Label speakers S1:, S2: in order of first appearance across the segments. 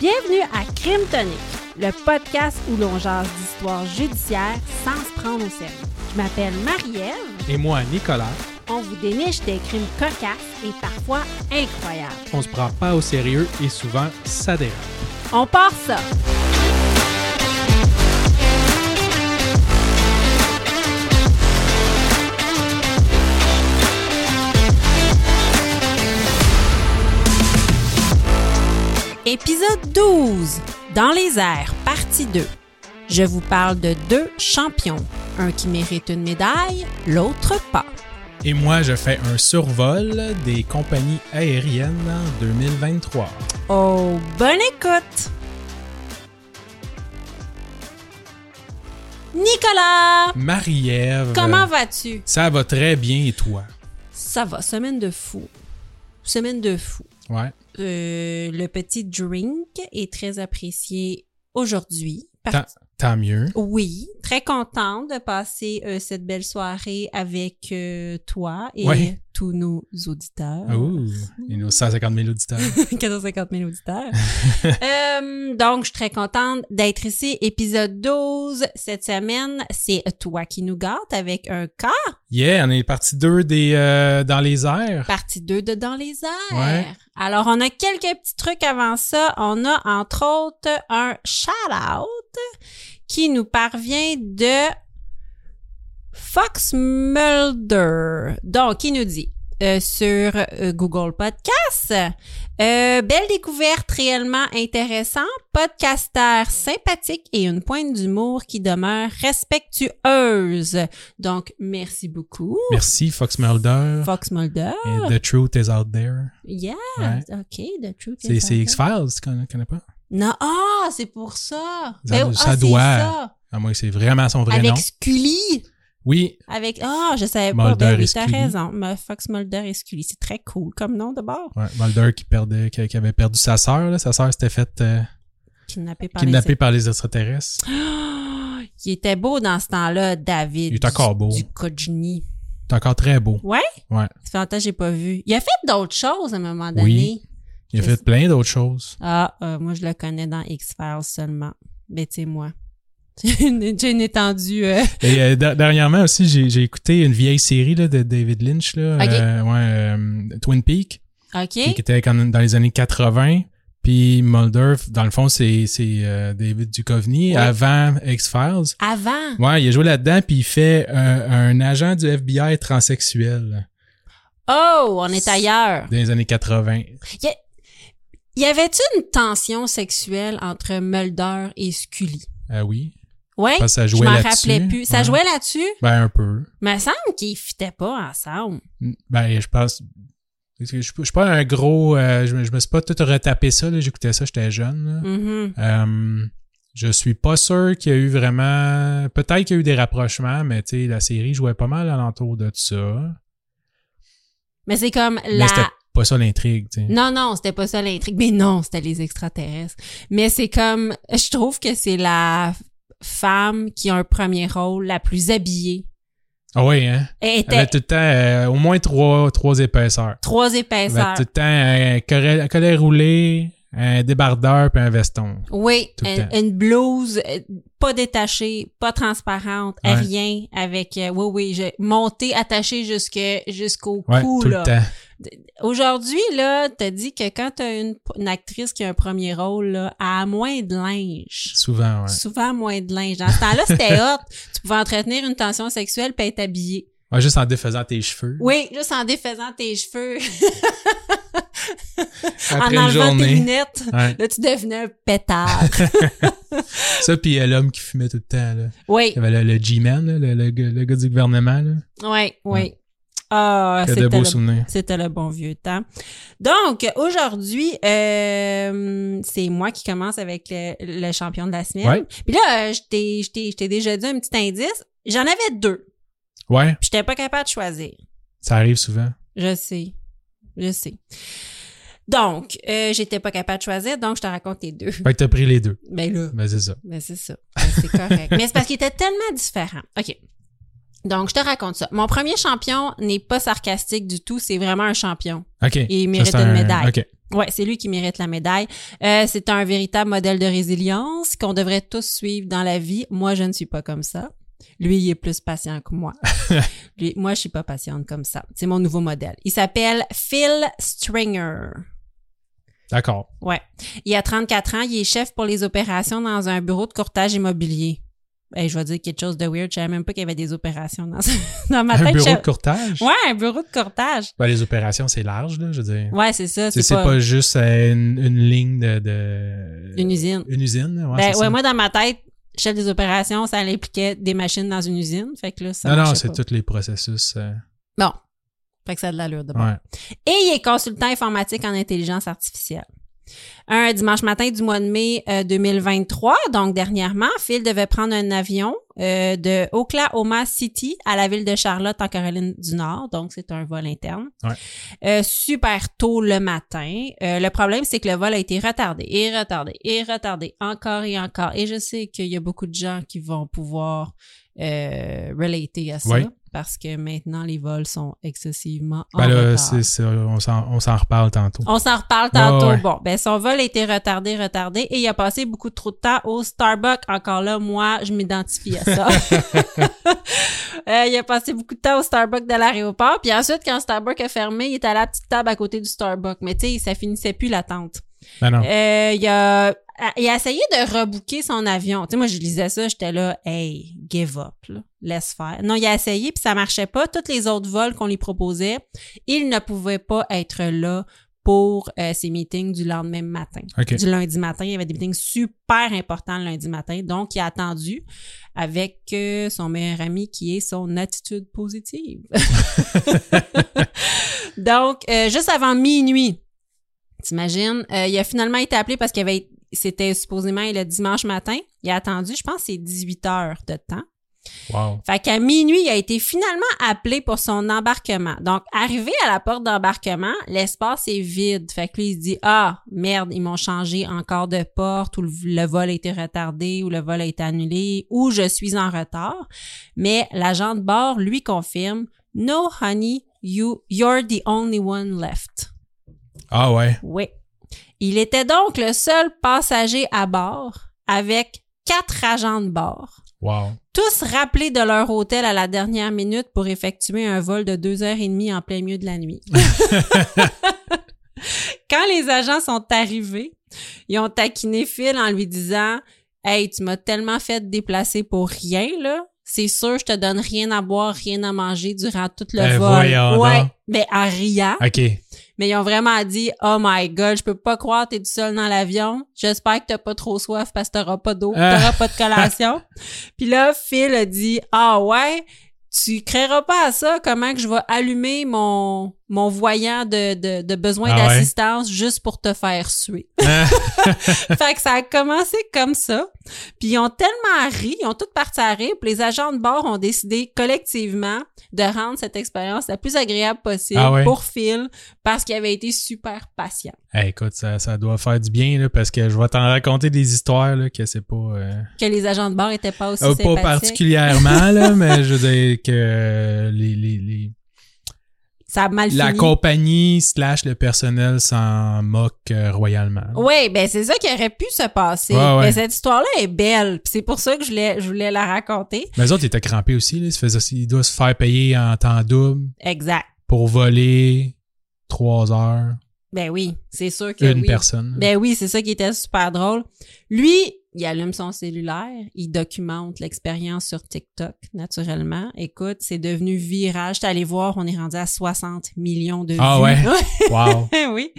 S1: Bienvenue à Crime Tonic, le podcast où l'on jase d'histoires judiciaires sans se prendre au sérieux. Je m'appelle Marie-Ève,
S2: Et moi, Nicolas,
S1: on vous déniche des crimes cocasses et parfois incroyables.
S2: on se prend pas au sérieux et souvent ça dérape.
S1: On part ça! Épisode 12 Dans les airs, partie 2. Je vous parle de deux champions, un qui mérite une médaille, l'autre pas.
S2: Et moi, je fais un survol des compagnies aériennes en 2023.
S1: Oh, bonne écoute! Nicolas!
S2: Marie-Ève,
S1: Comment vas-tu?
S2: ça va très bien et toi?
S1: Ça va, semaine de fou. Semaine de fou.
S2: Ouais.
S1: Euh, le petit drink est très apprécié aujourd'hui. Par-
S2: Tant, tant mieux.
S1: Oui, très contente de passer euh, cette belle soirée avec euh, toi et
S2: Ouais. Ah,
S1: tous nos auditeurs.
S2: Ouh, et nos 150 000 auditeurs.
S1: 450 000 auditeurs. Euh, donc, je suis très contente d'être ici. Épisode 12, cette semaine, c'est toi qui nous gâtes avec un cas,
S2: yeah, on est partie 2 des, euh, dans les airs.
S1: partie 2 de Dans les airs.
S2: Ouais.
S1: Alors, on a quelques petits trucs avant ça. On a, entre autres, un shout-out qui nous parvient de Fox Mulder. Donc, il nous dit euh, sur euh, Google Podcasts. Euh, belle découverte réellement intéressante, podcaster sympathique et une pointe d'humour qui demeure respectueuse. Donc, merci beaucoup,
S2: Merci, Fox Mulder.
S1: Fox Ah, Mulder.
S2: Et The Truth is Out There.
S1: Yeah,
S2: Ouais.
S1: ok, the truth is
S2: C'est
S1: out
S2: c'est
S1: there.
S2: X-Files, tu connais, connais pas?
S1: Non, ah, c'est pour ça.
S2: Ça-
S1: Ben,
S2: ça
S1: ah, c'est
S2: doit.
S1: ça.
S2: À moins que c'est vraiment son vrai
S1: Avec
S2: nom.
S1: Scully.
S2: Oui,
S1: Avec, ah, je savais pas.
S2: Mulder
S1: Ben
S2: et
S1: oui, t'as
S2: Scully.
S1: raison. Mais Fox Mulder et Scully, c'est très cool comme nom de bord.
S2: Ouais, Mulder qui, perdait, qui, qui avait perdu sa sœur. là. Sa sœur s'était faite euh,
S1: Kidnappé par les
S2: kidnappée par les extraterrestres.
S1: Ah, Il était beau dans ce temps-là, David.
S2: Il est encore
S1: du-
S2: beau.
S1: Du code génie.
S2: C'est encore très beau.
S1: Ouais?
S2: Ouais.
S1: Ça fait longtemps que j'ai pas vu. Il a fait d'autres choses à un moment donné.
S2: Oui. Il a
S1: Qu'est-ce-
S2: fait plein d'autres choses.
S1: Ah, euh, moi, je le connais dans X-Files seulement. Mais tu sais, moi. J'ai une, j'ai une étendue. euh,
S2: Et euh, der- dernièrement aussi, j'ai j'ai écouté une vieille série là, de David Lynch, là,
S1: Ok.
S2: euh, ouais, euh, Twin Peak, qui-
S1: OK?
S2: qui était quand- dans les années 80. Puis Mulder, dans le fond, c'est c'est, euh, David Duchovny
S1: Ouais.
S2: avant X-Files.
S1: Avant.
S2: Ouais, il a joué là-dedans, puis il fait euh, un agent du FBI transsexuel
S1: Oh, on est ailleurs.
S2: dans les années 80.
S1: Y avait-tu une tension sexuelle entre Mulder et Scully?
S2: Ah oui.
S1: Ouais?
S2: Parce que ça
S1: Je
S2: jouait
S1: m'en
S2: là-dessus.
S1: rappelais plus. Ça
S2: Ouais.
S1: jouait là-dessus?
S2: Ben, un peu.
S1: Mais il semble qu'ils fitaient pas ensemble.
S2: Ben, je pense. parce que Je suis pas- je suis pas un gros. euh, je, me- je me suis pas tout retapé ça. là. J'écoutais ça, j'étais jeune. là.
S1: Mhm.
S2: Euh, je suis pas sûr qu'il y a eu vraiment. Peut-être qu'il y a eu des rapprochements, mais tu sais, la série jouait pas mal alentour de ça.
S1: Mais c'est comme
S2: Mais
S1: la...
S2: c'était pas ça l'intrigue, tu sais.
S1: Non, non, c'était pas ça l'intrigue. Mais non, c'était les extraterrestres. Mais c'est comme, je trouve que c'est la femme qui a un premier rôle, la plus habillée.
S2: Ah oui, hein?
S1: Elle
S2: Elle avait
S1: était
S2: tout le temps euh, au moins trois, trois épaisseurs.
S1: trois
S2: Elle avait
S1: épaisseurs.
S2: tout le temps un collet, un collet roulé, un débardeur puis un veston.
S1: Oui,
S2: tout le
S1: une,
S2: temps.
S1: une blouse euh, pas détachée, pas transparente,
S2: Ouais.
S1: rien, avec, euh, oui, oui, je, montée, attachée jusque, jusqu'au
S2: Ouais,
S1: cou,
S2: tout
S1: là.
S2: le temps.
S1: Aujourd'hui, là, t'as dit que quand t'as une, une actrice qui a un premier rôle, là, elle a moins de linge.
S2: Souvent, ouais.
S1: Souvent moins de linge. Dans ce temps-là, c'était hot. Tu pouvais entretenir une tension sexuelle puis être habillé.
S2: Ouais, juste en défaisant tes cheveux.
S1: Oui, juste en défaisant tes cheveux. en
S3: Après une
S1: enlevant tes
S3: journée.
S1: lunettes,
S2: Ouais.
S1: là, tu devenais un pétard.
S2: Ça, puis euh, l'homme qui fumait tout le temps. Là.
S1: oui,
S2: Il y avait le, le G-Man, là, le, le gars- le gars du gouvernement. Là,
S1: oui, oui. Ah,
S2: qui a de
S1: c'était
S2: beaux
S1: le-
S2: souvenirs.
S1: c'était le bon vieux temps. Donc, aujourd'hui, euh, c'est moi qui commence avec le, le champion de la semaine.
S2: Ouais.
S1: Puis là, euh, je t'ai- je t'ai je t'ai déjà dit un petit indice. J'en avais deux.
S2: Ouais,
S1: Puis j'étais pas capable de choisir.
S2: ça arrive souvent.
S1: Je sais. Je sais. Donc, euh, j'étais pas capable de choisir, donc je te raconte les deux.
S2: Fait que t'as pris les deux.
S1: Ben là,
S2: Mais c'est ça.
S1: ben c'est ça. Ben c'est correct. Mais c'est parce qu'il était tellement différent. OK. Donc, je te raconte ça. Mon premier champion n'est pas sarcastique du tout. C'est vraiment un champion.
S2: OK.
S1: Il
S2: Ça,
S1: mérite
S2: c'est
S1: une
S2: un-
S1: médaille.
S2: OK.
S1: Ouais, c'est lui qui mérite la médaille. Euh, c'est un véritable modèle de résilience qu'on devrait tous suivre dans la vie. Moi, je ne suis pas comme ça. Lui, il est plus patient que moi. Lui, moi, je suis pas patiente comme ça. C'est mon nouveau modèle. Il s'appelle Phil Stringer.
S2: D'accord.
S1: Ouais. Il a 34 ans. Il est chef pour les opérations dans un bureau de courtage immobilier. Ben, je vais dire quelque chose de weird. Je savais même pas qu'il y avait des opérations dans, dans ma tête.
S2: Un bureau
S1: je-
S2: de courtage?
S1: Ouais, un bureau de courtage.
S2: Ben, les opérations, c'est large, là, je veux dire.
S1: Ouais, c'est ça.
S2: C'est c'est pas... juste euh, une, une ligne de, de-
S1: une usine.
S2: Une usine, ouais,
S1: Ben,
S2: c'est
S1: ouais,
S2: ça.
S1: moi, dans ma tête, chef des opérations, ça impliquait des machines dans une usine. Fait que là, ça
S2: non, non,
S1: marchait
S2: c'est
S1: pas.
S2: tous les processus. euh,
S1: Bon. Fait que ça a de l'allure de bon.
S2: ouais.
S1: Et il est consultant informatique en intelligence artificielle. Un dimanche matin du mois de mai euh, 2023, donc dernièrement, Phil devait prendre un avion euh, de Oklahoma City à la ville de Charlotte en Caroline du Nord, donc c'est un vol interne.
S2: Ouais.
S1: Euh, super tôt le matin. Euh, le problème, c'est que le vol a été retardé et retardé et retardé encore et encore. Et je sais qu'il y a beaucoup de gens qui vont pouvoir euh, relater à ça
S2: Ouais.
S1: parce que maintenant les vols sont excessivement en
S2: Ben là,
S1: retard.
S2: c'est ça, on s'en on s'en reparle tantôt.
S1: On s'en reparle tantôt.
S2: ouais.
S1: Bon, ben son vol a été retardé, retardé, et il a passé beaucoup trop de temps au Starbucks. Encore là, moi, je m'identifie à ça. Euh, il a passé beaucoup de temps au Starbucks de l'aéroport, puis ensuite, quand Starbucks a fermé, il est allé à la petite table à côté du Starbucks. Mais tu sais, ça finissait plus l'attente.
S2: Non, Ben, non.
S1: Euh, il a, il a essayé de rebooker son avion. Tu sais, moi, je lisais ça, j'étais là, hey, give up, là. laisse faire. Non, il a essayé, puis ça marchait pas. Tous les autres vols qu'on lui proposait, il ne pouvait pas être là pour euh, ses meetings du lendemain matin.
S2: OK.
S1: Du lundi matin, il y avait des meetings super importants le lundi matin. Donc, il a attendu avec euh, son meilleur ami qui est son attitude positive. Donc, euh, juste avant minuit, T'imagines? Euh, il a finalement été appelé parce qu'il avait c'était supposément le dimanche matin. Il a attendu, je pense, c'est 18 heures de temps.
S2: Wow.
S1: Fait qu'à minuit, il a été finalement appelé pour son embarquement. Donc, arrivé à la porte d'embarquement, l'espace est vide. Fait que lui, il se dit, ah, merde, ils m'ont changé encore de porte, ou le, le vol a été retardé, ou le vol a été annulé, ou je suis en retard. Mais l'agent de bord lui confirme, no, honey, you, you're the only one left.
S2: Ah ouais.
S1: Oui. Il était donc le seul passager à bord avec quatre agents de bord,
S2: Wow.
S1: tous rappelés de leur hôtel à la dernière minute pour effectuer un vol de deux heures et demie en plein milieu de la nuit. Quand les agents sont arrivés, ils ont taquiné Phil en lui disant Hey, tu m'as tellement fait déplacer pour rien, là. C'est sûr, je te donne rien à boire, rien à manger durant tout le
S2: Ben,
S1: vol.
S2: voyons
S1: ouais,
S2: donc.
S1: mais en riant.
S2: OK.
S1: Mais ils ont vraiment dit Oh my god, je peux pas croire que t'es tout seul dans l'avion. J'espère que t'as pas trop soif parce que t'auras pas d'eau,
S2: Ah.
S1: t'auras pas de collation. Puis là, Phil a dit Ah ouais, tu créeras pas à ça comment que je vais allumer mon mon voyant de, de, de besoin
S2: Ah ouais?
S1: d'assistance juste pour te faire suer.
S2: Ah.
S1: fait que ça a commencé comme ça. Puis ils ont tellement ri, ils ont toutes parti à rire, puis les agents de bord ont décidé collectivement de rendre cette expérience la plus agréable possible
S2: Ah ouais?
S1: pour Phil parce qu'il avait été super patient.
S2: Eh, écoute, ça, ça doit faire du bien, là, parce que je vais t'en raconter des histoires, là, que c'est pas... euh,
S1: Que les agents de bord étaient pas aussi
S2: euh, pas
S1: sympathiques.
S2: particulièrement, là, mais je veux dire que euh, les- les- les,
S1: Ça a mal
S2: La
S1: fini.
S2: compagnie slash le personnel s'en moque euh, royalement.
S1: Oui, ben c'est ça qui aurait pu se passer.
S2: Ouais, ouais.
S1: Mais cette histoire-là est belle. puis C'est pour ça que je voulais, je voulais la raconter.
S2: Mais les autres, ils étaient crampés aussi. Là. Ils, se faisaient- ils doivent se faire payer en temps double
S1: Exact.
S2: pour voler trois heures,
S1: Ben oui, c'est sûr que
S2: une
S1: oui.
S2: personne.
S1: Ben oui, c'est ça qui était super drôle. Lui, il allume son cellulaire, il documente l'expérience sur TikTok, naturellement. Écoute, c'est devenu virage. T'es allé voir, on est rendu à 60 millions de vues.
S2: Ah ouais? Wow.
S1: oui.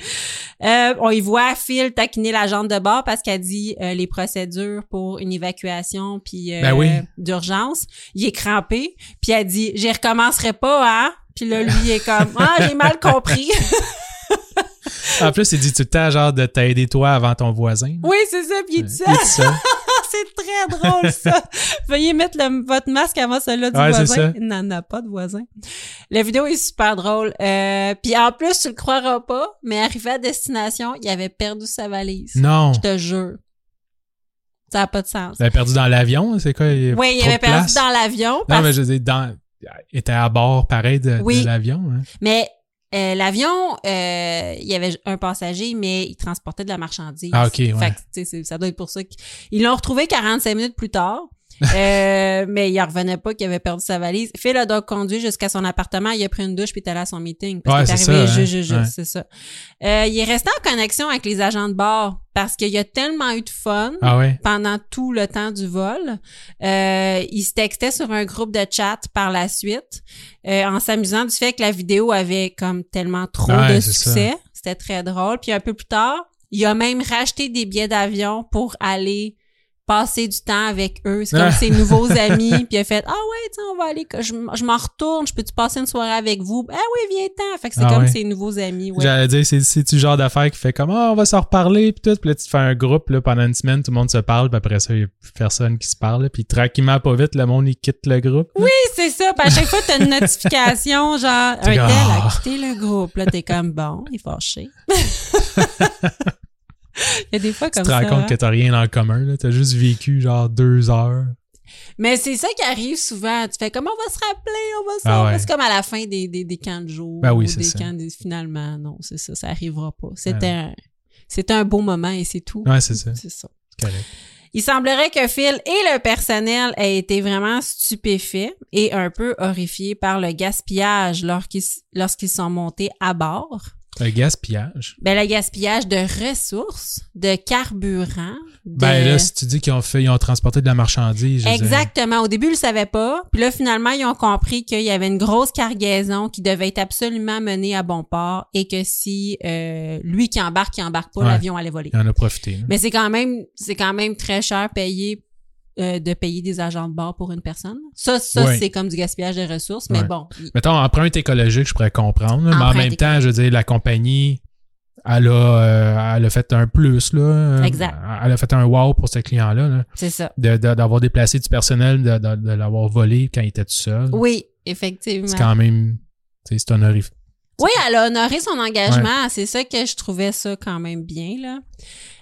S1: Euh, on y voit Phil taquiner la jambe de bord parce qu'elle dit euh, les procédures pour une évacuation puis euh,
S2: Ben oui.
S1: d'urgence. Il est crampé. Puis elle dit, j'y recommencerai pas, hein? Puis là, lui, il est comme, ah, j'ai mal compris.
S2: En plus, il dit tout le temps, genre, de t'aider toi avant ton voisin.
S1: oui, c'est ça. Puis il
S2: Il
S1: dit
S2: dit
S1: ça.
S2: ça.
S1: c'est très drôle, ça. Veuillez mettre le- votre masque avant celui-là du
S2: Ouais, c'est
S1: voisin.
S2: ça.
S1: Il n'en a pas de voisin. La vidéo est super drôle. Euh, Puis en plus, tu le croiras pas, mais arrivé à destination, il avait perdu sa valise.
S2: Non.
S1: Je te jure. Ça n'a pas de sens.
S2: Il avait perdu dans l'avion, c'est quoi? Il y
S1: Oui, il
S2: trop
S1: avait
S2: de
S1: perdu
S2: place?
S1: dans l'avion.
S2: Non,
S1: parce-
S2: mais je dis, dans... il était à bord, pareil, de, de
S1: Oui.
S2: l'avion. hein.
S1: Mais euh, l'avion, euh, il y avait un passager, mais il transportait de la marchandise.
S2: Ah, ok, ouais.
S1: Fait que, tu sais, c'est- ça doit être pour ça qu'ils l'ont retrouvé 45 minutes plus tard. Euh, mais il en revenait pas qu'il avait perdu sa valise. Phil a donc conduit jusqu'à son appartement. Il a pris une douche puis il est allé à son meeting. Parce
S2: Ouais,
S1: qu'il est
S2: c'est
S1: arrivé
S2: ça,
S1: juste,
S2: hein.
S1: juste, juste,
S2: Ouais.
S1: c'est ça. Euh, il est resté en connexion avec les agents de bord parce qu'il y a tellement eu de fun
S2: Ah ouais.
S1: pendant tout le temps du vol. Euh, ils se textaient sur un groupe de chat par la suite euh, en s'amusant du fait que la vidéo avait comme tellement trop
S2: Ouais,
S1: de
S2: c'est ça.
S1: succès. C'était très drôle. Puis un peu plus tard, il a même racheté des billets d'avion pour aller passer du temps avec eux. C'est comme
S2: Ah.
S1: ses nouveaux amis. Puis il a fait, ah ouais, tu sais, on va aller, je, m- je m'en retourne, je peux-tu passer une soirée avec vous? Ah oui, viens-t'en. Fait que c'est
S2: Ah
S1: comme
S2: ouais.
S1: ses nouveaux amis. ouais.
S2: J'allais dire, c'est- c'est-tu le genre d'affaire qui fait comme, ah, on va s'en reparler, puis tout. Puis là, tu te fais un groupe, là, pendant une semaine, tout le monde se parle, puis après ça, il n'y a plus personne qui se parle. là. Puis tranquillement, pas vite, le monde, il quitte le groupe. Oui.
S1: c'est ça. Puis à chaque fois, t'as une notification, genre, un tel
S2: comme,
S1: a
S2: Ah.
S1: quitté le groupe. Là, t'es comme, bon, il est fâché. Il y a des fois
S2: Tu
S1: comme
S2: te
S1: ça.
S2: rends compte
S1: hein.
S2: que t'as rien en commun, là. T'as juste vécu, genre, deux heures.
S1: Mais c'est ça qui arrive souvent. Tu fais comme, on va se rappeler, on va se
S2: Ah
S1: rappeler.
S2: ouais.
S1: C'est comme à la fin des, des, des camps de jour.
S2: Ben oui,
S1: ou
S2: c'est
S1: des
S2: ça. Ah
S1: camps de- Finalement, non, c'est ça. Ça arrivera pas. C'était un, c'était un beau moment et c'est tout.
S2: Ouais, c'est ça.
S1: C'est ça.
S2: Correct.
S1: Il semblerait que Phil et le personnel aient été vraiment stupéfaits et un peu horrifiés par le gaspillage lorsqu'ils lorsqu'ils sont montés à bord.
S2: Le gaspillage.
S1: Ben, le gaspillage de ressources, de carburant. de-
S2: Ben là, si tu dis qu'ils ont fait, ils ont transporté de la marchandise. je veux dire.
S1: Exactement. Au début, ils le savaient pas. Puis là, finalement, ils ont compris qu'il y avait une grosse cargaison qui devait être absolument menée à bon port et que si euh, lui qui embarque, qui embarque pas,
S2: Ouais.
S1: l'avion allait voler.
S2: Il en a profité. là.
S1: Mais c'est quand même, c'est quand même très cher payé euh, de payer des agents de bord pour une personne. Ça, ça
S2: Ouais.
S1: c'est comme du gaspillage de ressources, mais
S2: Ouais.
S1: bon. il-
S2: Mettons, empreinte écologique, je pourrais comprendre. là, mais en
S1: Empreinte
S2: même temps, je veux dire, la compagnie, elle a, euh, elle a fait un plus. Là, euh,
S1: Exact.
S2: Elle a fait un wow pour ce client-là. là,
S1: C'est ça.
S2: de- de- D'avoir déplacé du personnel, de, de- de l'avoir volé quand il était tout seul.
S1: Oui, effectivement.
S2: C'est quand même. tu sais, C'est honorifique.
S1: Oui, elle a honoré son engagement. C'est ça que je trouvais ça quand même bien, là.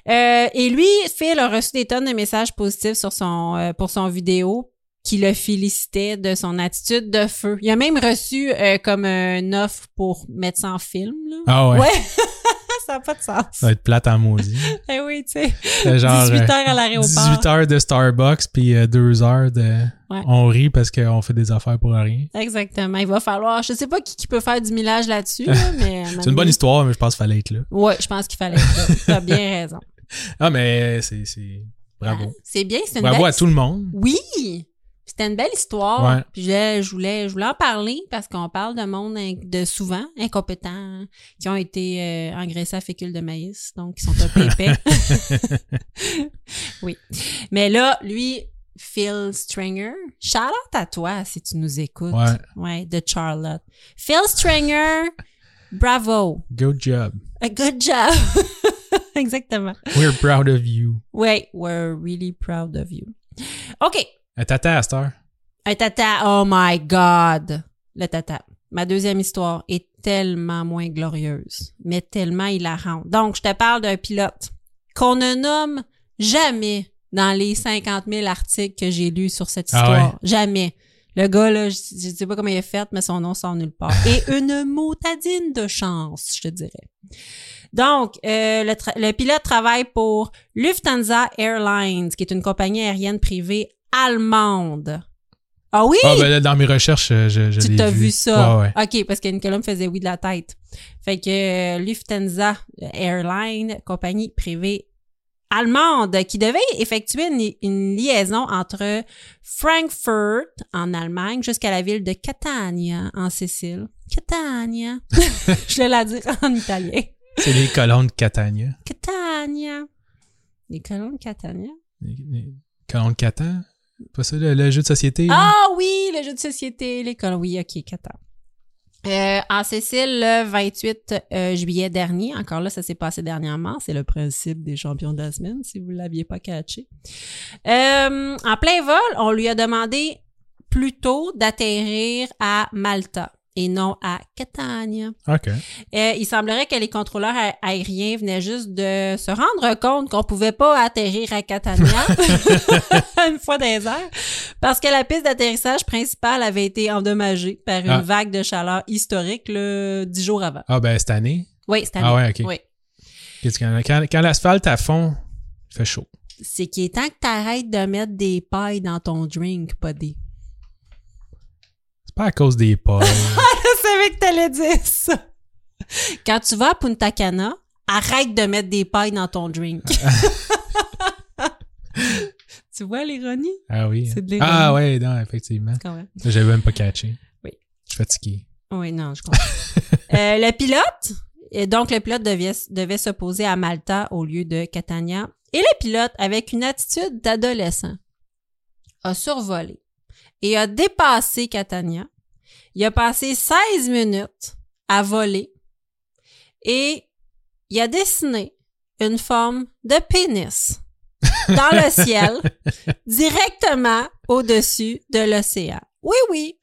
S1: Euh, et lui, Phil a reçu des tonnes de messages positifs sur son, euh, pour son vidéo qui le félicitait de son attitude de feu. Il a même reçu euh, comme un offre pour mettre ça en film, là.
S2: Ah ouais.
S1: Ouais. ça n'a pas de sens.
S2: Ça va être plate en maudit.
S1: Eh oui, tu sais.
S2: C'est genre,
S1: 18
S2: euh,
S1: heures à l'aéroport.
S2: 18 heures de Starbucks, puis 2 heures de.
S1: Ouais.
S2: On rit parce qu'on fait des affaires pour rien.
S1: Exactement. Il va falloir. Je sais pas qui, qui peut faire du millage là-dessus, là, mais.
S2: C'est une bonne histoire, mais je pense qu'il fallait être là.
S1: Ouais, je pense qu'il fallait. être là. T'as bien raison.
S2: Ah, mais c'est. c'est- Bravo.
S1: Hein? C'est bien, c'est une
S2: Bravo
S1: belle.
S2: à tout le monde.
S1: Oui! C'était une belle histoire.
S2: Ouais.
S1: Puis je, je voulais, je voulais en parler parce qu'on parle de monde inc- de souvent incompétents qui ont été euh, engraissés à fécule de maïs, donc qui sont un peu épais. oui. Mais là, lui, Phil Stringer, Charlotte à toi si tu nous écoutes.
S2: Ouais.
S1: Ouais, de Charlotte. Phil Stringer, bravo.
S2: Good job.
S1: A good job. Exactement.
S2: We're proud of you.
S1: Ouais, we're really proud of you. OK.
S2: Euh, Tata, à cette heure.
S1: Un tata, oh my God! Le tata. Ma deuxième histoire est tellement moins glorieuse, mais tellement hilarante. Donc, je te parle d'un pilote qu'on ne nomme jamais dans les 50 000 articles que j'ai lus sur cette
S2: Ah
S1: histoire. Jamais. Le gars, là, je, je sais pas comment il est fait, mais son nom sort nulle part. Et une motadine de chance, je te dirais. Donc, euh, le, tra- le pilote travaille pour Lufthansa Airlines, qui est une compagnie aérienne privée allemande. Ah oui?
S2: Ah, ben là, dans mes recherches, euh, je, je l'ai
S1: tu t'as vu. ça?
S2: Ouais, ouais.
S1: OK, parce que Nicolas me faisait oui de la tête. Fait que euh, Lufthansa Airlines, compagnie privée allemande qui devait effectuer une, li- une liaison entre Frankfurt en Allemagne jusqu'à la ville de Catania en Sicile. Catania. Je vais la dire en italien.
S2: C'est les colons de Catania.
S1: Catania. Les colons de Catania.
S2: Les- les- Colons de Catan? Pas ça, le, le jeu de société? là?
S1: Ah oui, le jeu de société, l'école. Oui, ok, Qatar. Euh, en Sicile, le 28 euh, juillet dernier, encore là, ça s'est passé dernièrement, c'est le principe des champions de la semaine, si vous l'aviez pas catché. Euh, en plein vol, on lui a demandé plutôt d'atterrir à Malta et non à Catania.
S2: OK.
S1: Euh, il semblerait que les contrôleurs a- aériens venaient juste de se rendre compte qu'on pouvait pas atterrir à Catania une fois dans les airs parce que la piste d'atterrissage principale avait été endommagée par une
S2: Ah.
S1: vague de chaleur historique le dix jours avant.
S2: Ah, ben, cette année,
S1: Oui, c'était
S2: Ah ouais, ok.
S1: Oui.
S2: qu'est-ce qu'on- quand, quand l'asphalte à fond, il fait chaud.
S1: C'est qu'il est temps que t'arrêtes de mettre des pailles dans ton drink, pas des.
S2: C'est pas à cause des pailles.
S1: Je savais que t'allais dire ça. Quand tu vas à Punta Cana, arrête de mettre des pailles dans ton drink. tu vois l'ironie?
S2: ah oui.
S1: C'est de l'ironie.
S2: Ah ouais, non, effectivement.
S1: Quand même.
S2: Ça, J'avais même pas catché.
S1: Oui.
S2: Je suis fatigué.
S1: Oui, non, je comprends. Euh, le pilote, et donc le pilote devait, devait se poser à Malta au lieu de Catania. Et le pilote, avec une attitude d'adolescent, a survolé et a dépassé Catania. Il a passé 16 minutes à voler et il a dessiné une forme de pénis dans le ciel directement au-dessus de l'océan. Oui, oui,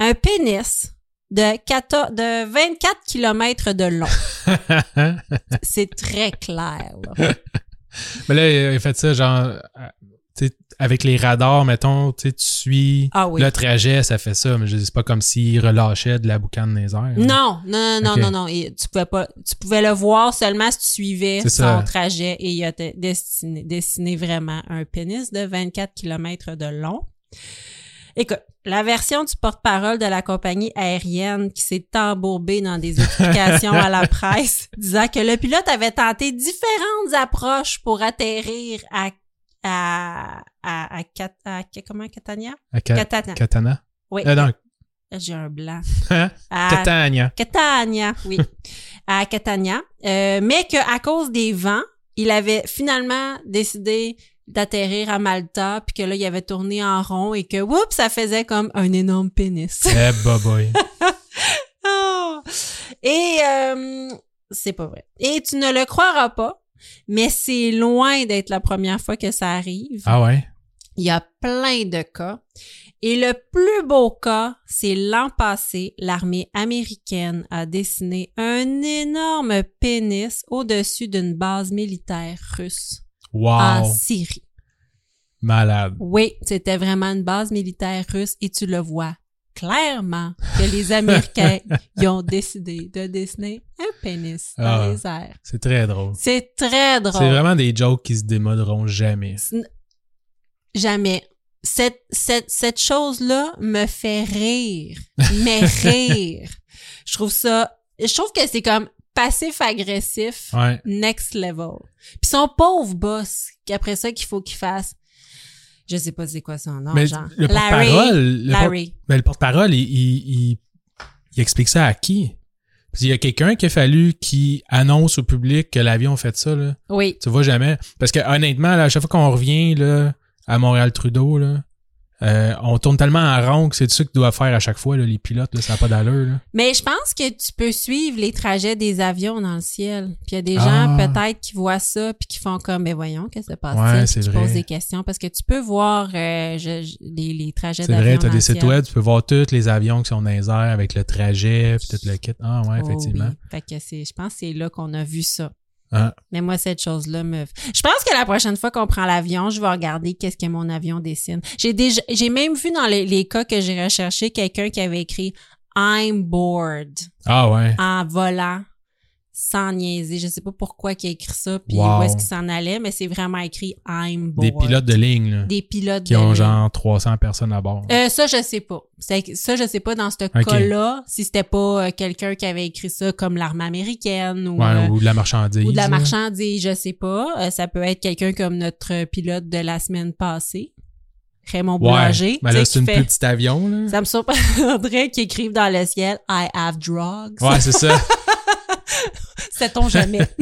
S1: un pénis de, 14 de 24 km de long. C'est très clair. là.
S2: Mais là, il a fait ça, genre, à- tu sais, avec les radars, mettons, tu sais, tu suis
S1: Ah oui.
S2: le trajet, ça fait ça, mais je c'est pas comme s'il relâchait de la boucane des airs.
S1: Non, non, non, non,
S2: Mhm. Ok.
S1: non, non. Et tu pouvais pas, tu pouvais le voir seulement si tu suivais son
S2: C'est ça.
S1: trajet et il a te- dessiné, dessiné vraiment un pénis de 24 km de long. Écoute, la version du porte-parole de la compagnie aérienne qui s'est embourbée dans des explications à la presse disant que le pilote avait tenté différentes approches pour atterrir à à à, à, Cat- à- comment Catania?
S2: À Ca-
S1: Catania.
S2: Catana.
S1: Oui.
S2: Ah non, Hein?
S1: J'ai un blanc. À-
S2: Catania.
S1: Catania, oui. à Catania. Euh, mais qu'à cause des vents, il avait finalement décidé d'atterrir à Malta, puis que là, il avait tourné en rond et que, oups, ça faisait comme un énorme pénis.
S2: Eh, boboy.
S1: Ah! Et euh, c'est pas vrai. Et tu ne le croiras pas, mais c'est loin d'être la première fois que ça arrive.
S2: Ah ouais.
S1: Il y a plein de cas. Et le plus beau cas, c'est l'an passé, l'armée américaine a dessiné un énorme pénis au-dessus d'une base militaire russe en
S2: Wow.
S1: Syrie.
S2: Malade.
S1: Oui, c'était vraiment une base militaire russe et tu le vois clairement que les Américains ils ont décidé de dessiner un pénis dans
S2: Ah.
S1: les airs.
S2: C'est très drôle.
S1: C'est très drôle.
S2: C'est vraiment des jokes qui se démoderont jamais.
S1: Jamais. Cette, cette, cette chose-là me fait rire. Mais rire. Je trouve ça, je trouve que c'est comme passif-agressif,
S2: Ouais.
S1: next level. Puis son pauvre boss, qu'après ça qu'il faut qu'il fasse, je sais pas c'est quoi son nom,
S2: mais
S1: genre.
S2: le
S1: Larry.
S2: porte-parole, le, porte-
S1: Larry.
S2: mais le porte-parole, il, il, il- il explique ça à qui? Parce qu'il y a quelqu'un qui a fallu qui annonce au public que l'avion a fait ça, là.
S1: Oui.
S2: Tu vois jamais. Parce que honnêtement, là, à chaque fois qu'on revient là, à Montréal-Trudeau, là, euh, on tourne tellement en rond que c'est ça qu'ils doivent faire à chaque fois, là, les pilotes, là, ça n'a pas d'allure. là.
S1: Mais je pense que tu peux suivre les trajets des avions dans le ciel. Puis il y a des gens
S2: Ah.
S1: peut-être qui voient ça puis qui font comme mais voyons qu'est-ce qui se
S2: Ouais,
S1: passe-t-il,
S2: c'est
S1: Puis qui
S2: vrai.
S1: posent des questions parce que tu peux voir euh, je- je- les, les trajets
S2: C'est
S1: d'avions
S2: vrai, tu as
S1: dans le
S2: des sites
S1: ciel.
S2: web, tu peux voir tous les avions qui sont dans les airs avec le trajet, puis tout le kit. Ah ouais,
S1: Oh
S2: effectivement.
S1: oui. Fait que c'est je pense que c'est là qu'on a vu ça.
S2: Ah.
S1: Mais moi cette chose là me Je pense que la prochaine fois qu'on prend l'avion, je vais regarder qu'est-ce que mon avion dessine. J'ai déjà j'ai même vu dans les, les cas que j'ai recherché quelqu'un qui avait écrit I'm bored
S2: Ah ouais.
S1: en volant. sans niaiser. Je sais pas pourquoi il a écrit ça, puis
S2: Wow.
S1: où est-ce qu'il s'en allait, mais c'est vraiment écrit I'm bored.
S2: Des pilotes de ligne, là,
S1: Des pilotes
S2: qui
S1: de
S2: ont
S1: ligne.
S2: genre 300 personnes à bord.
S1: Euh, ça, je sais pas. C'est- Ça, je sais pas dans ce cas-là si c'était pas euh, quelqu'un qui avait écrit ça comme l'armée américaine ou,
S2: Ouais,
S1: euh,
S2: ou de la marchandise.
S1: ou de la
S2: là.
S1: marchandise, je sais pas. Euh, ça peut être quelqu'un comme notre pilote de la semaine passée, Raymond Boulanger.
S2: Ouais, mais
S1: tu
S2: là,
S1: sais,
S2: c'est
S1: qui
S2: une
S1: fait-
S2: plus petite avion, là.
S1: Ça me surprendrait qu'il écrive dans le ciel I have drugs.
S2: Ouais, c'est ça.
S1: Sait-on jamais.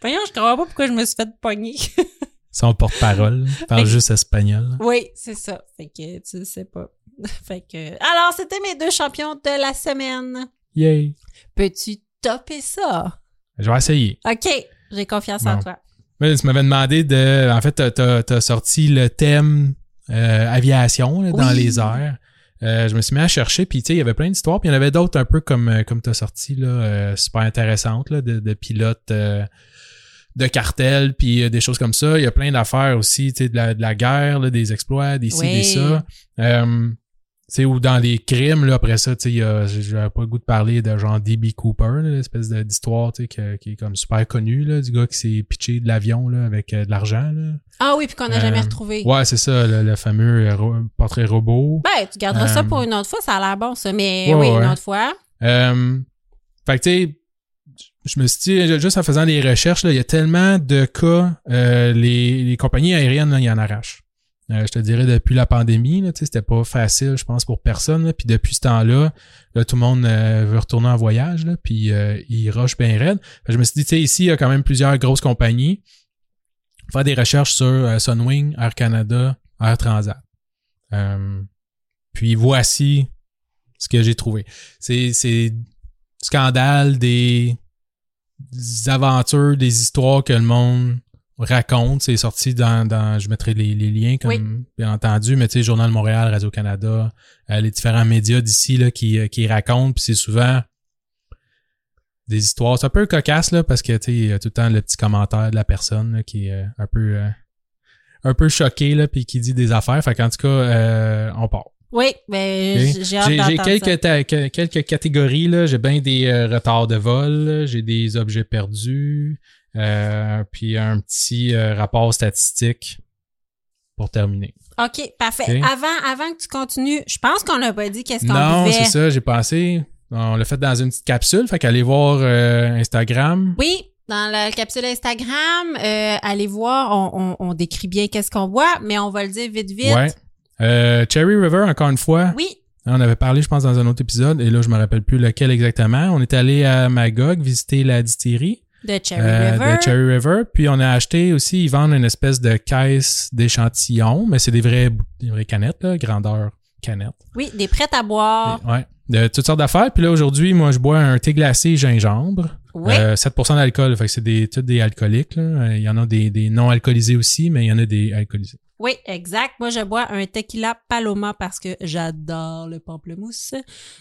S1: Voyons, je comprends pas pourquoi je me suis fait pogner.
S2: Son porte-parole. Il Parle
S1: Fait-
S2: juste espagnol.
S1: oui, c'est ça. Fait que tu sais pas. Fait que. Alors, c'était mes deux champions de la semaine.
S2: Yay.
S1: Peux-tu topper ça?
S2: Je vais essayer.
S1: OK, j'ai confiance en
S2: Bon.
S1: toi.
S2: Mais tu m'avais demandé de. En fait, t'as- t'as t'as sorti le thème euh, aviation là, dans
S1: Oui.
S2: les airs. Euh, je me suis mis à chercher, puis tu sais, il y avait plein d'histoires, puis il y en avait d'autres un peu comme, euh, comme tu as sorti, là, euh, super intéressantes, là, de, de pilotes euh, de cartels, puis euh, des choses comme ça. Il y a plein d'affaires aussi, tu sais, de la, de la guerre, là, des exploits, des ci,
S1: Oui.
S2: des ça. Euh, tu sais, ou dans les crimes, là, après ça, tu sais, il y a- j- j'avais pas le goût de parler de genre D.B. Cooper, là, l'espèce de- d'histoire, tu sais, que- qui est comme super connue, là, du gars qui s'est pitché de l'avion, là, avec euh, de l'argent, là.
S1: Ah oui, puis qu'on n'a jamais
S2: Euh,
S1: retrouvé.
S2: Ouais, c'est ça, le, le fameux euh, ro- portrait robot.
S1: Ben, tu garderas ça
S2: Euh,
S1: pour une autre fois, ça a l'air bon, ça. Mais
S2: Ouais,
S1: oui,
S2: ouais.
S1: une autre fois.
S2: Euh, fait que, tu sais, je me suis dit, ju- juste en faisant des recherches, là, il y a tellement de cas, euh, les, les compagnies aériennes, là, ils en arrachent. Euh, je te dirais, depuis la pandémie, là, tu sais, c'était pas facile, je pense, pour personne. là. Puis depuis ce temps-là, là, tout le monde euh, veut retourner en voyage, là, puis euh, ils rushent bien raide. Fait que je me suis dit, tu sais, ici, il y a quand même plusieurs grosses compagnies. Faire des recherches sur euh, Sunwing, Air Canada, Air Transat. Euh, puis voici ce que j'ai trouvé. C'est, c'est scandale des, des aventures, des histoires que le monde raconte. C'est sorti dans, dans je mettrai les, les liens, comme
S1: Oui.
S2: bien entendu, mais tu sais, Journal de Montréal, Radio-Canada, euh, les différents médias d'ici là, qui, euh, qui racontent, puis c'est souvent des histoires. C'est un peu cocasse, là, parce que tu sais, il y a tout le temps le petit commentaire de la personne là, qui est euh, un peu. euh, un peu choqué là puis qui dit des affaires fait qu'en tout cas euh, on part
S1: Oui, ben,
S2: Ok.
S1: j- j'ai hâte d'entendre ça.
S2: quelques, ta- que- quelques catégories. là. J'ai bien des euh, retards de vol, là. j'ai des objets perdus, euh, puis un petit euh, rapport statistique pour terminer.
S1: OK, parfait.
S2: Ok.
S1: Avant, avant que tu continues, je pense qu'on n'a pas dit qu'est-ce qu'on
S2: non,
S1: buvait.
S2: c'est ça, j'ai pensé. On l'a fait dans une petite capsule, fait qu'allez voir euh, Instagram.
S1: Oui, dans la capsule Instagram, euh, allez voir, on, on, on décrit bien qu'est-ce qu'on voit, mais on va le dire vite, vite.
S2: Ouais. Euh, Cherry River, encore une fois.
S1: Oui,
S2: On avait parlé, je pense, dans un autre épisode, et là, je me rappelle plus lequel exactement. On est allé à Magog visiter la distillerie.
S1: de Cherry
S2: Euh,
S1: River.
S2: de Cherry River. Puis on a acheté aussi, ils vendent une espèce de caisse d'échantillons, mais c'est des vraies, bou- des vraies canettes, là, grandeur canette.
S1: Oui, des prêts à boire.
S2: Ouais. De toutes sortes d'affaires. Puis là, aujourd'hui, moi, je bois un thé glacé gingembre.
S1: Oui.
S2: Euh, 7% d'alcool. Fait que c'est des, tous des alcooliques. là. Euh, Il y en a des, des non alcoolisés aussi, mais il y en a des alcoolisés.
S1: Oui, exact. Moi, je bois un tequila paloma parce que j'adore le pamplemousse.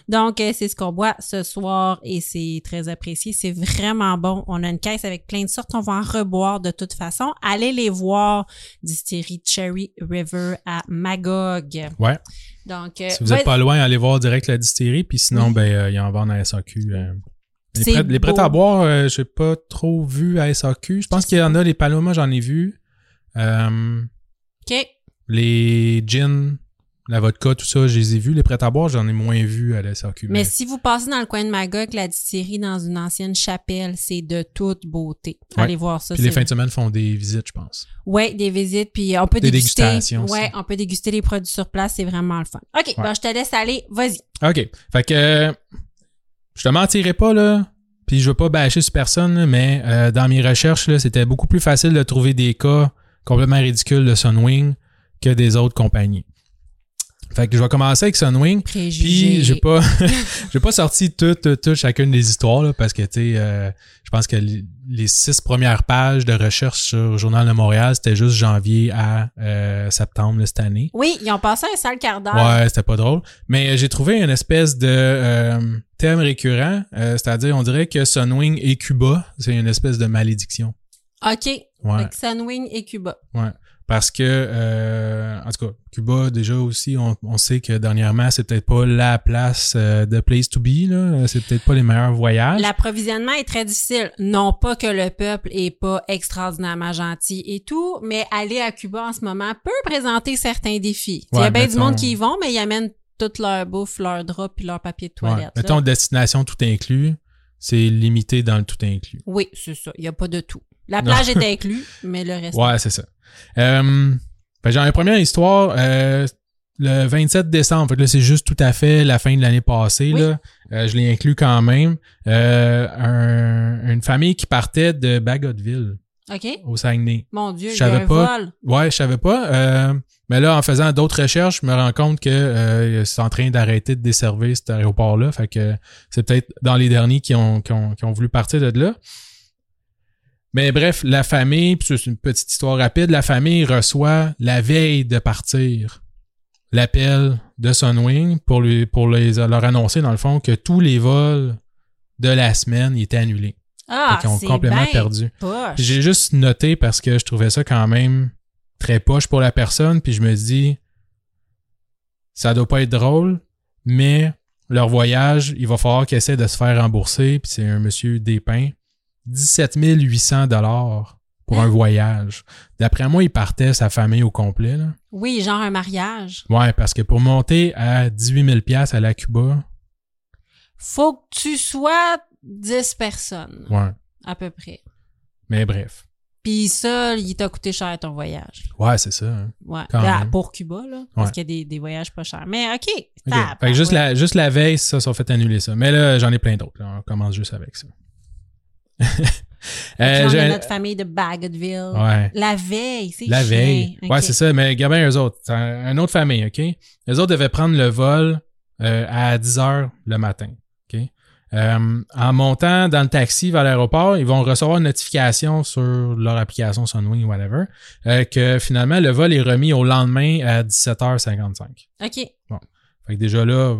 S1: Donc, euh, c'est ce qu'on boit ce soir et c'est très apprécié. C'est vraiment bon. On a une caisse avec plein de sortes. On va en reboire de toute façon. Allez les voir, distillerie Cherry River à Magog.
S2: Ouais.
S1: Donc, euh,
S2: Si vous êtes
S1: vas-
S2: pas loin, allez voir direct la distillerie. Puis sinon,
S1: Oui.
S2: ben, euh, ils en vendent à SAQ. euh. Les
S1: C'est
S2: prêts, les prêts
S1: beau.
S2: à boire, euh, j'ai pas trop vu à SAQ. Je pense qu'il y en a, les Palomas, j'en ai vu. Euh,
S1: OK.
S2: Les gins, la vodka, tout ça, je les ai vus. Les prêts à boire, j'en ai moins vu à la SRQ.
S1: Mais si vous passez dans le coin de Magog, la distillerie dans une ancienne chapelle, c'est de toute beauté.
S2: Ouais.
S1: Allez voir ça.
S2: Puis les
S1: c'est
S2: fins de semaine font des visites, je pense.
S1: Ouais, des visites, puis on peut
S2: Des
S1: déguster.
S2: dégustations aussi.
S1: Ouais, on peut déguster les produits sur place, c'est vraiment le fun. OK,
S2: Ouais.
S1: bon, je te laisse aller, vas-y.
S2: OK. Fait que euh, je te mentirai pas, là. Puis je veux pas bâcher sur personne, là, mais euh, dans mes recherches, là, c'était beaucoup plus facile de trouver des cas complètement ridicules de Sunwing que des autres compagnies. Fait que je vais commencer avec Sunwing.
S1: Préjugés.
S2: Puis j'ai pas j'ai pas sorti toutes toutes, toutes, chacune des histoires là, parce que tu sais euh, je pense que les les six premières pages de recherche sur Journal de Montréal, c'était juste janvier à euh, septembre de cette année.
S1: Oui, ils ont passé un sale quart d'heure.
S2: Ouais, c'était pas drôle. Mais euh, j'ai trouvé une espèce de euh, thème récurrent, euh, c'est-à-dire on dirait que Sunwing et Cuba, c'est une espèce de malédiction.
S1: OK.
S2: Ouais.
S1: Avec Sunwing et Cuba.
S2: Ouais. parce que, euh, en tout cas, Cuba, déjà aussi, on, on sait que dernièrement, c'est peut-être pas la place euh, de place to be, là. C'est peut-être pas les meilleurs voyages.
S1: L'approvisionnement est très difficile. Non pas que le peuple est pas extraordinairement gentil et tout, mais aller à Cuba en ce moment peut présenter certains défis. il y
S2: Ouais, ben,
S1: a bien du
S2: mettons-
S1: monde qui y vont, mais ils amènent toute leur bouffe, leur drap puis leur papier de
S2: Ouais.
S1: toilette. là.
S2: Mettons, destination tout inclus, c'est limité dans le tout inclus.
S1: Oui, c'est ça. Il n'y a pas de tout. La
S2: Non.
S1: plage est inclue, mais le reste.
S2: Ouais, c'est ça. Euh, fait que j'ai une première histoire. euh, le 27 décembre, fait que là, c'est juste tout à fait la fin de l'année passée.
S1: Oui.
S2: Là. Euh, je l'ai inclus quand même. Euh, un- une famille qui partait de Bagotville,
S1: OK?
S2: au Saguenay.
S1: Mon Dieu,
S2: Je
S1: il y a
S2: savais
S1: un
S2: pas.
S1: vol.
S2: Ouais, je savais pas. euh, mais là, en faisant d'autres recherches, je me rends compte que euh, c'est en train d'arrêter de desservir cet aéroport-là. Fait que c'est peut-être dans les derniers qui ont, qui ont, qui ont voulu partir de là. Mais bref, la famille, puis c'est une petite histoire rapide, la famille reçoit la veille de partir l'appel de Sunwing pour, lui, pour les, leur annoncer, dans le fond, que tous les vols de la semaine étaient annulés.
S1: Ah,
S2: Fait qu'ils ont
S1: c'est
S2: complètement
S1: ben
S2: perdu.
S1: poche.
S2: J'ai juste noté parce que je trouvais ça quand même très poche pour la personne, puis je me dis, ça doit pas être drôle, mais leur voyage, il va falloir qu'ils essaient de se faire rembourser, puis c'est un monsieur Despins, 17 800 dollars pour un voyage. D'après moi, il partait sa famille au complet. Là.
S1: Oui, genre un mariage.
S2: Ouais, parce que pour monter à 18 000 pièces à la Cuba,
S1: Faut que tu sois 10 personnes,
S2: ouais,
S1: à peu près.
S2: mais bref.
S1: Puis ça, il t'a coûté cher ton voyage.
S2: Ouais, c'est ça. hein.
S1: Ouais.
S2: Quand
S1: Là,
S2: même.
S1: pour Cuba, là. Parce
S2: Ouais.
S1: qu'il y a des, des voyages pas chers. Mais OK.
S2: Ok.
S1: tabarouette.
S2: Fait que juste, la, juste la veille, ça, ça fait annuler ça. Mais là, j'en ai plein d'autres. là. On commence juste avec ça.
S1: Puis
S2: Euh,
S1: on
S2: j'ai-
S1: a notre famille de Bagotville.
S2: Ouais.
S1: La veille, c'est
S2: La
S1: chiant.
S2: veille.
S1: OK.
S2: Ouais, c'est ça. Mais regarde bien eux autres. C'est un- une autre famille, OK? Eux autres devaient prendre le vol euh, à 10 h le matin. OK? Euh, en montant dans le taxi vers l'aéroport, ils vont recevoir une notification sur leur application Sunwing ou whatever euh, que finalement le vol est remis au lendemain à 17h55.
S1: OK.
S2: Fait que déjà là,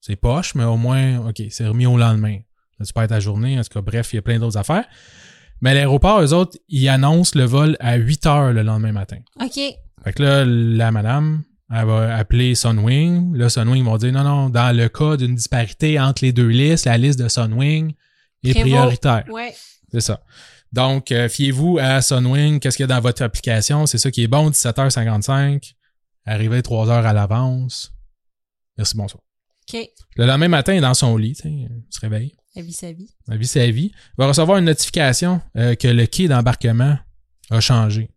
S2: c'est poche, mais au moins, OK, c'est remis au lendemain. Là, tu perds ta journée. En tout cas, bref, il y a plein d'autres affaires. Mais l'aéroport, eux autres, ils annoncent le vol à 8 heures le lendemain matin.
S1: OK.
S2: Fait que là, la madame, elle va appeler Sunwing. Là, Sunwing vont dire non, non, dans le cas d'une disparité entre les deux listes, la liste de Sunwing est
S1: Prévost.
S2: prioritaire.
S1: Ouais.
S2: C'est ça. Donc, euh, fiez-vous à Sunwing, qu'est-ce qu'il y a dans votre application. C'est ça qui est bon, 17h55. Arrivez 3 heures à l'avance. Merci, bonsoir.
S1: OK.
S2: Le lendemain matin, il est dans son lit, tu sais, il se réveille.
S1: La vie, sa vie.
S2: La vie, c'est la vie. Il va recevoir une notification euh, que le quai d'embarquement a changé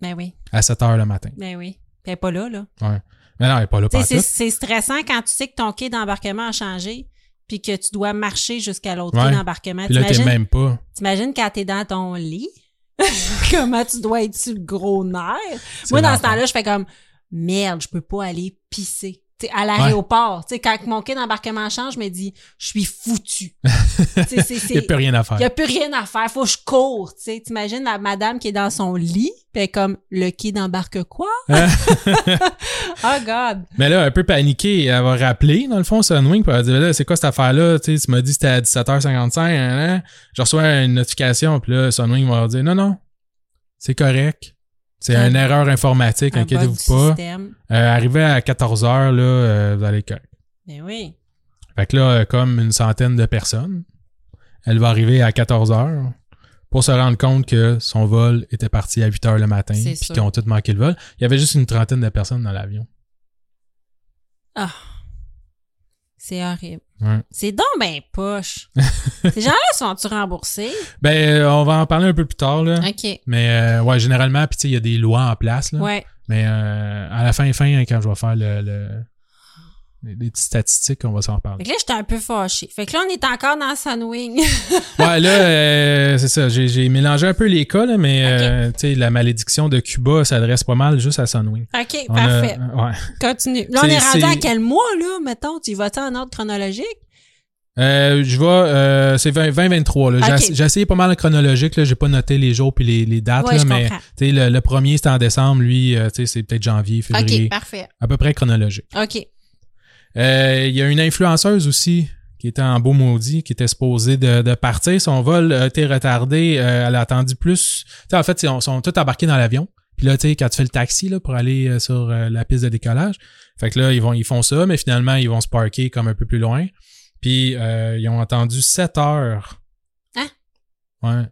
S1: Ben oui.
S2: à 7 heures le matin.
S1: Ben oui. Puis elle est pas là, là.
S2: Ouais. Mais non, il n'est pas là
S1: Tu sais,
S2: pas
S1: c'est- c'est stressant quand tu sais que ton quai d'embarquement a changé puis que tu dois marcher jusqu'à l'autre
S2: Ouais.
S1: quai d'embarquement.
S2: Puis là, t'es
S1: T'imagines
S2: même pas.
S1: t'imagines quand t'es dans ton lit, comment tu dois être sur le gros nerf. Moi, dans ce
S2: l'enfer.
S1: temps-là, je fais comme merde, je peux pas aller pisser. T'sais, à l'aéroport, T'sais, quand mon quai d'embarquement change, je me dis, je suis foutu. T'sais, c'est-
S2: Il n'y a
S1: c'est-
S2: plus rien à faire.
S1: Il n'y a plus rien à faire, faut que je cours. tu sais. T'imagines la madame qui est dans son lit, puis elle est comme le quai d'embarque quoi?
S2: Ah.
S1: oh God!
S2: Mais là, un peu paniquée, elle va rappeler, dans le fond, Sunwing, puis elle va dire, là, c'est quoi cette affaire-là? Tu sais, tu m'as dit que c'était à 17h55, hein, hein? Je reçois une notification, puis là, Sunwing va leur dire, non, non, c'est correct. C'est
S1: Un-
S2: une erreur informatique,
S1: Un bug
S2: inquiétez-vous
S1: du
S2: pas.
S1: système.
S2: Euh, arrivé à 14h, là, euh, vous allez être correct.
S1: Ben oui.
S2: Fait que là, euh, comme une centaine de personnes, elle va arriver à 14h pour se rendre compte que son vol était parti à 8h le matin,
S1: C'est
S2: puis
S1: sûr.
S2: qu'ils ont tous manqué le vol. Il y avait juste une trentaine de personnes dans l'avion.
S1: Ah. C'est horrible.
S2: Ouais.
S1: C'est donc ben poche. Ces gens-là sont-tu remboursés?
S2: Ben, euh, on va en parler un peu plus tard, là.
S1: OK.
S2: Mais euh, ouais, généralement, puis tu sais, il y a des lois en place, là.
S1: Ouais.
S2: Mais euh, à la fin, fin, hein, quand je vais faire le, le- les, les petites statistiques, on va s'en
S1: Fait
S2: reparler.
S1: que là, j'étais un peu fâchée. Fait que là, on est encore dans Sunwing.
S2: Ouais, là, euh, c'est ça. J'ai, j'ai mélangé un peu les cas, là, mais
S1: Ok.
S2: euh, tu sais, la malédiction de Cuba s'adresse pas mal juste à Sunwing.
S1: OK,
S2: On a-
S1: parfait.
S2: ouais.
S1: Continue. Là, on
S2: C'est-
S1: est, rendu à
S2: c'est-
S1: quel mois, là, mettons? Tu y vas-tu en ordre chronologique?
S2: Euh, je vais, euh, c'est 20 2023. Là. J'ai,
S1: Ok.
S2: ess- j'ai essayé pas mal chronologique. Là. J'ai pas noté les jours puis les, les dates.
S1: Ouais,
S2: là,
S1: je
S2: mais
S1: comprends.
S2: tu sais, le, le premier, c'était en décembre. Lui, euh, tu sais, c'est peut-être janvier, février.
S1: OK, parfait.
S2: À peu près chronologique.
S1: OK.
S2: Euh, Il y a une influenceuse aussi qui était en beau maudit, qui était supposée de, de partir. Son vol a été retardé. euh, elle a attendu plus. Tu sais, en fait, ils ont- sont tous embarqués dans l'avion. Puis là, tu sais, quand tu fais le taxi là, pour aller euh, sur euh, la piste de décollage, fait que là, ils vont ils font ça, mais finalement, ils vont se parker comme un peu plus loin. Puis euh, ils ont entendu 7 heures.
S1: Hein?
S2: Ouais.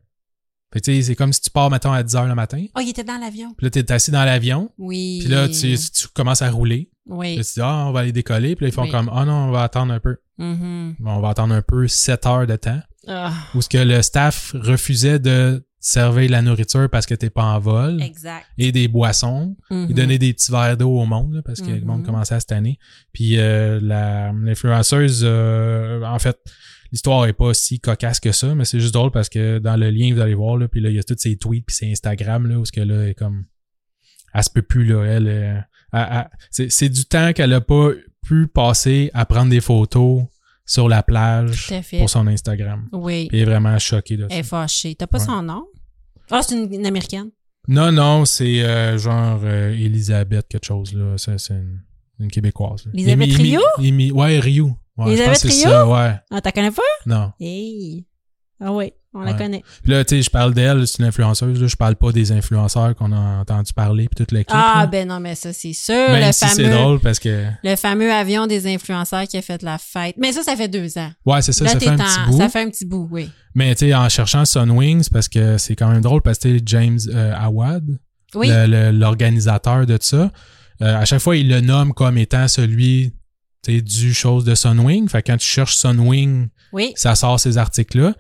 S2: Fait que tu sais, c'est comme si tu pars, mettons, à 10 heures le matin.
S1: Oh, il était dans l'avion.
S2: Puis là, t'es assis dans l'avion.
S1: Oui.
S2: Puis là, tu, tu commences à rouler.
S1: Oui.
S2: Puis tu dis, ah, on va aller décoller. Puis là, ils font
S1: Oui.
S2: comme, ah non, on va attendre un peu.
S1: Mhm.
S2: Bon, on va attendre un peu 7 heures de temps.
S1: Ah,
S2: Où ce que le staff refusait de servir la nourriture parce que t'es pas en vol.
S1: exact.
S2: Et des boissons.
S1: Mhm.
S2: Ils donnaient des petits verres d'eau au monde, là, parce que le monde
S1: Mhm.
S2: commençait à se tanner. Puis euh, la- l'influenceuse, euh, en fait, l'histoire est pas si cocasse que ça, mais c'est juste drôle parce que dans le lien, vous allez voir, là, puis là, il y a tous ses tweets puis ses Instagram, là, où ce que là, elle est comme... Elle se peut plus, là, elle... euh, elle- elle- c'est c'est du temps qu'elle a pas pu passer à prendre des photos sur la plage
S1: Tout à fait.
S2: pour son Instagram.
S1: Oui.
S2: Puis elle est vraiment choquée de ça.
S1: Elle est fâchée. T'as pas
S2: Ouais.
S1: son nom? Ah, c'est une, une américaine.
S2: Non, non, c'est euh, genre euh, Elisabeth quelque chose, là. Ça, C'est une, une Québécoise. là.
S1: Elisabeth
S2: Émi- Émi-
S1: Rioux?
S2: Émi- ouais, Rioux. Ouais, je pense que
S1: Elisabeth
S2: c'est
S1: Rioux?
S2: ça, ouais.
S1: Ah, t'as connais pas?
S2: Non.
S1: Hey. Ah oui, on la
S2: Ouais.
S1: connaît.
S2: Puis là, tu sais, je parle d'elle, c'est une influenceuse, là. Je parle pas des influenceurs qu'on a entendu parler, puis toute l'équipe.
S1: Ah,
S2: là.
S1: ben non, mais ça, c'est sûr.
S2: Même
S1: le,
S2: si c'est
S1: fameux,
S2: drôle parce que.
S1: le fameux avion des influenceurs qui a fait la fête. Mais ça, ça fait deux ans.
S2: Ouais, c'est ça,
S1: Là,
S2: ça
S1: t'es
S2: fait un
S1: en-
S2: petit bout.
S1: Ça fait un petit bout, oui.
S2: Mais tu sais, en cherchant Sunwings, parce que c'est quand même drôle, parce que tu sais, James euh, Awad,
S1: Oui.
S2: le- le- l'organisateur de ça. Euh, à chaque fois, il le nomme comme étant celui tu sais, du chose de Sunwing. Fait que quand tu cherches Sunwing,
S1: Oui.
S2: ça sort ces articles-là.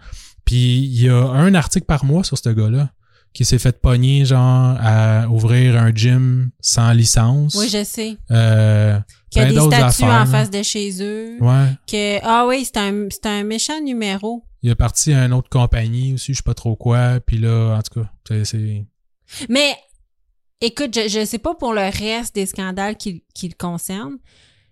S2: Puis il y a un article par mois sur ce gars-là qui s'est fait pogner, genre, à ouvrir un gym sans licence.
S1: Oui, je sais.
S2: Euh,
S1: Qu'il y a
S2: plein
S1: des
S2: d'autres
S1: statues
S2: affaires,
S1: en
S2: là.
S1: face de chez eux.
S2: Ouais.
S1: Que, ah oui, c'est un, c'est un méchant numéro.
S2: Il est parti à une autre compagnie aussi, je sais pas trop quoi. Puis là, en tout cas, c'est- c'est...
S1: Mais écoute, je ne sais pas pour le reste des scandales qui, qui le concernent.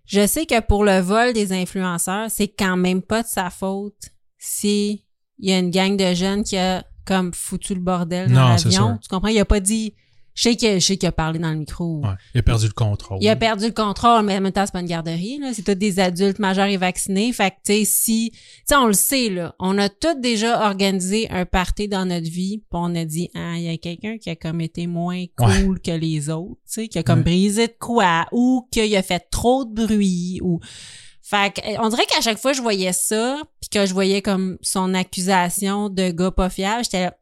S1: Je sais que pour le vol des influenceurs, c'est quand même pas de sa faute si il y a une gang de jeunes qui a comme foutu le bordel dans
S2: Non, c'est
S1: l'avion.
S2: sûr.
S1: Tu comprends? Il a pas dit. Je sais que- je sais qu'il a parlé dans le micro.
S2: Ouais. Il a perdu le contrôle.
S1: Il a perdu le contrôle, mais en même temps, c'est pas une garderie, là. C'est tous des adultes majeurs et vaccinés. Fait que, tu sais, si, tu sais, on le sait, là. On a tous déjà organisé un party dans notre vie, pis on a dit, ah, il y a quelqu'un qui a comme été moins cool que les autres, tu sais, qui a comme
S2: Ouais.
S1: brisé de quoi, ou qu'il a fait trop de bruit, ou. Fait que, on dirait qu'à chaque fois, je voyais ça, puis que je voyais comme son accusation de gars pas fiable, j'étais là,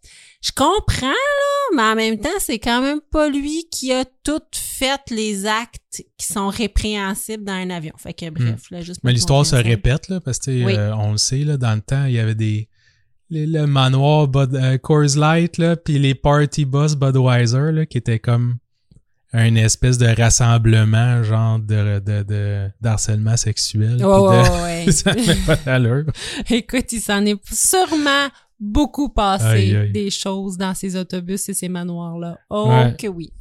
S1: je comprends, là, mais en même temps, c'est quand même pas lui qui a tout fait les actes qui sont répréhensibles dans un avion. Fait que bref, là, juste pour
S2: Hmm. Mais l'histoire se
S1: conclure ça.
S2: répète, là, parce que tu sais,
S1: Oui.
S2: euh, on le sait, là, dans le temps, il y avait des. les- le manoir Bud, euh, Coors Light, là, puis les Party Bus Budweiser, là, qui était comme un espèce de rassemblement, genre de, de, de- d'harcèlement sexuel. puis
S1: Ouais, ouais,
S2: de-
S1: ouais,
S2: ça fait pas d'allure.
S1: ouais. Écoute, il s'en est sûrement beaucoup passé
S2: Aïe, aïe.
S1: des choses dans ces autobus et ces manoirs-là. Oh
S2: Ouais.
S1: que oui.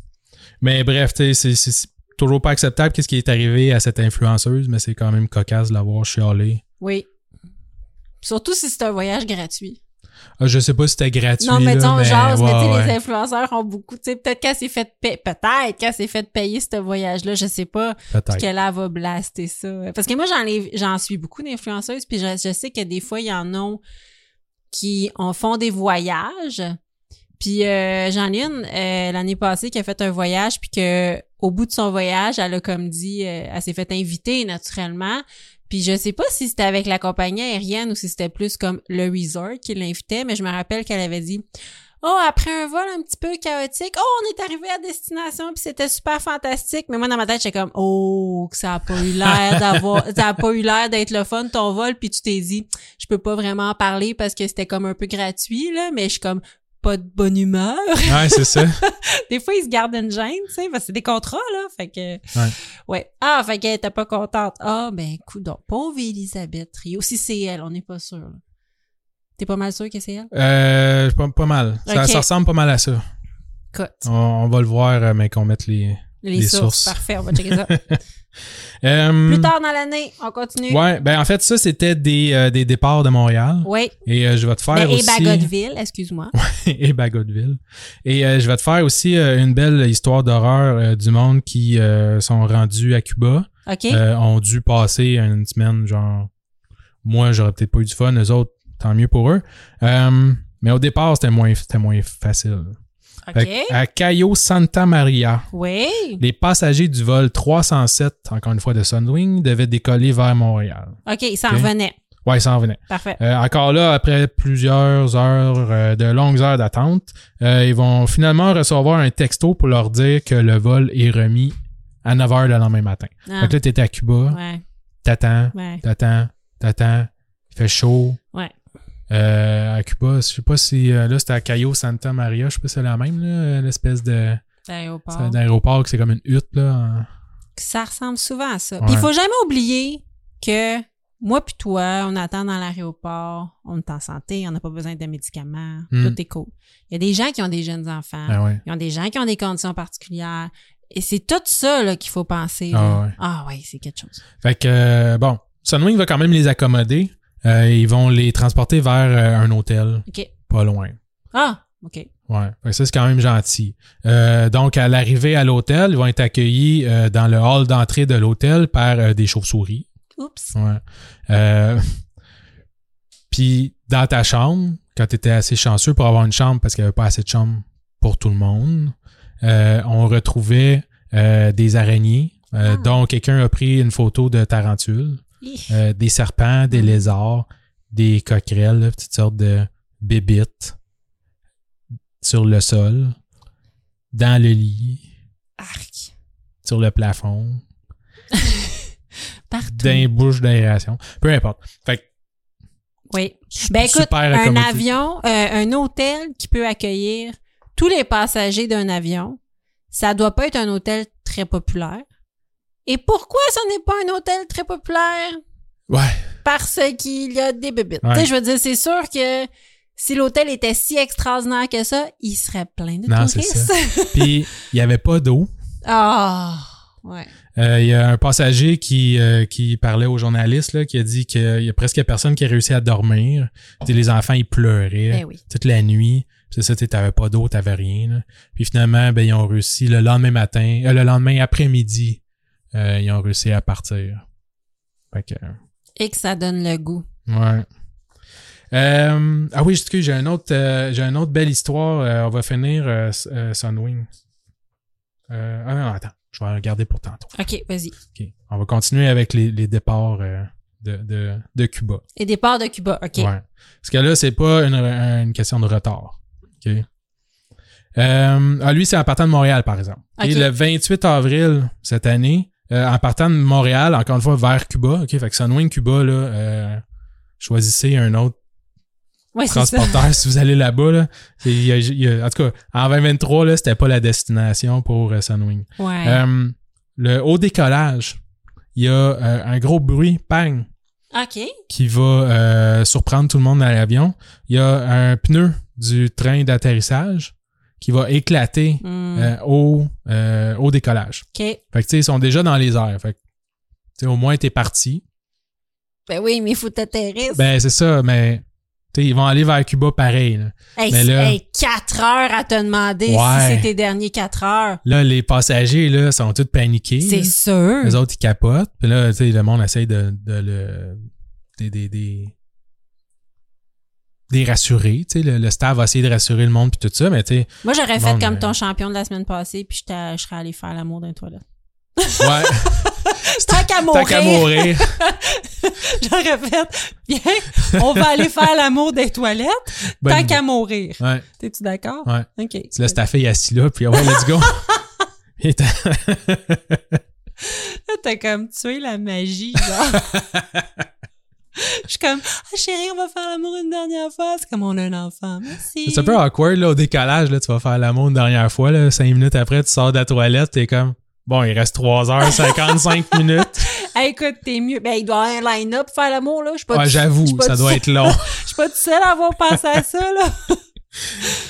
S2: Mais bref, tu sais, c'est, c'est- c'est toujours pas acceptable qu'est-ce qui est arrivé à cette influenceuse, mais c'est quand même cocasse de l'avoir chialé.
S1: Oui. Surtout si c'est un voyage gratuit.
S2: Ah, Je sais pas si c'était gratuit.
S1: non, mais
S2: là,
S1: disons, jase, mais
S2: ouais,
S1: tu sais, les
S2: ouais.
S1: influenceurs ont beaucoup, tu sais, peut-être quand c'est fait payer, peut-être quand c'est fait payer ce voyage-là, je sais pas. Puis
S2: Peut-être.
S1: que là, elle va blaster ça. Parce que moi, j'en ai- j'en suis beaucoup d'influenceuses, puis je, je sais que des fois, il y en a qui en font des voyages. Puis euh, j'en ai une euh, l'année passée qui a fait un voyage, puis que au bout de son voyage, elle a comme dit, euh, elle s'est fait inviter naturellement. Puis je sais pas si c'était avec la compagnie aérienne ou si c'était plus comme le resort qui l'invitait, mais je me rappelle qu'elle avait dit Oh, après un vol un petit peu chaotique, oh, on est arrivé à destination, puis c'était super fantastique. Mais moi, dans ma tête, j'étais comme, oh, que ça a pas eu l'air d'avoir, ça a pas eu l'air d'être le fun, ton vol, puis tu t'es dit, je peux pas vraiment en parler parce que c'était comme un peu gratuit, là, mais je suis comme, pas de bonne humeur.
S2: Ouais, c'est ça.
S1: des fois, ils se gardent une gêne, tu sais, parce que c'est des contrats, là, fait que,
S2: Ouais.
S1: ouais. Ah, fait qu'elle était pas contente. Ah, ben, donc pauvre Elisabeth Rio. Si c'est elle, on n'est pas sûr, là. T'es pas mal sûr que c'est elle?
S2: Euh, pas, pas mal. Ça,
S1: Ok.
S2: ça ressemble pas mal à ça.
S1: Cote.
S2: On, on va le voir, euh, mais qu'on mette les.
S1: Les,
S2: Les
S1: sources.
S2: sources.
S1: Parfait, on va checker ça.
S2: Euh,
S1: Plus tard dans l'année, on continue.
S2: Ouais, ben en fait, ça, c'était des, euh, des départs de Montréal.
S1: Oui.
S2: Et euh, je vais te faire
S1: Ben, et
S2: aussi.
S1: Bagotville, excuse-moi.
S2: et Bagotville. Et euh, je vais te faire aussi euh, une belle histoire d'horreur euh, du monde qui euh, sont rendus à Cuba.
S1: OK?
S2: Euh, ont dû passer une semaine, genre. Moi, j'aurais peut-être pas eu du fun. Eux autres, tant mieux pour eux. Euh, mais au départ, c'était moins, c'était moins facile.
S1: OK.
S2: Fait que À Cayo Santa Maria,
S1: Oui.
S2: les passagers du vol 307, encore une fois de Sunwing, devaient décoller vers Montréal.
S1: OK, ça en
S2: Ok.
S1: revenait.
S2: Ouais, ils s'en venaient.
S1: Parfait.
S2: Euh, encore là, après plusieurs heures euh, de longues heures d'attente, euh, ils vont finalement recevoir un texto pour leur dire que le vol est remis à 9 h le lendemain matin.
S1: Ah.
S2: Fait que là, t'étais à Cuba,
S1: Ouais,
S2: t'attends,
S1: ouais,
S2: t'attends, t'attends, il fait chaud.
S1: ouais.
S2: Euh, à Cuba, je sais pas si euh, là c'était à Cayo Santa Maria, je sais pas si c'est la même, là, euh, l'espèce de
S1: L'aéroport.
S2: c'est d'aéroport que c'est comme une hutte là. en-
S1: Ah. Ça ressemble souvent à ça. Puis il
S2: Ouais.
S1: faut jamais oublier que moi puis toi, on attend dans l'aéroport, on est en santé, on n'a pas besoin de médicaments,
S2: Mm.
S1: tout est cool. Il y a des gens qui ont des jeunes enfants,
S2: Ben ouais.
S1: ils ont des gens qui ont des conditions particulières. Et c'est tout ça là, qu'il faut penser.
S2: Ah
S1: là.
S2: ouais.
S1: Ah ouais, c'est quelque chose.
S2: Fait que, euh, bon, Sunwing va quand même les accommoder. Euh, ils vont les transporter vers euh, un hôtel
S1: OK.
S2: pas loin.
S1: Ah, OK.
S2: Ouais, Fait que ça c'est quand même gentil. Euh, donc à l'arrivée à l'hôtel, ils vont être accueillis euh, dans le hall d'entrée de l'hôtel par euh, des chauves-souris.
S1: Oups.
S2: Ouais. Euh, puis dans ta chambre, quand tu étais assez chanceux pour avoir une chambre parce qu'il n'y avait pas assez de chambre pour tout le monde, euh, on retrouvait euh, des araignées. Euh,
S1: Ah.
S2: Donc quelqu'un a pris une photo de tarentule,
S1: Hi.
S2: euh, des serpents,
S1: Mm.
S2: des lézards, des coquerelles, là, petites sortes de bébites sur le sol, dans le lit,
S1: Arc.
S2: sur le plafond.
S1: Partout.
S2: d'un bouche d'aération. Peu importe. Fait que
S1: Oui. Ben
S2: super
S1: écoute, un
S2: accommodatif.
S1: avion, euh, un hôtel qui peut accueillir tous les passagers d'un avion, ça doit pas être un hôtel très populaire. Et pourquoi ce n'est pas un hôtel très populaire?
S2: Ouais.
S1: Parce qu'il y a des bébites.
S2: Ouais.
S1: Tu sais, je veux dire, c'est sûr que si l'hôtel était si extraordinaire que ça, il serait plein de
S2: Non, c'est
S1: touristes.
S2: ça. Puis il n'y avait pas d'eau.
S1: Ah, ouais.
S2: Euh, Il y a un passager qui, euh, qui parlait aux journalistes là, qui a dit qu'il y a presque personne qui a réussi à dormir. Tu sais, les enfants, ils pleuraient
S1: Ben oui.
S2: toute la nuit. Puis C'est ça, tu n'avais pas d'eau, tu n'avais rien. là. Puis finalement, ben, ils ont réussi le lendemain matin, euh, le lendemain après-midi, euh, ils ont réussi à partir. Fait que,
S1: Et que ça donne le goût.
S2: Ouais. Euh, ah oui, excuse, j'ai un autre, euh, j'ai une autre belle histoire. Euh, on va finir euh, S- euh, Sunwing. Euh, ah non, attends, je vais la garder pour tantôt.
S1: OK, vas-y.
S2: Ok. On va continuer avec les, les départs euh, de, de, de Cuba.
S1: Et départ de Cuba. OK.
S2: Ouais. Parce que là, c'est pas une, une question de retard. OK? Euh, ah, lui, c'est en partant de Montréal, par exemple.
S1: OK.
S2: Et le 28 avril cette année, euh, en partant de Montréal, encore une fois, vers Cuba, OK? Fait que Sunwing Cuba, là, euh, choisissez un autre
S1: Ouais, c'est ça.
S2: transporteur si vous allez là-bas. Là. C'est- il y a- il y a- en tout cas, en 2023, là, c'était pas la destination pour euh, Sunwing.
S1: Ouais.
S2: Euh, le, au décollage, il y a euh, un gros bruit, bang,
S1: OK.
S2: qui va euh, surprendre tout le monde dans l'avion. Il y a un pneu du train d'atterrissage qui va éclater
S1: Hmm.
S2: euh, au, euh, au décollage.
S1: OK.
S2: Fait que, tu sais, ils sont déjà dans les airs. Fait que, tu sais, au moins, t'es parti.
S1: Ben oui, mais il faut t'atterrir.
S2: Ben, c'est ça, mais, tu sais, ils vont aller vers Cuba pareil. Là.
S1: Hey,
S2: Mais
S1: c-
S2: là-
S1: hey, quatre heures à te demander si
S2: Ouais.
S1: c'est tes derniers quatre heures.
S2: Là, les passagers, là, sont tous paniqués.
S1: C'est
S2: là.
S1: sûr.
S2: Les autres, ils capotent. Puis là, tu sais, le monde essaye de, de le. Des, des, des, des rassurer. Tu sais, le, le staff va essayer de rassurer le monde, puis tout ça, mais tu sais,
S1: Moi, j'aurais
S2: Bon,
S1: fait comme
S2: mais-
S1: ton champion de la semaine passée, puis j'étais- je serais allé faire l'amour d'un toilette.
S2: Ouais.
S1: Tant qu'à
S2: Tant qu'à
S1: mourir,
S2: mourir.
S1: j'aurais fait, bien, on va aller faire l'amour des toilettes,
S2: Bonne
S1: tant
S2: idée.
S1: qu'à mourir.
S2: Ouais,
S1: T'es-tu d'accord?
S2: ouais.
S1: OK.
S2: Tu laisses ta fille assise là, puis ouais, let's go. Et t'as-
S1: Là, T'as comme tué la magie, genre. Je suis comme, ah chérie, on va faire l'amour une dernière fois. C'est comme on a un enfant. Merci.
S2: C'est un peu awkward, là, au décalage, là, tu vas faire l'amour une dernière fois, là, cinq minutes après, tu sors de la toilette, t'es comme, bon, il reste 3h55 minutes.
S1: Hey, écoute, t'es mieux. Ben, il doit y avoir un line-up pour faire l'amour, là. Je suis pas
S2: Ouais,
S1: tout- je suis
S2: j'avoue,
S1: pas
S2: ça
S1: tout
S2: doit
S1: seul-
S2: être long.
S1: Je suis pas toute seule à avoir pensé à ça, là.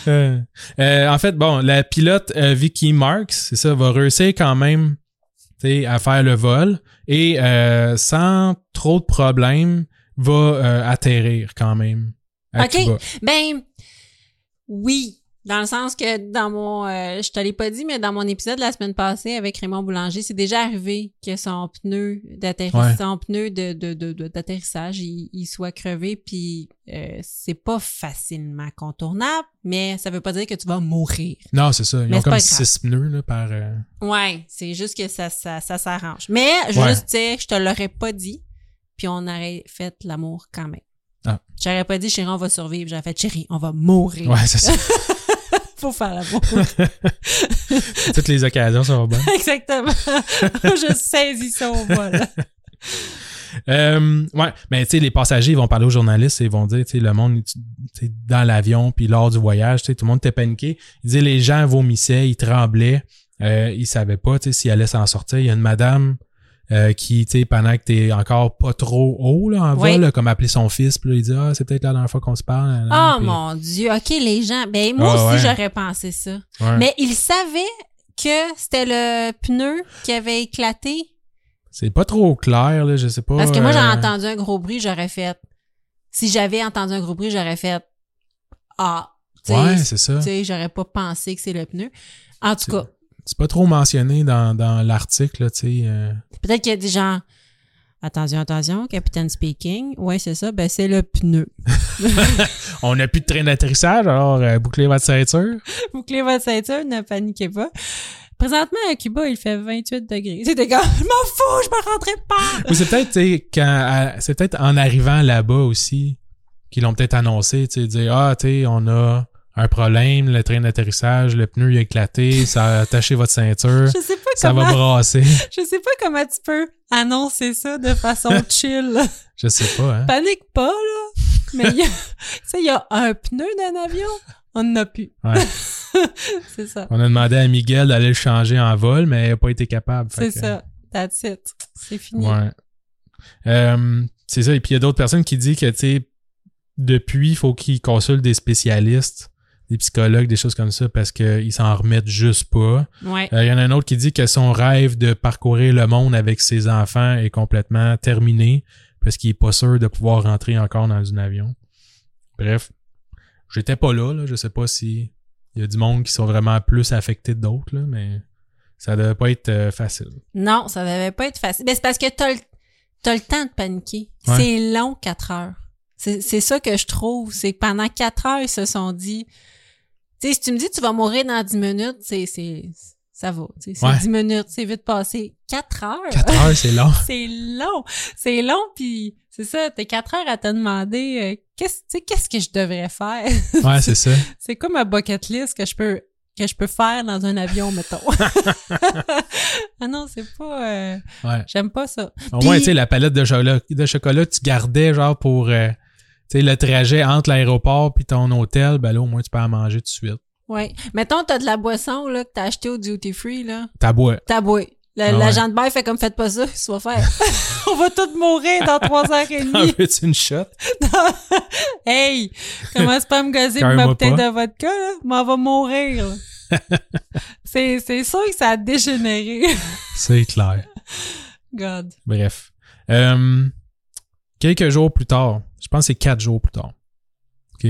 S2: Euh, euh, en fait, bon, la pilote euh, Vicky Marks, c'est ça, va réussir quand même tu sais, à faire le vol et euh, sans trop de problèmes, va euh, atterrir quand même à
S1: OK.
S2: Cuba.
S1: Ben, oui. Dans le sens que dans mon, euh, je te l'ai pas dit, mais dans mon épisode la semaine passée avec Raymond Boulanger, c'est déjà arrivé que son pneu d'atterrissage,
S2: Ouais.
S1: son pneu de, de, de- de- d'atterrissage, il, il soit crevé, puis euh, c'est pas facilement contournable, mais ça veut pas dire que tu vas mourir.
S2: Non, c'est ça. Ils
S1: Mais
S2: ont
S1: c'est pas
S2: comme
S1: grave.
S2: six pneus là, par. euh,
S1: Ouais, c'est juste que ça, ça, ça s'arrange. Mais
S2: Ouais.
S1: juste dire que je te l'aurais pas dit, puis on aurait fait l'amour quand même.
S2: Ah.
S1: J'aurais pas dit chérie, on va survivre. J'aurais fait chérie, on va mourir.
S2: Ouais, c'est ça.
S1: Faut faire l'amour.
S2: Toutes les occasions sont bonnes.
S1: Exactement. je saisis ça au vol.
S2: Euh, ouais, mais tu sais, les passagers ils vont parler aux journalistes et ils vont dire, tu sais, le monde, tu tu sais, dans l'avion, puis lors du voyage, tu sais, tout le monde était paniqué. Ils disaient, les gens vomissaient, ils tremblaient, euh, ils savaient pas, tu sais, s'ils allaient s'en sortir. Il y a une madame euh, qui, tu sais, pendant que t'es encore pas trop haut, là, en
S1: Oui.
S2: vol, là, comme appeler son fils, puis là, il dit, ah, c'est peut-être la dernière fois qu'on se parle. nan, nan,
S1: Oh
S2: Ah, puis-
S1: mon Dieu. OK, les gens. Ben, moi
S2: Ah,
S1: aussi,
S2: ouais.
S1: j'aurais pensé ça.
S2: Ouais.
S1: Mais ils savaient que c'était le pneu qui avait éclaté.
S2: C'est pas trop clair, là, je sais pas.
S1: Parce que moi, j'ai
S2: euh,
S1: entendu un gros bruit, j'aurais fait. Si j'avais entendu un gros bruit, j'aurais fait. Ah. Tu sais,
S2: Ouais, c'est ça.
S1: tu sais, j'aurais pas pensé que c'est le pneu. En tout
S2: C'est-
S1: cas,
S2: C'est pas trop mentionné dans, dans l'article, là, tu sais. euh,
S1: peut-être qu'il y a des gens. Attention, attention, capitaine speaking. Ouais, c'est ça. Ben, c'est le pneu.
S2: On n'a plus de train d'atterrissage, alors euh, bouclez votre ceinture.
S1: Bouclez votre ceinture, ne paniquez pas. Présentement, à Cuba, il fait 28 degrés. C'était comme, je m'en fous, je me rentrais pas.
S2: Ou c'est peut-être, tu sais, quand, à- c'est peut-être en arrivant là-bas aussi qu'ils l'ont peut-être annoncé, tu sais, dire, ah, tu sais, on a un problème, le train d'atterrissage, le pneu il a éclaté, ça a attaché votre ceinture,
S1: Je sais pas
S2: ça va
S1: comment,
S2: brasser.
S1: je sais pas comment tu peux annoncer ça de façon chill.
S2: Je sais pas, hein.
S1: Panique pas, là. Mais il y a- tu sais, il y a un pneu d'un avion. On n'en a plus.
S2: Ouais.
S1: C'est ça.
S2: On a demandé à Miguel d'aller le changer en vol, mais il n'a pas été capable. fait
S1: C'est
S2: que-
S1: ça. That's it. C'est fini.
S2: Ouais. Euh, c'est ça. Et puis il y a d'autres personnes qui disent que, tu sais, depuis, il faut qu'ils consultent des spécialistes, des psychologues, des choses comme ça, parce qu'ils s'en remettent juste pas.
S1: Ouais.
S2: Euh, Il y en a un autre qui dit que son rêve de parcourir le monde avec ses enfants est complètement terminé parce qu'il est pas sûr de pouvoir rentrer encore dans un avion. Bref, j'étais pas là, là. Je sais pas si il y a du monde qui sont vraiment plus affectés que d'autres, là, mais ça devait pas être euh, facile.
S1: Non, ça devait pas être facile. Mais c'est parce que t'as le, t'as le temps de paniquer.
S2: Ouais.
S1: C'est long, quatre heures. C'est c'est ça que je trouve. C'est que pendant quatre heures, ils se sont dit, tu sais, si tu me dis tu vas mourir dans dix minutes, c'est, c'est, ça va. tu sais, C'est
S2: Ouais.
S1: dix minutes, c'est vite passé. Quatre heures.
S2: Quatre heures, c'est long.
S1: c'est long. C'est long, puis c'est ça, t'es quatre heures à te demander euh, qu'est-ce tu sais, qu'est-ce que je devrais faire?
S2: Ouais, c'est ça.
S1: c'est quoi ma bucket list que je peux que je peux faire dans un avion, mettons? ah non, c'est pas... euh,
S2: Ouais.
S1: J'aime pas ça.
S2: Au moins,
S1: Puis-
S2: tu sais, la palette de chocolat, de chocolat que tu gardais, genre, pour, euh, tu sais, le trajet entre l'aéroport puis ton hôtel, ben là, au moins, tu peux en manger tout de suite.
S1: Ouais. Mettons, t'as de la boisson là, que t'as acheté au duty free, là.
S2: T'as bois.
S1: T'as boué.
S2: Ah
S1: Le-
S2: ouais.
S1: L'agent de bail fait comme faites pas ça, tu vas faire. On va tous mourir dans trois heures et
S2: T'en
S1: demie.
S2: veux-tu une shot?
S1: hey! Commence pas à me gazer pour
S2: Carrément
S1: ma bouteille
S2: pas.
S1: de vodka, là. M'en va mourir. là. c'est, c'est sûr que ça a dégénéré.
S2: C'est clair.
S1: God.
S2: Bref. Euh, quelques jours plus tard, je pense que c'est quatre jours plus tard, OK?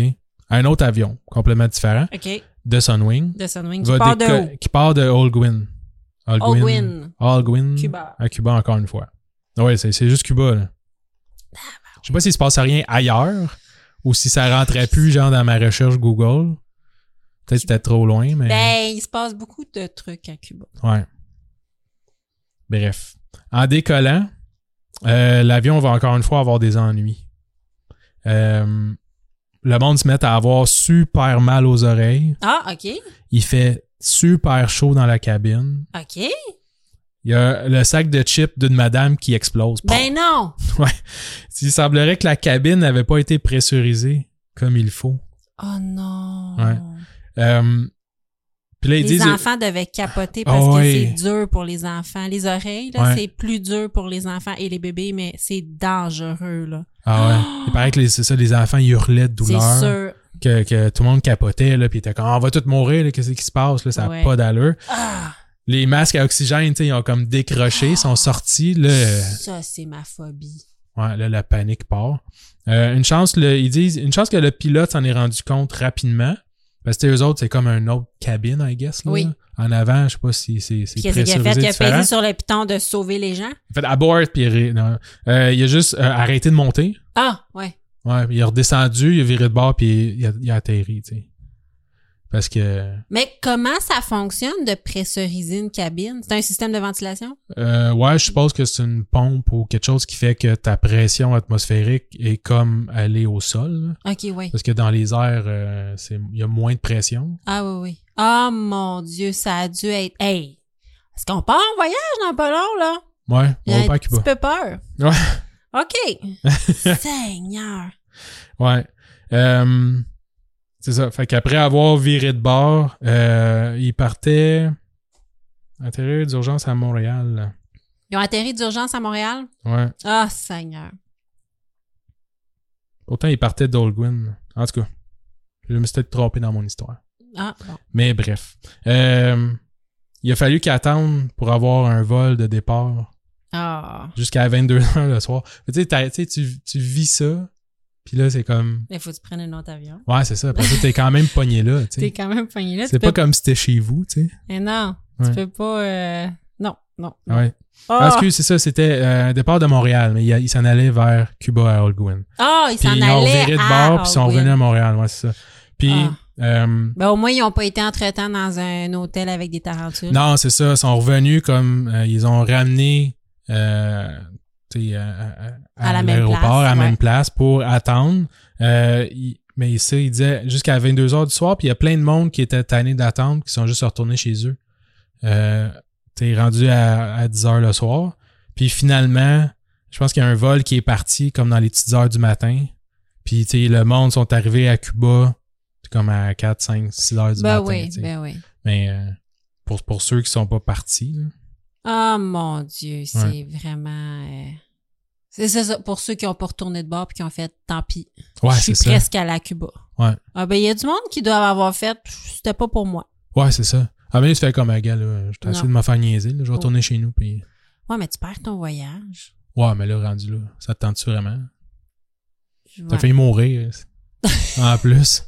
S2: Un autre avion, complètement différent,
S1: OK.
S2: de Sunwing,
S1: De Sunwing.
S2: va
S1: Tu pars de
S2: déco-
S1: où?
S2: qui part de Holguin.
S1: Holguin.
S2: Holguin.
S1: Cuba.
S2: À Cuba, encore une fois. Oui, c'est c'est juste Cuba, là. Je sais pas s'il se passe rien ailleurs ou si ça
S1: Ah,
S2: rentrait plus, genre, dans ma recherche Google. Peut-être que c'était trop loin, mais...
S1: Ben, il se passe beaucoup de trucs à Cuba.
S2: Ouais. Bref. En décollant, euh, l'avion va encore une fois avoir des ennuis. Euh, le monde se met à avoir super mal aux oreilles.
S1: Ah, OK.
S2: Il fait super chaud dans la cabine.
S1: OK.
S2: Il y a le sac de chips d'une madame qui explose.
S1: Ben non.
S2: Ouais. Il semblerait que la cabine n'avait pas été pressurisée comme il faut.
S1: Oh non.
S2: Ouais. Euh, puis là, ils
S1: les
S2: disent...
S1: enfants devaient capoter parce
S2: Ah
S1: que
S2: ouais.
S1: c'est dur pour les enfants. Les oreilles, là,
S2: Ouais.
S1: c'est plus dur pour les enfants et les bébés, mais c'est dangereux, là.
S2: Ah ouais. Il paraît que les- c'est ça, les enfants ils hurlaient de
S1: C'est
S2: douleur.
S1: sûr.
S2: que, que tout le monde capotait, là, puis était comme, Ah, on va tous mourir, là, qu'est-ce qui se passe, là, ça n'a
S1: Ouais.
S2: pas d'allure.
S1: Ah,
S2: Les masques à oxygène, tu sais, ils ont comme décroché, sont sortis, là, euh,
S1: ça, c'est ma phobie.
S2: ouais, là, la panique part. Euh, une chance, là, ils disent, une chance que le pilote s'en est rendu compte rapidement, Parce que tu sais, eux autres, c'est comme une autre cabine, I guess. Là,
S1: Oui.
S2: En avant, je sais pas si c'est
S1: Qu'est-ce
S2: c'est
S1: qu'il a fait?
S2: pressurisé
S1: Il a
S2: différent.
S1: pesé sur le piton de sauver les gens?
S2: Il a fait abort, puis il, est- non. Euh, il a juste euh, arrêté de monter.
S1: Ah, ouais.
S2: Ouais, puis il est redescendu, il a viré de bord, puis il a, il a atterri, tu sais. Parce que...
S1: Mais comment ça fonctionne de pressuriser une cabine? C'est un système de ventilation?
S2: Euh, ouais, je suppose que c'est une pompe ou quelque chose qui fait que ta pression atmosphérique est comme aller au sol. là.
S1: OK, oui.
S2: Parce que dans les airs, euh, c'est- il y a moins de pression.
S1: Ah oui, oui. Ah mon Dieu, ça a dû être. Hey! Est-ce qu'on part en voyage dans pas long, là?
S2: Ouais,
S1: J'ai
S2: on va pas
S1: un
S2: à Cuba.
S1: petit peu peur.
S2: Ouais.
S1: OK. Seigneur.
S2: Ouais. Euh, c'est ça. Fait qu'après avoir viré de bord, euh, il partait atterrir d'urgence à Montréal.
S1: Ils ont atterri d'urgence à Montréal?
S2: Ouais.
S1: Ah, Seigneur.
S2: Autant il partait d'Olguin. En tout cas, je me suis peut-être trompé dans mon histoire.
S1: Ah, bon.
S2: Mais bref. Euh, il a fallu qu'il attende pour avoir un vol de départ
S1: Ah.
S2: jusqu'à 22h le soir. Mais Tu sais, t'as- tu sais, tu, tu vis ça, puis là, c'est comme...
S1: Il faut que tu prennes un autre avion.
S2: Ouais, c'est ça. Parce que t'es quand même pogné là, tu
S1: T'es
S2: sais.
S1: quand même pogné là. tu
S2: C'est pas
S1: peux...
S2: comme si t'étais chez vous, tu sais.
S1: Eh non,
S2: Ouais.
S1: tu peux pas. euh, Non, non. non.
S2: Ouais.
S1: Ah,
S2: Parce que c'est ça, c'était euh, un départ de Montréal, mais il, a- il s'en allait vers Cuba à Holguin.
S1: Ah, ils
S2: Puis
S1: s'en
S2: ils ont
S1: allaient.
S2: viré de
S1: à
S2: bord, puis ils sont
S1: Halloween.
S2: revenus à Montréal, ouais, c'est ça. Puis... euh,
S1: Ben, au moins, ils n'ont pas été entre-temps dans un hôtel avec des tarentules.
S2: Non, c'est ça. Ils sont revenus comme euh, ils ont ramené euh, tu sais, à- à, à
S1: À la même
S2: l'aéroport,
S1: place,
S2: à la
S1: ouais.
S2: même place pour attendre. Euh, il- mais ici, il disait jusqu'à 22h du soir, puis il y a plein de monde qui était tanné d'attendre, qui sont juste retournés chez eux. Euh, T'es rendu à, 10h le soir. Puis finalement, je pense qu'il y a un vol qui est parti comme dans les petites heures du matin. Puis tu sais, le monde sont arrivés à Cuba comme à 4, 5, 6 heures du
S1: Ben
S2: matin.
S1: oui,
S2: tu sais.
S1: ben oui.
S2: Mais euh, pour, pour ceux qui sont pas partis, là.
S1: Ah mon Dieu, c'est vraiment. euh, C'est ça, ça, pour ceux qui ont pas retourné de bord puis qui ont fait tant pis.
S2: ouais,
S1: je suis
S2: c'est ça.
S1: presque à la Cuba.
S2: Ouais.
S1: Ah ben il y a du monde qui doivent avoir fait Pff, c'était pas pour moi.
S2: Ouais, c'est ça. Ah, mais là, tu fais comme un gars, là. Je t'assure
S1: Non.
S2: de me faire niaiser, là. Je vais retourner chez nous, puis.
S1: Ouais, mais tu perds ton voyage.
S2: Ouais, mais là, rendu là, ça te tente-tu vraiment? T'as
S1: Ouais.
S2: failli mourir. euh, en plus,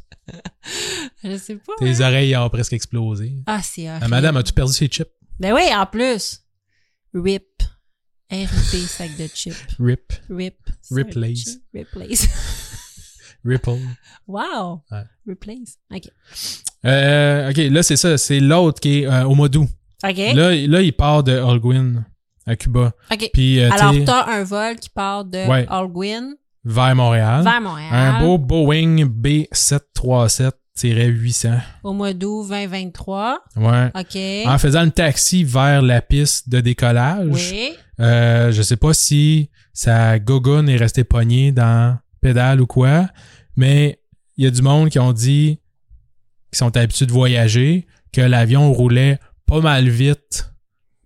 S1: Je sais pas. hein.
S2: tes oreilles ont presque explosé.
S1: Ah, c'est horrible.
S2: Ah, madame, as-tu perdu ses chips?
S1: Ben oui, en plus. RIP. RIP sac de chips.
S2: Rip.
S1: RIP.
S2: Ripley's.
S1: Sac de chips. Ripley's.
S2: Ripple.
S1: wow.
S2: Ouais.
S1: Ripley's. OK.
S2: Euh, ok, là, c'est ça. C'est l'autre qui est euh, au mois d'août.
S1: OK.
S2: Là, il- là, il part de Holguin à Cuba.
S1: OK.
S2: Puis, euh,
S1: Alors,
S2: tu sais,
S1: t'as un vol qui part de
S2: Ouais.
S1: Algwin
S2: vers Montréal.
S1: vers Montréal
S2: Un beau Boeing B737-800.
S1: au mois d'août 2023.
S2: Ouais.
S1: OK.
S2: En faisant le taxi vers la piste de décollage,
S1: oui.
S2: euh, je sais pas si sa gogoune est restée pognée dans pédale ou quoi, mais il y a du monde qui ont dit qui sont habitués de voyager que l'avion roulait pas mal vite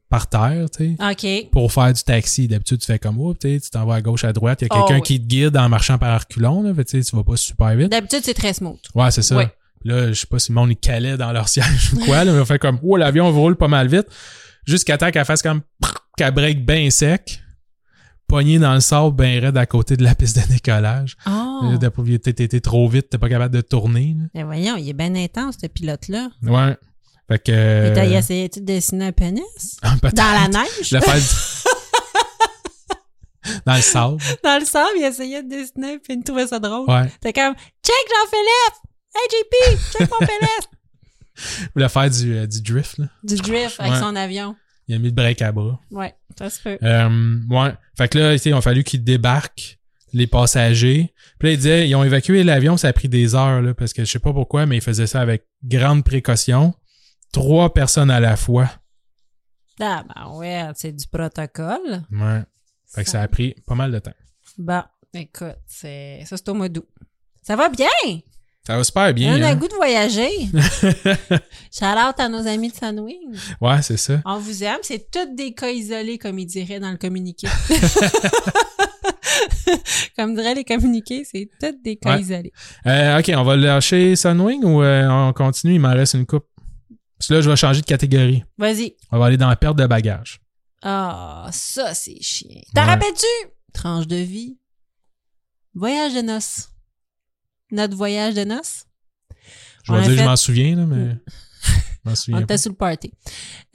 S2: par terre, tu
S1: Ah.
S2: sais.
S1: OK.
S2: Pour faire du taxi, d'habitude, tu fais comme, oh, tu sais, tu t'en vas à gauche, à droite. Il y a
S1: Oh,
S2: quelqu'un
S1: oui.
S2: qui te guide en marchant par reculons, là. Fait, tu sais, tu vas pas super vite.
S1: D'habitude, c'est très smooth.
S2: Ouais, c'est ça.
S1: Ouais.
S2: Là, je sais pas si le monde il calait dans leur siège ou quoi, là, mais on fait comme Oh, l'avion roule pas mal vite. Jusqu'à temps qu'elle fasse comme prrr, qu'elle break bien sec, pognée dans le sable bien raide à côté de la piste de décollage.
S1: Oh.
S2: Là, D'après vous, t'es- t'es t'es trop vite, t'es pas capable de tourner. là.
S1: Ben voyons, il est bien intense, ce pilote-là.
S2: Ouais. Fait que. euh, Ah,
S1: Et t'as- Il essayait-tu de dessiner un pénis?
S2: peut-être.
S1: Dans la neige?
S2: Je le fais- dans le sable.
S1: Dans le sable, il essayait de dessiner, puis il trouvait ça drôle.
S2: Ouais.
S1: T'es comme, check Jean-Philippe! Hey JP, check mon pénis!
S2: Ou le faire du, euh, du drift, là.
S1: Du drift avec
S2: Ouais.
S1: son avion.
S2: Il a mis le break à bras.
S1: Ouais, ça se peut.
S2: Euh, ouais. Fait que là, tu sais, il a fallu qu'ils débarquent les passagers. Puis là, ils disaient, ils ont évacué l'avion, ça a pris des heures, là, parce que je sais pas pourquoi, mais ils faisaient ça avec grande précaution. Trois personnes à la fois.
S1: Ah, ben ouais, c'est du protocole.
S2: Ouais. Fait que ça a pris pas mal de temps.
S1: Bon, écoute, c'est ça c'est au mois d'août. Ça va bien!
S2: Ça va super bien.
S1: On a
S2: hein?
S1: le goût de voyager. Shout out à nos amis de Sunwing.
S2: Ouais, c'est ça.
S1: On vous aime. C'est tous des cas isolés, comme ils diraient dans le communiqué. comme diraient les communiqués, c'est tous des cas
S2: Ouais.
S1: isolés.
S2: Euh, ok, on va lâcher Sunwing ou euh, on continue? Il m'en reste une coupe. Parce que là, je vais changer de catégorie.
S1: Vas-y.
S2: On va aller dans la perte de bagages.
S1: Ah, ça, c'est chiant. T'en
S2: Ouais.
S1: rappelles-tu? Tranche de vie. Voyage de noces. Notre voyage de noces.
S2: Je
S1: On a
S2: vais dire que je
S1: fait-
S2: m'en souviens, là, mais. je m'en
S1: On
S2: souviens.
S1: était
S2: pas.
S1: sous le party.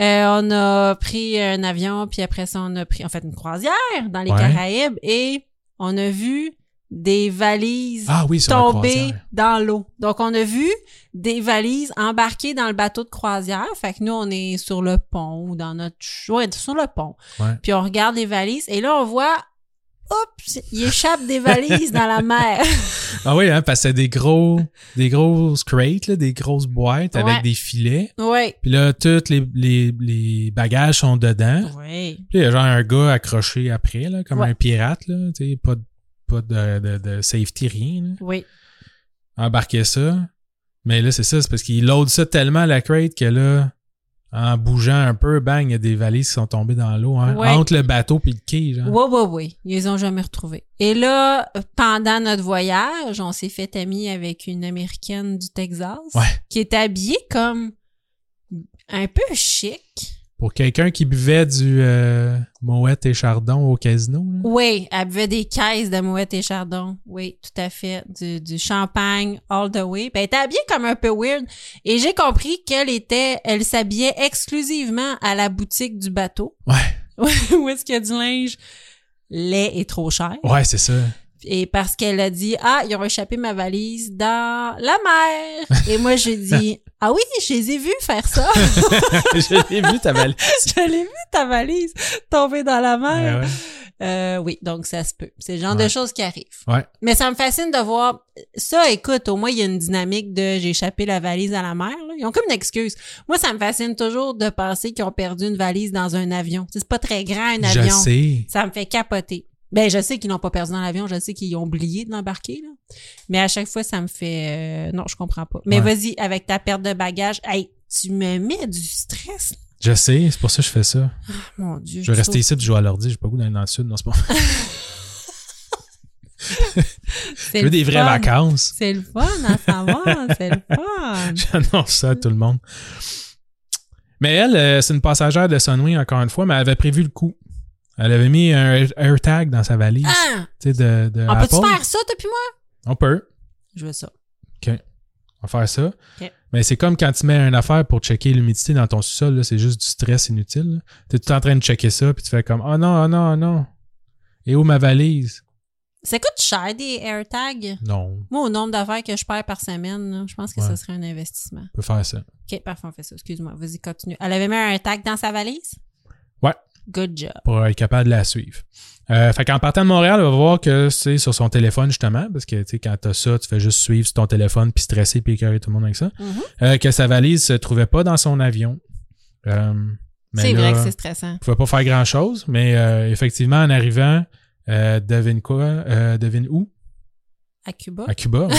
S1: Euh, on a pris un avion, puis après ça, on a pris, en fait, une croisière dans les
S2: Ouais.
S1: Caraïbes et on a vu des valises
S2: Ah oui, sur la
S1: tomber
S2: croisière.
S1: dans l'eau. Donc, on a vu des valises embarquées dans le bateau de croisière. Fait que nous, on est sur le pont ou dans notre... ch- Ouais, sur le pont.
S2: Ouais.
S1: Puis on regarde les valises et là, on voit... Oups! Il échappe des valises dans la mer.
S2: Ah oui, hein, parce que c'est des gros, des grosses crates, là, des grosses boîtes
S1: Ouais.
S2: avec des filets.
S1: Oui.
S2: Puis là, tous les, les, les bagages sont dedans.
S1: Oui.
S2: Puis il y a genre un gars accroché après, là, comme
S1: Ouais.
S2: un pirate, là, tu sais, pas, de- pas de, de- de safety, rien. là.
S1: Oui.
S2: Embarquer ça. Mais là, c'est ça, c'est parce qu'il load ça tellement la crate que là, en bougeant un peu, bang, il y a des valises qui sont tombées dans l'eau, hein,
S1: Ouais.
S2: entre le bateau puis le quai, genre.
S1: Oui, oui, oui. Ils les ont jamais retrouvés. Et là, pendant notre voyage, on s'est fait amis avec une Américaine du Texas
S2: Ouais.
S1: qui était habillée comme un peu chic.
S2: Pour quelqu'un qui buvait du euh, Moët et Chardon au casino, là.
S1: Oui, elle buvait des caisses de Mouette et Chardon. Oui, tout à fait. Du, du champagne all the way. Ben, elle était habillée comme un peu weird. Et j'ai compris qu'elle était, elle s'habillait exclusivement à la boutique du bateau.
S2: Ouais,
S1: Où est-ce qu'il y a du linge? Lait est trop cher.
S2: ouais, c'est ça.
S1: Et parce qu'elle a dit, ah, ils ont échappé ma valise dans la mer. Et moi, j'ai dit, ah oui, je les ai vus faire ça.
S2: Je l'ai vu ta valise.
S1: je l'ai vu ta valise tomber dans la mer.
S2: Ben Ah Ouais, ouais.
S1: Euh, oui, donc ça se peut. C'est le genre de
S2: Ouais.
S1: choses qui arrivent.
S2: Ouais.
S1: Mais ça me fascine de voir ça. Écoute, au moins, il y a une dynamique de j'ai échappé la valise à la mer. là. Ils ont comme une excuse. Moi, ça me fascine toujours de penser qu'ils ont perdu une valise dans un avion. Tu sais, C'est pas très grand, un
S2: Je
S1: avion.
S2: sais.
S1: Ça me fait capoter. Ben, je sais qu'ils n'ont pas perdu dans l'avion, je sais qu'ils ont oublié de l'embarquer, là. Mais à chaque fois, ça me fait, euh, non, je comprends pas. Mais
S2: Ouais.
S1: vas-y, avec ta perte de bagages, hey, tu me mets du stress.
S2: Je sais, c'est pour ça que je fais ça.
S1: Mon Dieu.
S2: Je vais rester
S1: trouve-
S2: ici puis jouer à l'ordi. J'ai pas le goût d'aller dans le sud, non, c'est pas.
S1: C'est
S2: Je veux des
S1: le
S2: vraies
S1: fun.
S2: vacances.
S1: C'est le fun à savoir, c'est le fun.
S2: J'annonce ça à tout le monde. Mais elle, euh, c'est une passagère de Sunwing, encore une fois, mais elle avait prévu le coup. Elle avait mis un AirTag dans sa valise.
S1: Ah!
S2: Tu sais, de, de
S1: On
S2: Apple.
S1: peut-tu faire ça depuis moi?
S2: On peut.
S1: Je veux ça.
S2: On va faire ça.
S1: Ok.
S2: Mais c'est comme quand tu mets une affaire pour checker l'humidité dans ton sous-sol, là, c'est juste du stress inutile. Tu es tout en train de checker ça, puis tu fais comme Oh non, oh non, oh non. Et où ma valise?
S1: Ça coûte cher, des AirTags.
S2: Non,
S1: Moi, au nombre d'affaires que je perds par semaine, là, je pense que
S2: Ouais.
S1: ce serait un investissement.
S2: on peut faire ça.
S1: OK, parfait, on fait ça. Excuse-moi, vas-y, continue. Elle avait mis un tag dans sa valise?
S2: Ouais.
S1: Good job.
S2: pour être capable de la suivre. Euh, fait qu'en partant de Montréal, on va voir que c'est sur son téléphone justement, parce que tu sais, quand t'as ça, tu fais juste suivre sur ton téléphone puis stresser puis écœurer tout le monde avec ça.
S1: Mhm.
S2: Euh, que sa valise se trouvait pas dans son avion. Euh, mais
S1: C'est
S2: là,
S1: vrai que c'est stressant.
S2: pouvait pas faire grand chose, mais euh, effectivement, en arrivant, euh, devine quoi? Euh, devine où?
S1: À Cuba.
S2: À Cuba. ouais.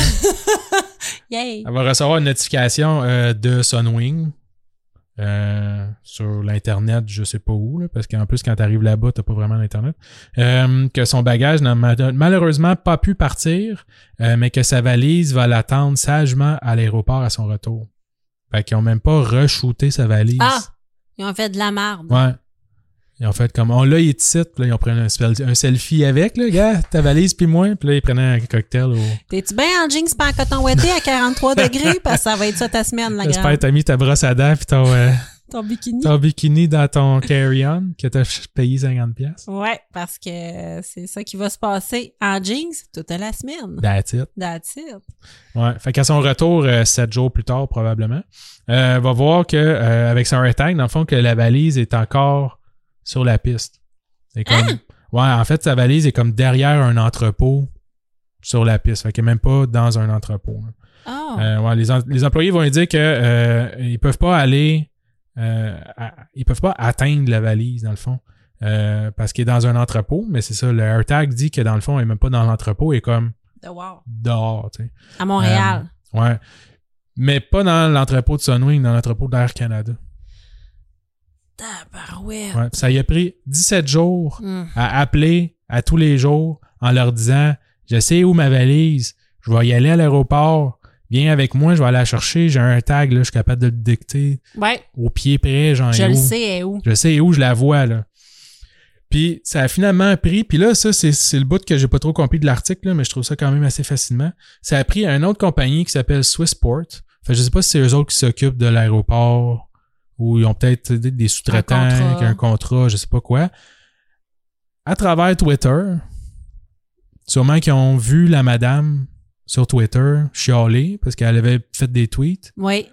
S1: Yay!
S2: Elle va recevoir une notification euh, de Sunwing euh, sur l'Internet, je sais pas où, là, parce qu'en plus, quand tu arrives là-bas, t'as pas vraiment l'Internet. Euh, que son bagage n'a mal- malheureusement pas pu partir, euh, mais que sa valise va l'attendre sagement à l'aéroport à son retour. Fait qu'ils ont même pas re-shooté sa valise.
S1: Ah! Ils ont fait de la marde.
S2: Ouais. Ils ont fait comme, on l'a, il est ici. Puis là, ils ont pris un, spell- un selfie avec, là, gars, ta valise, puis moi. Puis là, ils prenaient un cocktail au...
S1: T'es-tu bien en jeans pas en coton ouaté à 43 degrés? Parce que ça va être ça ta semaine, la
S2: J'espère que
S1: grande.
S2: t'as mis ta brosse à dents puis ton... euh,
S1: Ton bikini.
S2: ton bikini dans ton carry-on que t'as ch- payé 50$. piastres.
S1: Ouais, parce que c'est ça qui va se passer en jeans toute la semaine.
S2: That's it.
S1: That's it.
S2: Ouais. Fait qu'à son retour, euh, sept jours plus tard, probablement, euh, va voir que euh, avec son rectangle, dans le fond, que la valise est encore sur la piste. C'est comme. Ouais, en fait, sa valise est comme derrière un entrepôt sur la piste. Fait qu'elle est même pas dans un entrepôt. là.
S1: Oh!
S2: Euh, ouais, les, en- les employés vont lui dire que euh, ils peuvent pas aller, euh, à- ils peuvent pas atteindre la valise dans le fond euh, parce qu'il est dans un entrepôt. Mais c'est ça, le AirTag dit que dans le fond, il est même pas dans l'entrepôt, il est comme
S1: wow.
S2: dehors. tu sais.
S1: À Montréal.
S2: Ouais, mais pas dans l'entrepôt de Sunwing, dans l'entrepôt d'Air Canada.
S1: Tabarouette.
S2: Ouais, puis ça y a pris 17 jours
S1: Hmm.
S2: à appeler à tous les jours en leur disant je sais où ma valise, je vais y aller à l'aéroport. Viens avec moi, je vais aller la chercher, j'ai un tag, là, je suis capable de le dicter.
S1: Ouais,
S2: au pied près, genre.
S1: je
S2: et
S1: le
S2: où.
S1: sais, elle est où?
S2: Je sais où je la vois, là. Puis ça a finalement pris, puis là, ça, c'est c'est le bout que j'ai pas trop compris de l'article, là, mais je trouve ça quand même assez fascinant. Ça a pris à une autre compagnie qui s'appelle Swissport Fait que je sais pas si c'est eux autres qui s'occupent de l'aéroport ou ils ont peut-être des, des sous-traitants
S1: Un contrat.
S2: avec un contrat, je sais pas quoi. À travers Twitter, sûrement qu'ils ont vu la madame sur Twitter chialer parce qu'elle avait fait des tweets.
S1: Oui.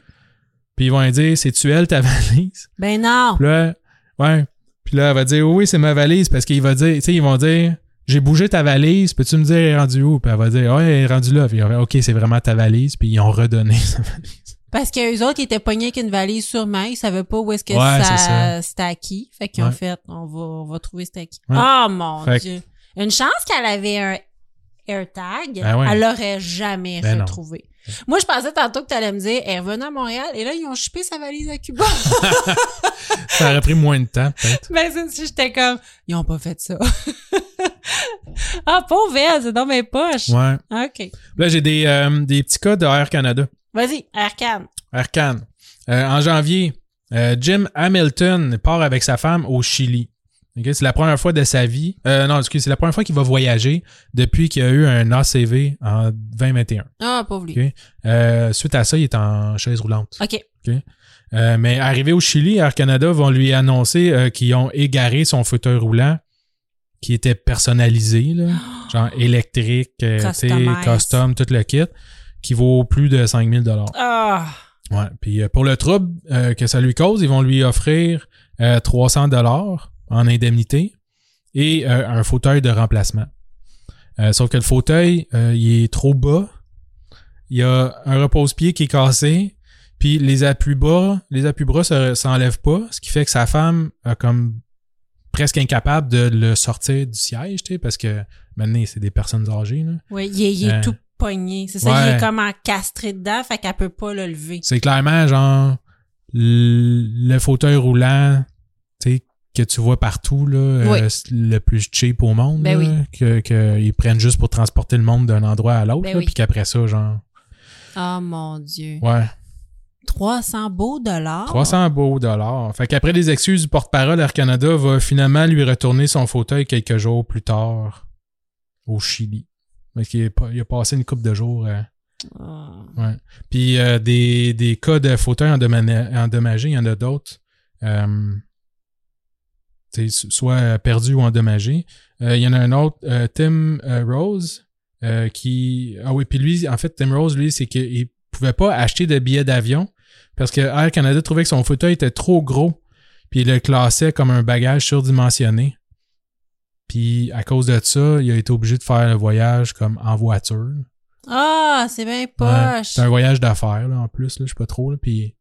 S2: Puis ils vont lui dire C'est-tu elle ta valise
S1: Ben non.
S2: puis là, ouais. Puis là, elle va dire, oui, oui, c'est ma valise, parce qu'il va dire, tu sais, ils vont dire, j'ai bougé ta valise, peux-tu me dire, elle est rendue où? Puis elle va dire, ouais, elle est rendue là. Puis il va dire, ok, c'est vraiment ta valise, puis ils ont redonné sa valise.
S1: Parce que eux autres, ils étaient pognés avec une valise sur main. Ils savaient pas où est-ce que
S2: Ouais, c'est
S1: ça,
S2: ça.
S1: c'était acquis. Fait qu'ils ont
S2: Ouais.
S1: fait, on va, on va trouver c'était acquis.
S2: Ouais.
S1: Oh mon
S2: Fait que-
S1: Dieu. Une chance qu'elle avait un AirTag.
S2: Ben ouais.
S1: Elle l'aurait jamais
S2: Ben non.
S1: retrouvé. Moi, je pensais tantôt que tu allais me dire, elle est revenue à Montréal et là, ils ont chipé sa valise à Cuba.
S2: Ça aurait pris moins de temps, peut-être.
S1: Mais Ben, c'est- c'est- j'étais comme, ils ont pas fait ça. ah, pauvre elle, c'est dans mes poches.
S2: Ouais.
S1: OK.
S2: Là, j'ai des, euh, des petits cas de Air Canada.
S1: Vas-y, Arcane.
S2: Air Can. Euh, en janvier, euh, Jim Hamilton part avec sa femme au Chili. Ok, C'est la première fois de sa vie. Euh, non, excusez, c'est la première fois qu'il va voyager depuis qu'il y a eu un ACV en 2021.
S1: Ah, pauvre lui.
S2: Ok. Euh, suite à ça, il est en chaise roulante.
S1: OK.
S2: Euh, mais arrivé au Chili, Air Canada vont lui annoncer euh, qu'ils ont égaré son fauteuil roulant qui était personnalisé, là, genre électrique, euh, tu sais,
S1: Customised.
S2: custom, tout le kit, qui vaut plus de 5000 dollars.
S1: Ah,
S2: Ouais. Puis euh, pour le trouble euh, que ça lui cause, ils vont lui offrir euh, 300 dollars en indemnité et euh, un fauteuil de remplacement. Euh, sauf que le fauteuil, euh, il est trop bas. Il y a un repose-pied qui est cassé. Puis les appuis bas, les appuis bras se- s'enlèvent pas, ce qui fait que sa femme a comme presque incapable de le sortir du siège, tu sais, parce que maintenant c'est des personnes âgées. Là.
S1: oui, il est, il est
S2: Euh,
S1: tout pogné. C'est ça, il est
S2: ouais.
S1: comme encastré dedans, fait qu'elle peut pas le lever.
S2: C'est clairement genre l- le fauteuil roulant, tu sais, que tu vois partout, là, euh,
S1: Oui.
S2: c'est le plus cheap au monde,
S1: Ben
S2: là, que qu'ils prennent juste pour transporter le monde d'un endroit à l'autre,
S1: Ben
S2: là,
S1: oui.
S2: puis qu'après ça, genre,
S1: Ah, mon Dieu.
S2: ouais,
S1: 300 beaux dollars.
S2: 300 beaux dollars. Fait qu'après les excuses du porte-parole, Air Canada va finalement lui retourner son fauteuil quelques jours plus tard au Chili. Fait qu'il est pas- il a passé une couple de jours. euh,
S1: Ah.
S2: Ouais. Puis euh, des, des cas de fauteuils endomana- endommagés, il y en a d'autres. Euh, tu sais, so- soit perdus ou endommagés. Euh, il y en a un autre, euh, Tim euh, Rose, euh, qui. Ah oui, puis lui, en fait, Tim Rose, lui, c'est qu'il pouvait pas acheter de billets d'avion parce que Air Canada trouvait que son fauteuil était trop gros. Puis il le classait comme un bagage surdimensionné. Puis à cause de ça, il a été obligé de faire le voyage comme en voiture.
S1: Ah, c'est bien
S2: Ouais,
S1: poche.
S2: C'est un voyage d'affaires, là, en plus, là, je sais pas trop, là, puis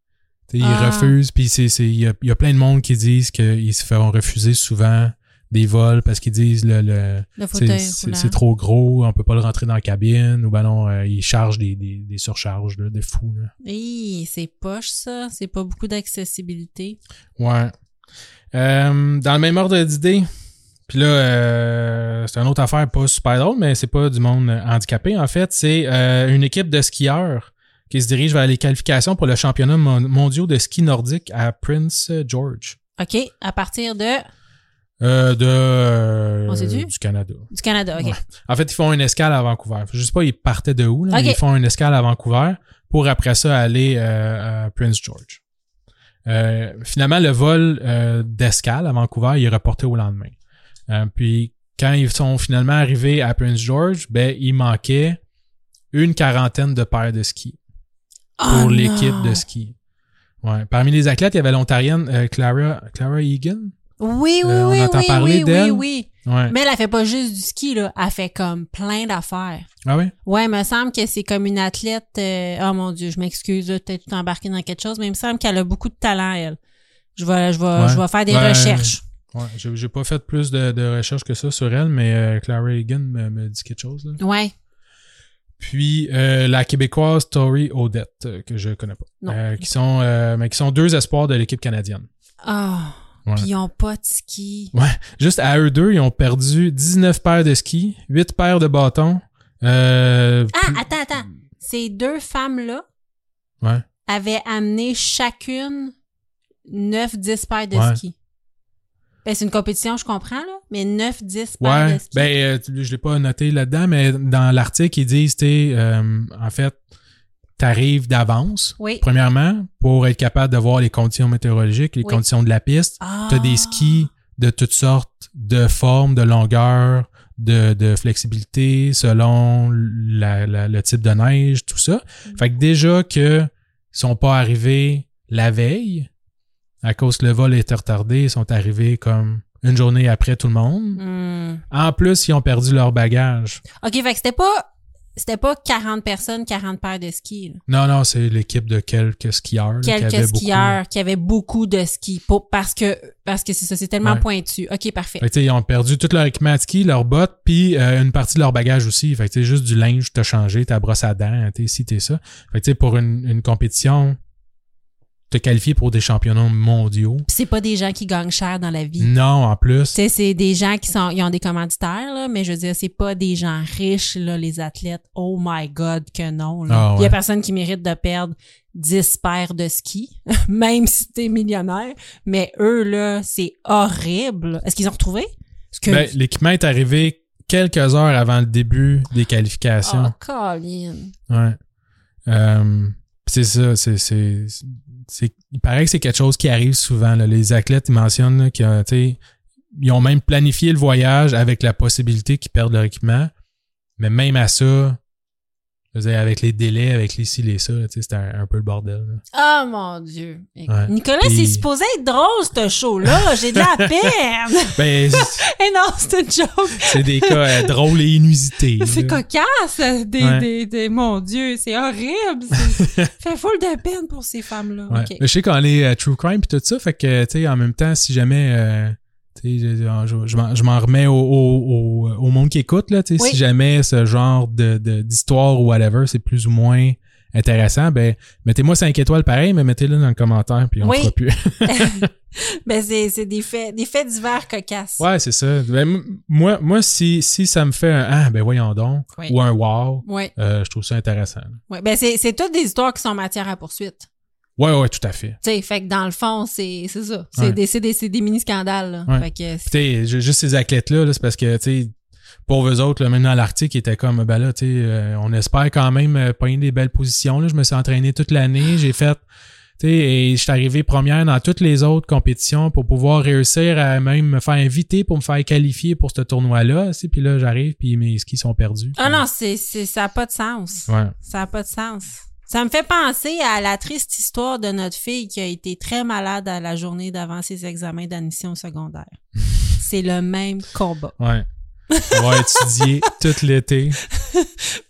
S2: tu sais,
S1: Ah.
S2: ils refusent, puis c'est, c'est, il y a, il y a plein de monde qui disent qu'ils se feront refuser souvent des vols parce qu'ils disent le, le
S1: le
S2: c'est,
S1: fauteuil
S2: c'est,
S1: roulant.
S2: c'est trop gros, on peut pas le rentrer dans la cabine, ou ben non, euh, ils chargent des, des, des surcharges, là, de fou, là.
S1: Hi, c'est poche, ça. C'est pas beaucoup d'accessibilité.
S2: Ouais. Euh, dans le même ordre d'idée, puis là, euh, c'est une autre affaire pas super drôle, mais c'est pas du monde euh, handicapé, en fait. C'est euh, une équipe de skieurs qui se dirige vers les qualifications pour le championnat mon- mondial de ski nordique à Prince George.
S1: OK, à partir de...
S2: Euh, de, euh,
S1: On sait du?
S2: du Canada.
S1: du Canada. OK.
S2: Ouais. En fait, ils font une escale à Vancouver. Je sais pas, ils partaient de où, là, mais
S1: Ok.
S2: ils font une escale à Vancouver pour après ça aller euh, à Prince George. Euh, finalement, le vol euh, d'escale à Vancouver, il est reporté au lendemain. Euh, puis, quand ils sont finalement arrivés à Prince George, ben, il manquait une quarantaine de paires de skis pour
S1: Oh
S2: l'équipe
S1: non.
S2: de ski. Ouais. Parmi les athlètes, il y avait l'Ontarienne euh, Clara, Clara Egan.
S1: Oui, oui,
S2: Euh, on
S1: oui,
S2: entend
S1: oui,
S2: parler
S1: oui, oui,
S2: d'elle.
S1: oui.
S2: Ouais.
S1: Mais elle, elle fait pas juste du ski, là. Elle fait comme plein d'affaires.
S2: Ah ouais?
S1: Ouais, il me semble que c'est comme une athlète. euh, Oh mon Dieu, je m'excuse, là, peut-être tout embarqué dans quelque chose, mais il me semble qu'elle a beaucoup de talent, elle. Je vais, je vais,
S2: Ouais.
S1: je vais faire des
S2: Ben,
S1: recherches.
S2: Ouais, j'ai j'ai pas fait plus de, de recherches que ça sur elle, mais euh, Clara Egan me, me dit quelque chose. Là.
S1: Ouais.
S2: Puis euh, la Québécoise Tori Odette, euh, que je connais pas.
S1: Non.
S2: Euh, qui sont euh, mais qui sont deux espoirs de l'équipe canadienne.
S1: Ah.
S2: Ouais.
S1: Puis ils ont pas de ski.
S2: Ouais. Juste à eux deux, ils ont perdu 19 paires de skis, 8 paires de bâtons. Euh,
S1: Ah,
S2: plus-
S1: attends, attends. Ces deux femmes-là
S2: Ouais.
S1: avaient amené chacune 9-10 paires de
S2: Ouais.
S1: ski. Ben, c'est une compétition, je comprends, là, mais 9-10 paires
S2: Ouais,
S1: de ski.
S2: ben euh, tu- je l'ai pas noté là-dedans, mais dans l'article ils disent, tu sais, euh, en fait, t'arrives d'avance.
S1: Oui.
S2: Premièrement, pour être capable de voir les conditions météorologiques, les
S1: Oui.
S2: conditions de la piste.
S1: Ah.
S2: T'as des skis de toutes sortes de formes, de longueur, de, de flexibilité selon la- la- le type de neige, tout ça.
S1: Mm.
S2: Fait que déjà que ils sont pas arrivés la veille, à cause que le vol était retardé, ils sont arrivés comme une journée après tout le monde.
S1: Hmm.
S2: En plus, ils ont perdu leur bagage.
S1: OK, fait que c'était pas c'était pas 40 personnes, 40 paires de skis. là.
S2: Non, non, c'est l'équipe de quelques skieurs. là, qui
S1: Quelques
S2: avait beaucoup-
S1: skieurs qui avaient beaucoup de skis pour- parce que parce que c'est ça, c'est tellement
S2: Ouais.
S1: pointu. OK, parfait.
S2: Fait que, tu sais, ils ont perdu tout leur équipement de ski, leurs bottes, puis euh, une partie de leur bagage aussi. Fait que, tu sais, juste du linge, t'as changé, ta brosse à dents, t'es ci, t'es ça. Fait que, tu sais, pour une, une compétition, te qualifier pour des championnats mondiaux.
S1: Puis c'est pas des gens qui gagnent cher dans la vie.
S2: Non, en plus.
S1: Tu sais, c'est des gens qui sont ils ont des commanditaires là, mais je veux dire c'est pas des gens riches là les athlètes. Oh my god que non. là.
S2: Ah ouais.
S1: Il y a personne qui mérite de perdre 10 paires de skis même si t'es millionnaire, mais eux là, c'est horrible. Est-ce qu'ils ont retrouvé Est-ce que
S2: Ben, l'équipement est arrivé quelques heures avant le début des qualifications.
S1: Oh, Colin.
S2: Ouais. Euh, pis c'est ça, c'est, c'est, c'est- il paraît que c'est quelque chose qui arrive souvent. là. Les athlètes, ils mentionnent là, qu'ils ont, tu sais, ils ont même planifié le voyage avec la possibilité qu'ils perdent leur équipement. Mais même à ça, je veux dire, avec les délais, avec les ci, les ça, là, tu sais, c'était un, un peu le bordel. là.
S1: Oh mon Dieu.
S2: Ouais.
S1: Nicolas,
S2: Puis-
S1: c'est supposé être drôle, ce show-là. J'ai de la peine.
S2: Ben, c'est-
S1: Eh non, c'est une joke.
S2: c'est des cas euh, drôles et inusités.
S1: C'est
S2: là.
S1: cocasse. Des,
S2: Ouais.
S1: des, des- mon Dieu, c'est horrible. C'est- fait full de peine pour ces femmes-là.
S2: Ouais.
S1: OK.
S2: Mais Je sais qu'on est euh, true crime puis tout ça, fait que tu sais en même temps si jamais euh, tu sais, je, je- je m'en- je m'en remets au, au- au- au monde qui écoute là, tu sais,
S1: Oui.
S2: si jamais ce genre de de- d'histoire ou whatever, c'est plus ou moins intéressant, ben mettez-moi 5 étoiles pareil, mais mettez-le dans le commentaire puis on
S1: Oui.
S2: fera plus.
S1: Ben, c'est c'est des faits, des faits divers cocasses.
S2: ouais, c'est ça. Ben, m- moi moi si si ça me fait un ah ben voyons donc
S1: Oui.
S2: ou un wow,
S1: Ouais.
S2: euh, je trouve ça intéressant.
S1: ouais. Ben, c'est c'est toutes des histoires qui sont matière à poursuite.
S2: Ouais ouais, tout à fait.
S1: Tu sais, fait que dans le fond, c'est c'est ça. C'est
S2: Ouais.
S1: des, c'est des, c'est des mini-scandales. là.
S2: Ouais.
S1: Fait que
S2: Puis, tu sais, ju- juste ces athlètes-là, là, c'est parce que, tu sais, pour eux autres, là, même dans l'Arctique, ils étaient comme, ben là, tu sais, euh, on espère quand même euh, pogner des belles positions. Là. Je me suis entraîné toute l'année, j'ai fait, tu sais, et je suis arrivé première dans toutes les autres compétitions pour pouvoir réussir à même me faire inviter pour me faire qualifier pour ce tournoi-là. tu sais. Puis là, j'arrive, puis mes skis sont perdus.
S1: Ah non, c'est, c'est, ça n'a pas de sens.
S2: Ouais.
S1: Ça n'a pas de sens. Ça me fait penser à la triste histoire de notre fille qui a été très malade à la journée d'avant ses examens d'admission au secondaire. c'est le même combat.
S2: Ouais. On va étudier tout l'été,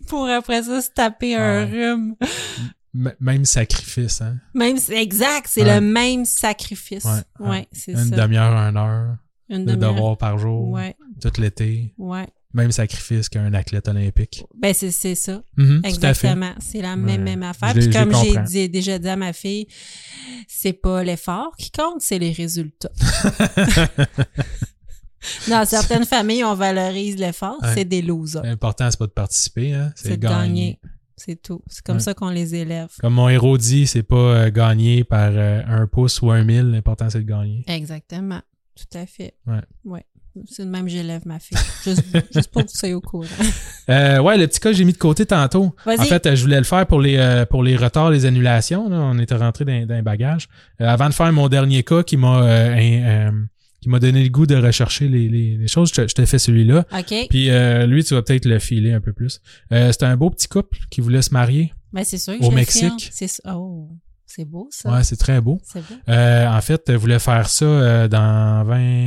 S1: Pour après ça se taper un
S2: Ouais.
S1: rhume.
S2: M- même sacrifice, hein.
S1: Même, c'est exact, c'est
S2: Ouais.
S1: le même sacrifice.
S2: Ouais,
S1: Ouais,
S2: ouais.
S1: c'est
S2: Une
S1: ça.
S2: demi-heure, une heure
S1: Une
S2: de
S1: demi-heure.
S2: devoirs par jour,
S1: Ouais,
S2: tout l'été.
S1: ouais.
S2: même sacrifice qu'un athlète olympique.
S1: Ben, c'est, c'est ça.
S2: Mhm, tout à fait.
S1: Exactement. C'est la même,
S2: Ouais.
S1: même affaire.
S2: Je les-
S1: Puis
S2: je les
S1: comme j'ai
S2: comprends.
S1: dit- déjà dit à ma fille, c'est pas l'effort qui compte, c'est les résultats. Dans certaines familles, on valorise l'effort,
S2: Ouais.
S1: c'est des losers.
S2: L'important, c'est pas de participer, hein, c'est
S1: C'est de
S2: gagner.
S1: gagner. C'est tout. C'est comme
S2: Ouais.
S1: ça qu'on les élève.
S2: Comme mon héros dit, c'est pas euh, gagner par euh, un pouce ou un mille, l'important c'est de gagner.
S1: Exactement. Tout à fait.
S2: Ouais.
S1: C'est de même que j'élève ma fille. Juste, juste pour que tu sois au courant.
S2: Euh, ouais, le petit cas que j'ai mis de côté tantôt.
S1: Vas-y.
S2: En fait, euh, je voulais le faire pour les euh, pour les retards, les annulations. là. on était rentré dans, dans les bagages. Euh, avant de faire mon dernier cas qui m'a euh, un, euh, qui m'a donné le goût de rechercher les, les, les choses, je te- je t'ai fait celui-là.
S1: OK.
S2: Puis euh, lui, tu vas peut-être le filer un peu plus. Euh, C'était un beau petit couple qui voulait se marier.
S1: Ben, c'est sûr que
S2: au
S1: je le
S2: Mexique.
S1: filme. C'est ça. Oh, c'est beau, ça.
S2: Ouais, c'est très beau.
S1: C'est beau.
S2: Euh, en fait, elle voulait faire ça euh, dans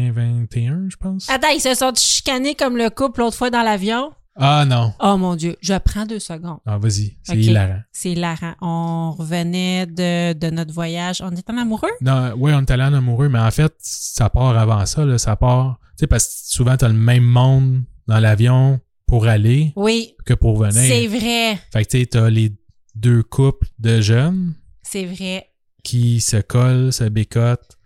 S2: 2021, je pense.
S1: Attends, ils se sont chicanés comme le couple l'autre fois dans l'avion.
S2: Ah non.
S1: Oh mon Dieu, je prends deux secondes.
S2: Ah, vas-y, c'est
S1: Ok.
S2: hilarant.
S1: C'est hilarant. On revenait de, de notre voyage. On était en amoureux?
S2: Non, oui, on est allé en amoureux, mais en fait, ça part avant ça, là, ça part. Tu sais, parce que souvent, t'as le même monde dans l'avion pour aller
S1: Oui,
S2: que pour
S1: c'est
S2: venir.
S1: vrai.
S2: Fait que tu sais, t'as les deux couples de jeunes
S1: C'est vrai.
S2: qui se collent, se bécotent,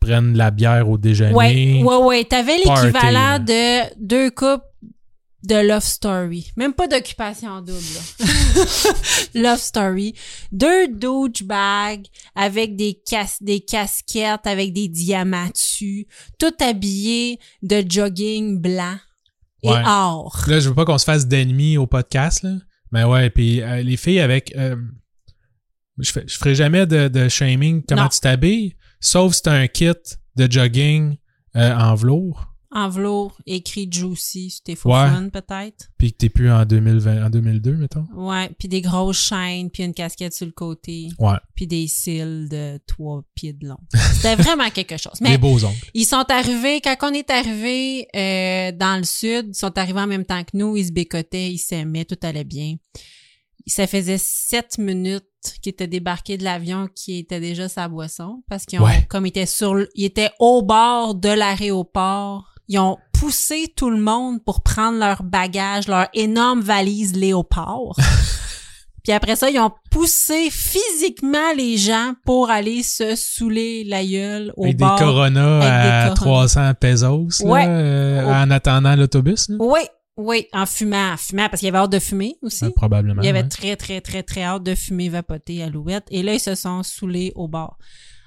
S2: prennent de la bière au déjeuner.
S1: Ouais, ouais, ouais. T'avais
S2: Party, hein. là.
S1: l'équivalent de deux couples de Love Story. Même pas d'occupation double. là. love Story. Deux douchebags avec des, cas des casquettes, avec des diamants dessus, tout habillé de jogging blanc et
S2: Ouais.
S1: or.
S2: Là, je veux pas qu'on se fasse d'ennemis au podcast, là. Mais ouais, puis euh, les filles avec. euh, je, fais- je ferai jamais de, de shaming comment
S1: Non.
S2: tu t'habilles, sauf si t'as un kit de jogging euh, en velours,
S1: En velours, écrit Juicy, c'était faux
S2: Ouais.
S1: fun peut-être.
S2: puis que t'es plus en, 2020, en 2002, mettons.
S1: Ouais, puis des grosses chaînes, puis une casquette sur le côté,
S2: Ouais,
S1: puis des cils de trois pieds de long. C'était vraiment quelque chose.
S2: les
S1: Mais
S2: beaux ongles.
S1: ils sont arrivés, quand on est arrivé euh, dans le sud, ils sont arrivés en même temps que nous, ils se bécotaient, ils s'aimaient, tout allait bien. Ça faisait sept minutes qu'ils étaient débarqués de l'avion qui était déjà sa boisson parce qu'ils ont,
S2: Ouais.
S1: comme ils étaient sur, le- ils étaient au bord de l'aéroport, ils ont poussé tout le monde pour prendre leur bagage, leur énorme valise léopard. Puis après ça, ils ont poussé physiquement les gens pour aller se saouler la gueule au
S2: Avec
S1: bord
S2: des Corona
S1: avec des
S2: à
S1: Corona.
S2: 300 pesos, là,
S1: Ouais.
S2: euh,
S1: Au-
S2: en attendant l'autobus, là.
S1: Oui, oui, en fumant, en fumant, parce qu'il y avait hâte de fumer aussi.
S2: Ouais, Ah, probablement.
S1: Il y avait
S2: ouais.
S1: très, très, très, très hâte de fumer vapoter à l'ouette. Et là, ils se sont saoulés au bord.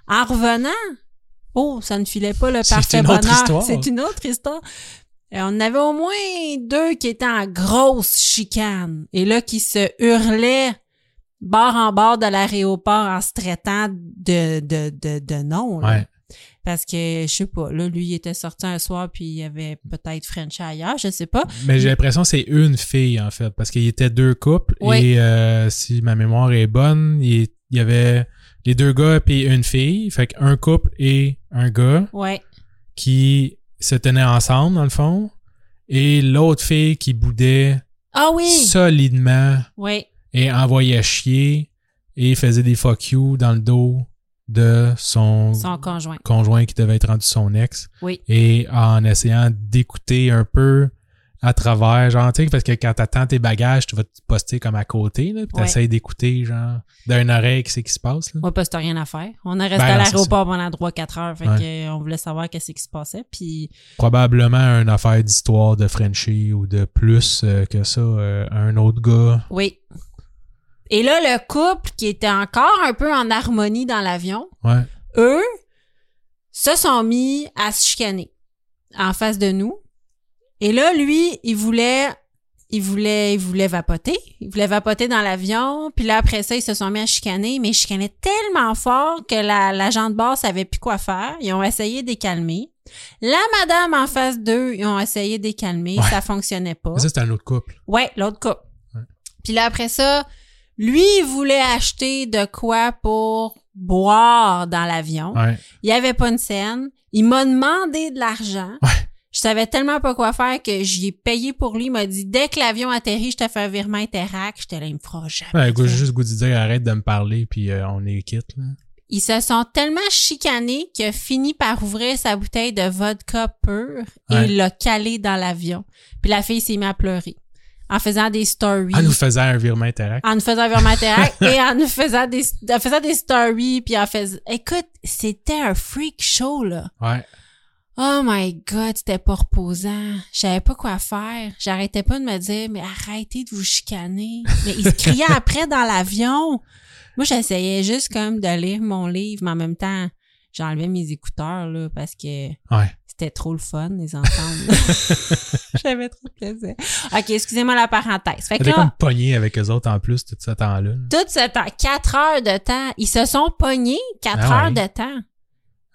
S1: En revenant, oh, ça ne filait pas le
S2: C'est
S1: parfait
S2: une autre
S1: bonheur.
S2: histoire.
S1: C'est une autre histoire. Et on avait au moins deux qui étaient en grosse chicane. Et là, qui se hurlaient bord en bord de l'aéroport en se traitant de, de, de, de nom. là.
S2: Ouais.
S1: Parce que, je sais pas, là, lui, il était sorti un soir, puis il avait peut-être French ailleurs, je sais pas.
S2: Mais j'ai l'impression que c'est une fille, en fait, parce qu'il y était deux couples.
S1: Oui.
S2: Et euh, si ma mémoire est bonne, il il y avait les deux gars et une fille. Fait qu'un couple et un gars
S1: Ouais.
S2: qui se tenaient ensemble, dans le fond. Et l'autre fille qui boudait
S1: Ah oui!
S2: solidement
S1: Oui.
S2: et envoyait chier et faisait des fuck you dans le dos de son,
S1: Son conjoint.
S2: conjoint qui devait être rendu son ex.
S1: Oui.
S2: Et en essayant d'écouter un peu à travers, genre, tu sais, parce que quand t'attends tes bagages, tu vas te poster comme à côté, là, puis
S1: Ouais.
S2: t'essayes d'écouter, genre, d'une oreille, qu'est-ce qui se passe, là.
S1: Ouais, parce que t'as rien à faire. On est resté
S2: Ben
S1: à
S2: non, c'est
S1: l'aéroport pendant 3-4 heures. Fait
S2: Ouais.
S1: que, euh, on voulait savoir qu'est-ce qui se passait. Puis,
S2: Probablement une affaire d'histoire de Frenchie ou de plus euh, que ça, euh, un autre gars.
S1: oui. Et là, le couple qui était encore un peu en harmonie dans l'avion,
S2: Ouais.
S1: eux se sont mis à se chicaner en face de nous. Et là, lui, il voulait, il voulait, il voulait vapoter. Il voulait vapoter dans l'avion. Puis là, après ça, ils se sont mis à chicaner, mais ils chicanaient tellement fort que la, l'agent de bord savait plus quoi faire. Ils ont essayé de les calmer. La madame en face d'eux, ils ont essayé de les calmer.
S2: Ouais.
S1: Ça fonctionnait pas.
S2: Mais ça, c'est un autre couple.
S1: Ouais, l'autre couple. Puis là, après ça, lui, il voulait acheter de quoi pour boire dans l'avion.
S2: Ouais.
S1: Il n'y avait pas une scène. Il m'a demandé de l'argent. Je savais tellement pas quoi faire que j'y ai payé pour lui. Il m'a dit, dès que l'avion atterrit, je te fais un virement Interac. J'étais là, il me fera jamais.
S2: Ouais,
S1: ça.
S2: j'ai juste le goût de dire arrête de me parler, puis euh, on est quitte, là.
S1: Ils se sont tellement chicanés qu'il a fini par ouvrir sa bouteille de vodka pure et
S2: Ouais.
S1: il l'a calé dans l'avion. Puis la fille s'est mise à pleurer en faisant des stories.
S2: Ah, nous faisait un virement interact.
S1: en nous faisant un virement interact et en nous faisant des, en faisant des stories puis en faisant, écoute, c'était un freak show, là.
S2: Ouais.
S1: Oh my god, c'était pas reposant. Je savais pas quoi faire. J'arrêtais pas de me dire, mais arrêtez de vous chicaner. Mais ils se criaient après dans l'avion. Moi, j'essayais juste comme de lire mon livre, mais en même temps, j'enlevais mes écouteurs, là, parce que
S2: Ouais.
S1: c'était trop le fun, les entendre. J'avais trop de plaisir. OK, excusez-moi la parenthèse. Fait que
S2: T'es
S1: là-
S2: comme pogné avec eux autres en plus tout ce temps-là.
S1: tout ce temps, quatre heures de temps, ils se sont pognés quatre
S2: Ah
S1: heures
S2: ouais.
S1: de temps.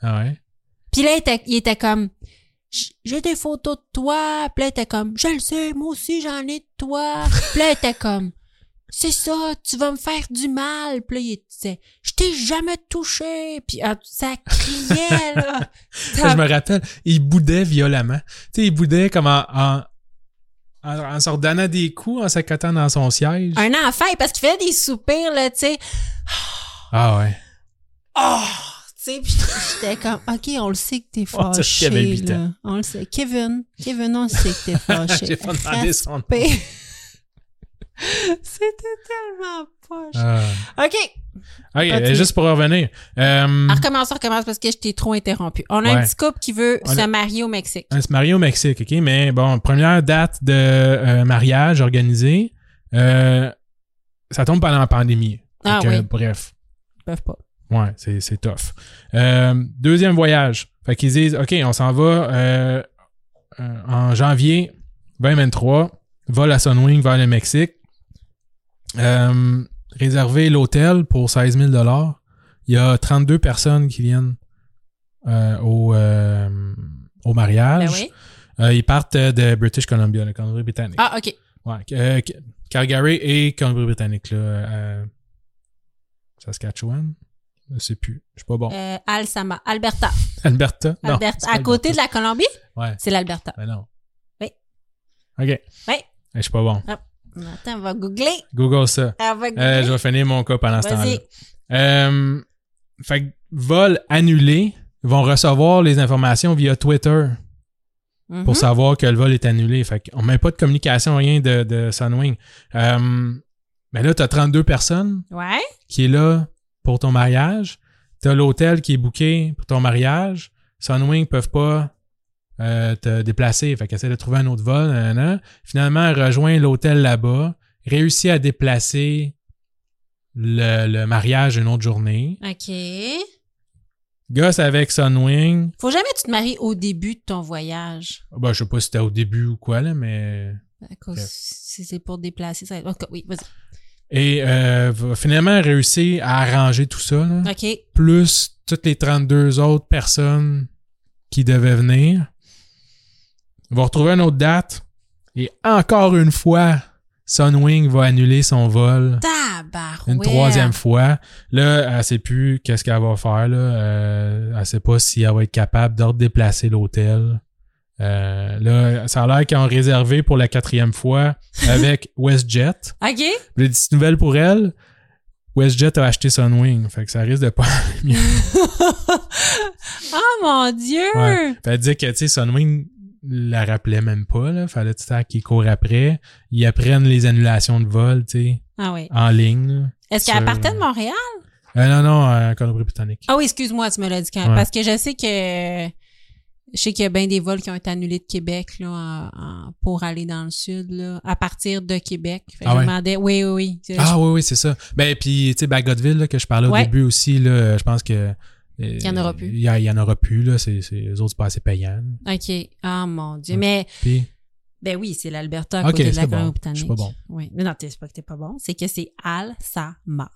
S2: Ah ouais.
S1: Puis là, il était, il était comme, J- j'ai des photos de toi. Puis là, il était comme, je le sais, moi aussi, j'en ai de toi. Puis là, il était comme, c'est ça, tu vas me faire du mal. Puis là, il disait, je t'ai jamais touché. Puis ah, ça criait, là.
S2: Ça,
S1: Ah.
S2: je me rappelle, il boudait violemment. Tu sais, il boudait comme en, en, en, en se redonnant des coups, en s'accotant dans son siège.
S1: Un enfant, parce qu'il faisait des soupirs, là, tu sais.
S2: Ah ouais. Ah!
S1: oh, tu sais, puis j'étais comme, OK, on le sait que t'es
S2: On sait qu'il avait
S1: fâché,
S2: huit
S1: là. On le sait. Kevin, Kevin, on le sait que t'es fâché.
S2: J'ai pas demandé son nom.
S1: Respect. C'était tellement poche.
S2: Ah.
S1: OK,
S2: Ok,
S1: Continue.
S2: juste pour revenir. Euh,
S1: on recommence, on recommence parce que je t'ai trop interrompu. On a un
S2: Ouais.
S1: petit couple qui veut
S2: On
S1: se
S2: a-
S1: marier au Mexique.
S2: on se marie au Mexique, ok? Mais bon, première date de euh, mariage organisée. euh, ça tombe pendant la pandémie.
S1: Ah
S2: Fait que,
S1: oui.
S2: Bref.
S1: Ils peuvent pas.
S2: Ouais, c'est, c'est tough. Euh, deuxième voyage. Fait qu'ils disent, OK, on s'en va euh, euh, en janvier 2023. Vol à Sunwing vers le Mexique. Euh, réserver l'hôtel pour 16 000 Il y a 32 personnes qui viennent euh, au, euh, au mariage.
S1: Ben oui.
S2: Euh, ils partent de British Columbia, la Colombie-Britannique.
S1: Ah, OK.
S2: Ouais, euh, Ca- Calgary et Colombie-Britannique, là. euh, Saskatchewan? Je sais plus. Je suis pas bon.
S1: Euh, Alsama, Alberta.
S2: Alberta? Non,
S1: Alberta.
S2: c'est pas
S1: à côté de la Colombie,
S2: Ouais,
S1: c'est l'Alberta.
S2: ben non.
S1: Oui.
S2: OK. Ouais,
S1: Oui.
S2: Je suis pas bon.
S1: Attends, on va googler. Ah,
S2: Google ça.
S1: On va googler.
S2: Euh, je vais finir mon cas pendant ce
S1: Vas-y.
S2: temps-là. Euh, fait que vol annulé ils vont recevoir les informations via Twitter
S1: Mhm.
S2: pour savoir que le vol est annulé. Fait qu'on met pas de communication, rien de, de Sunwing. Euh, mais là, tu as 32 personnes
S1: Ouais.
S2: qui est là pour ton mariage. Tu as l'hôtel qui est booké pour ton mariage. Sunwing peuvent pas euh, te déplacer. Fait qu'essaie de trouver un autre vol. nan, nan. Finalement, elle rejoint l'hôtel là-bas. Réussit à déplacer le, le mariage une autre journée.
S1: OK.
S2: Gosse avec Sunwing.
S1: Faut jamais que tu te maries au début de ton voyage.
S2: Ah Ben, je sais pas si c'était au début ou quoi, là, mais...
S1: À cause-
S2: Ok.
S1: Si c'est pour déplacer, ça va être- Ok, oui, vas-y.
S2: Et euh, va finalement réussir à arranger tout ça. là.
S1: OK.
S2: plus toutes les 32 autres personnes qui devaient venir. On va retrouver une autre date. Et encore une fois, Sunwing va annuler son vol.
S1: Tabarouette.
S2: Une troisième fois. Là, elle sait plus qu'est-ce qu'elle va faire. Là. Euh, elle sait pas si elle va être capable de déplacer l'hôtel. Euh, là, ça a l'air qu'ils ont réservé pour la quatrième fois avec WestJet.
S1: OK.
S2: J'ai dit nouvelle pour elle. WestJet a acheté Sunwing. Fait que ça risque de pas aller mieux.
S1: oh mon Dieu.
S2: Ouais. Fait dire que, tu sais, Sunwing la rappelait même pas, là. Fallait tout ça qu'ils courent après. Ils apprennent les annulations de vol, tu sais,
S1: Ah oui.
S2: en ligne.
S1: Est-ce
S2: Sur-
S1: qu'elle partait de Montréal?
S2: là. Euh, non, non, euh, Colombie-Britannique.
S1: Ah oui, excuse-moi, tu me l'as dit quand
S2: Ouais.
S1: Parce que je sais que. Je sais qu'il y a bien des vols qui ont été annulés de Québec là, en- en- pour aller dans le sud, là, à partir de Québec. Fait que
S2: Ah
S1: je
S2: ouais.
S1: me demandais. Oui, oui, oui.
S2: Ah oui, oui, c'est ça. Ben, puis, tu sais, Bagotville, là, que je parlais au
S1: Ouais.
S2: début aussi, là, je pense que... euh, Il
S1: y en aura plus.
S2: y a- Il y, en aura plus, là. C'est, c'est, eux autres, c'est pas assez payant. là.
S1: OK. Ah mon Dieu.
S2: Ouais.
S1: Mais
S2: Puis,
S1: Ben oui, c'est l'Alberta à
S2: Ok,
S1: côté de la
S2: c'est bon.
S1: Colombie-Britannique.
S2: Je suis pas bon.
S1: Oui. Mais non, t'es- c'est pas que t'es pas bon, c'est que c'est Al-Sama.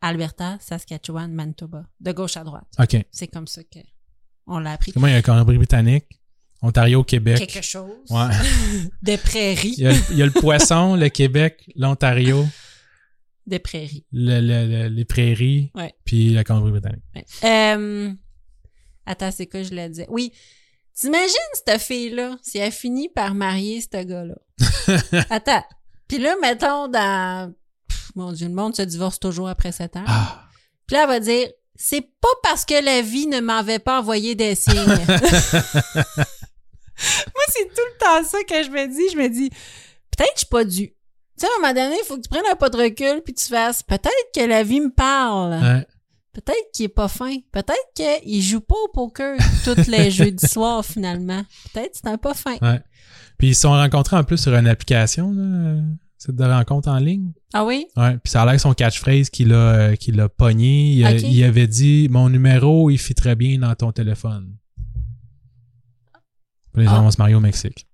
S1: Alberta, Saskatchewan, Manitoba. De gauche à droite.
S2: OK.
S1: C'est comme ça que on l'a appris.
S2: Ah. Comment il y a Colombie-Britannique, Ontario, Québec.
S1: Quelque chose.
S2: Ouais.
S1: Des
S2: Il
S1: prairies.
S2: y, a, il y a le poisson, le Québec, l'Ontario,
S1: Des prairies.
S2: le- le- le- les prairies,
S1: Ouais.
S2: puis la Colombie-Britannique.
S1: Ouais. Euh, attends, c'est quoi je le disais? Oui. T'imagines cette fille-là, si elle finit par marier ce gars-là? attends. Puis là, mettons dans... Pff, mon Dieu, le monde se divorce toujours après 7 ans.
S2: Ah!
S1: Puis là, elle va dire, c'est pas parce que la vie ne m'avait pas envoyé des signes. Moi, c'est tout le temps ça que je me dis. Je me dis, peut-être que je suis pas due. Tu sais, à un moment donné, il faut que tu prennes un pas de recul puis tu fasses, peut-être que la vie me parle.
S2: Ouais.
S1: Peut-être qu'il est pas fin. Peut-être qu'il joue pas au poker tous les jeudis soirs, finalement. Peut-être que c'est un pas fin.
S2: Ouais. Puis ils se sont rencontrés en plus sur une application, là, euh, site de rencontre en ligne.
S1: Ah oui?
S2: Ouais. Puis ça a l'air que son catchphrase qu'il a, euh, qu'il a pogné, il, a-
S1: Ok.
S2: il avait dit Mon numéro, il fit très bien dans ton téléphone. Puis les gens
S1: Ah.
S2: vont se marier au Mexique.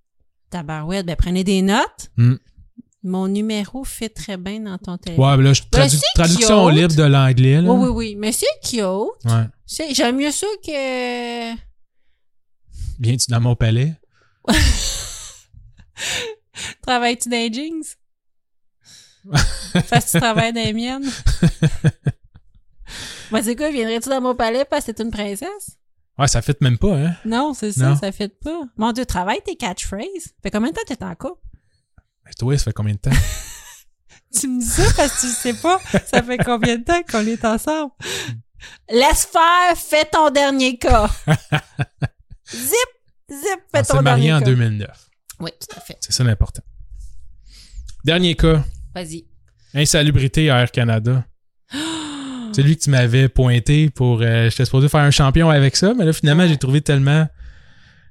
S1: Tabarouette, ben prenez des notes.
S2: Hmm.
S1: Mon numéro fait très bien dans ton téléphone.
S2: Ouais, ben là, je
S1: Ben,
S2: tradu-
S1: c'est
S2: traduction
S1: cute.
S2: libre de l'anglais. là.
S1: Oui, oui, oui. Mais c'est cute.
S2: Ouais.
S1: C'est- J'aime mieux ça que.
S2: Viens-tu dans mon palais?
S1: Travailles-tu dans les jeans? parce que tu travailles dans les miennes? Moi, c'est quoi? Viendrais-tu dans mon palais parce que t'es une princesse?
S2: Ouais, ça fit même pas, hein?
S1: Non, c'est ça,
S2: Non.
S1: ça fait pas. Mon Dieu, travaille tes catchphrases. Fait combien de temps t'es en couple?
S2: Mais toi, ça fait combien de temps?
S1: Tu me dis ça parce que tu sais pas, ça fait combien de temps qu'on est ensemble? Laisse faire, fais ton dernier cas. zip, zip, fais
S2: On
S1: ton
S2: s'est marié
S1: dernier
S2: en
S1: cas.
S2: 2009.
S1: Oui, tout à fait.
S2: C'est ça l'important. Dernier cas.
S1: Vas-y.
S2: Insalubrité à Air Canada. C'est lui que tu m'avais pointé pour. euh, J'étais supposé faire un champion avec ça, mais là, finalement, j'ai trouvé tellement.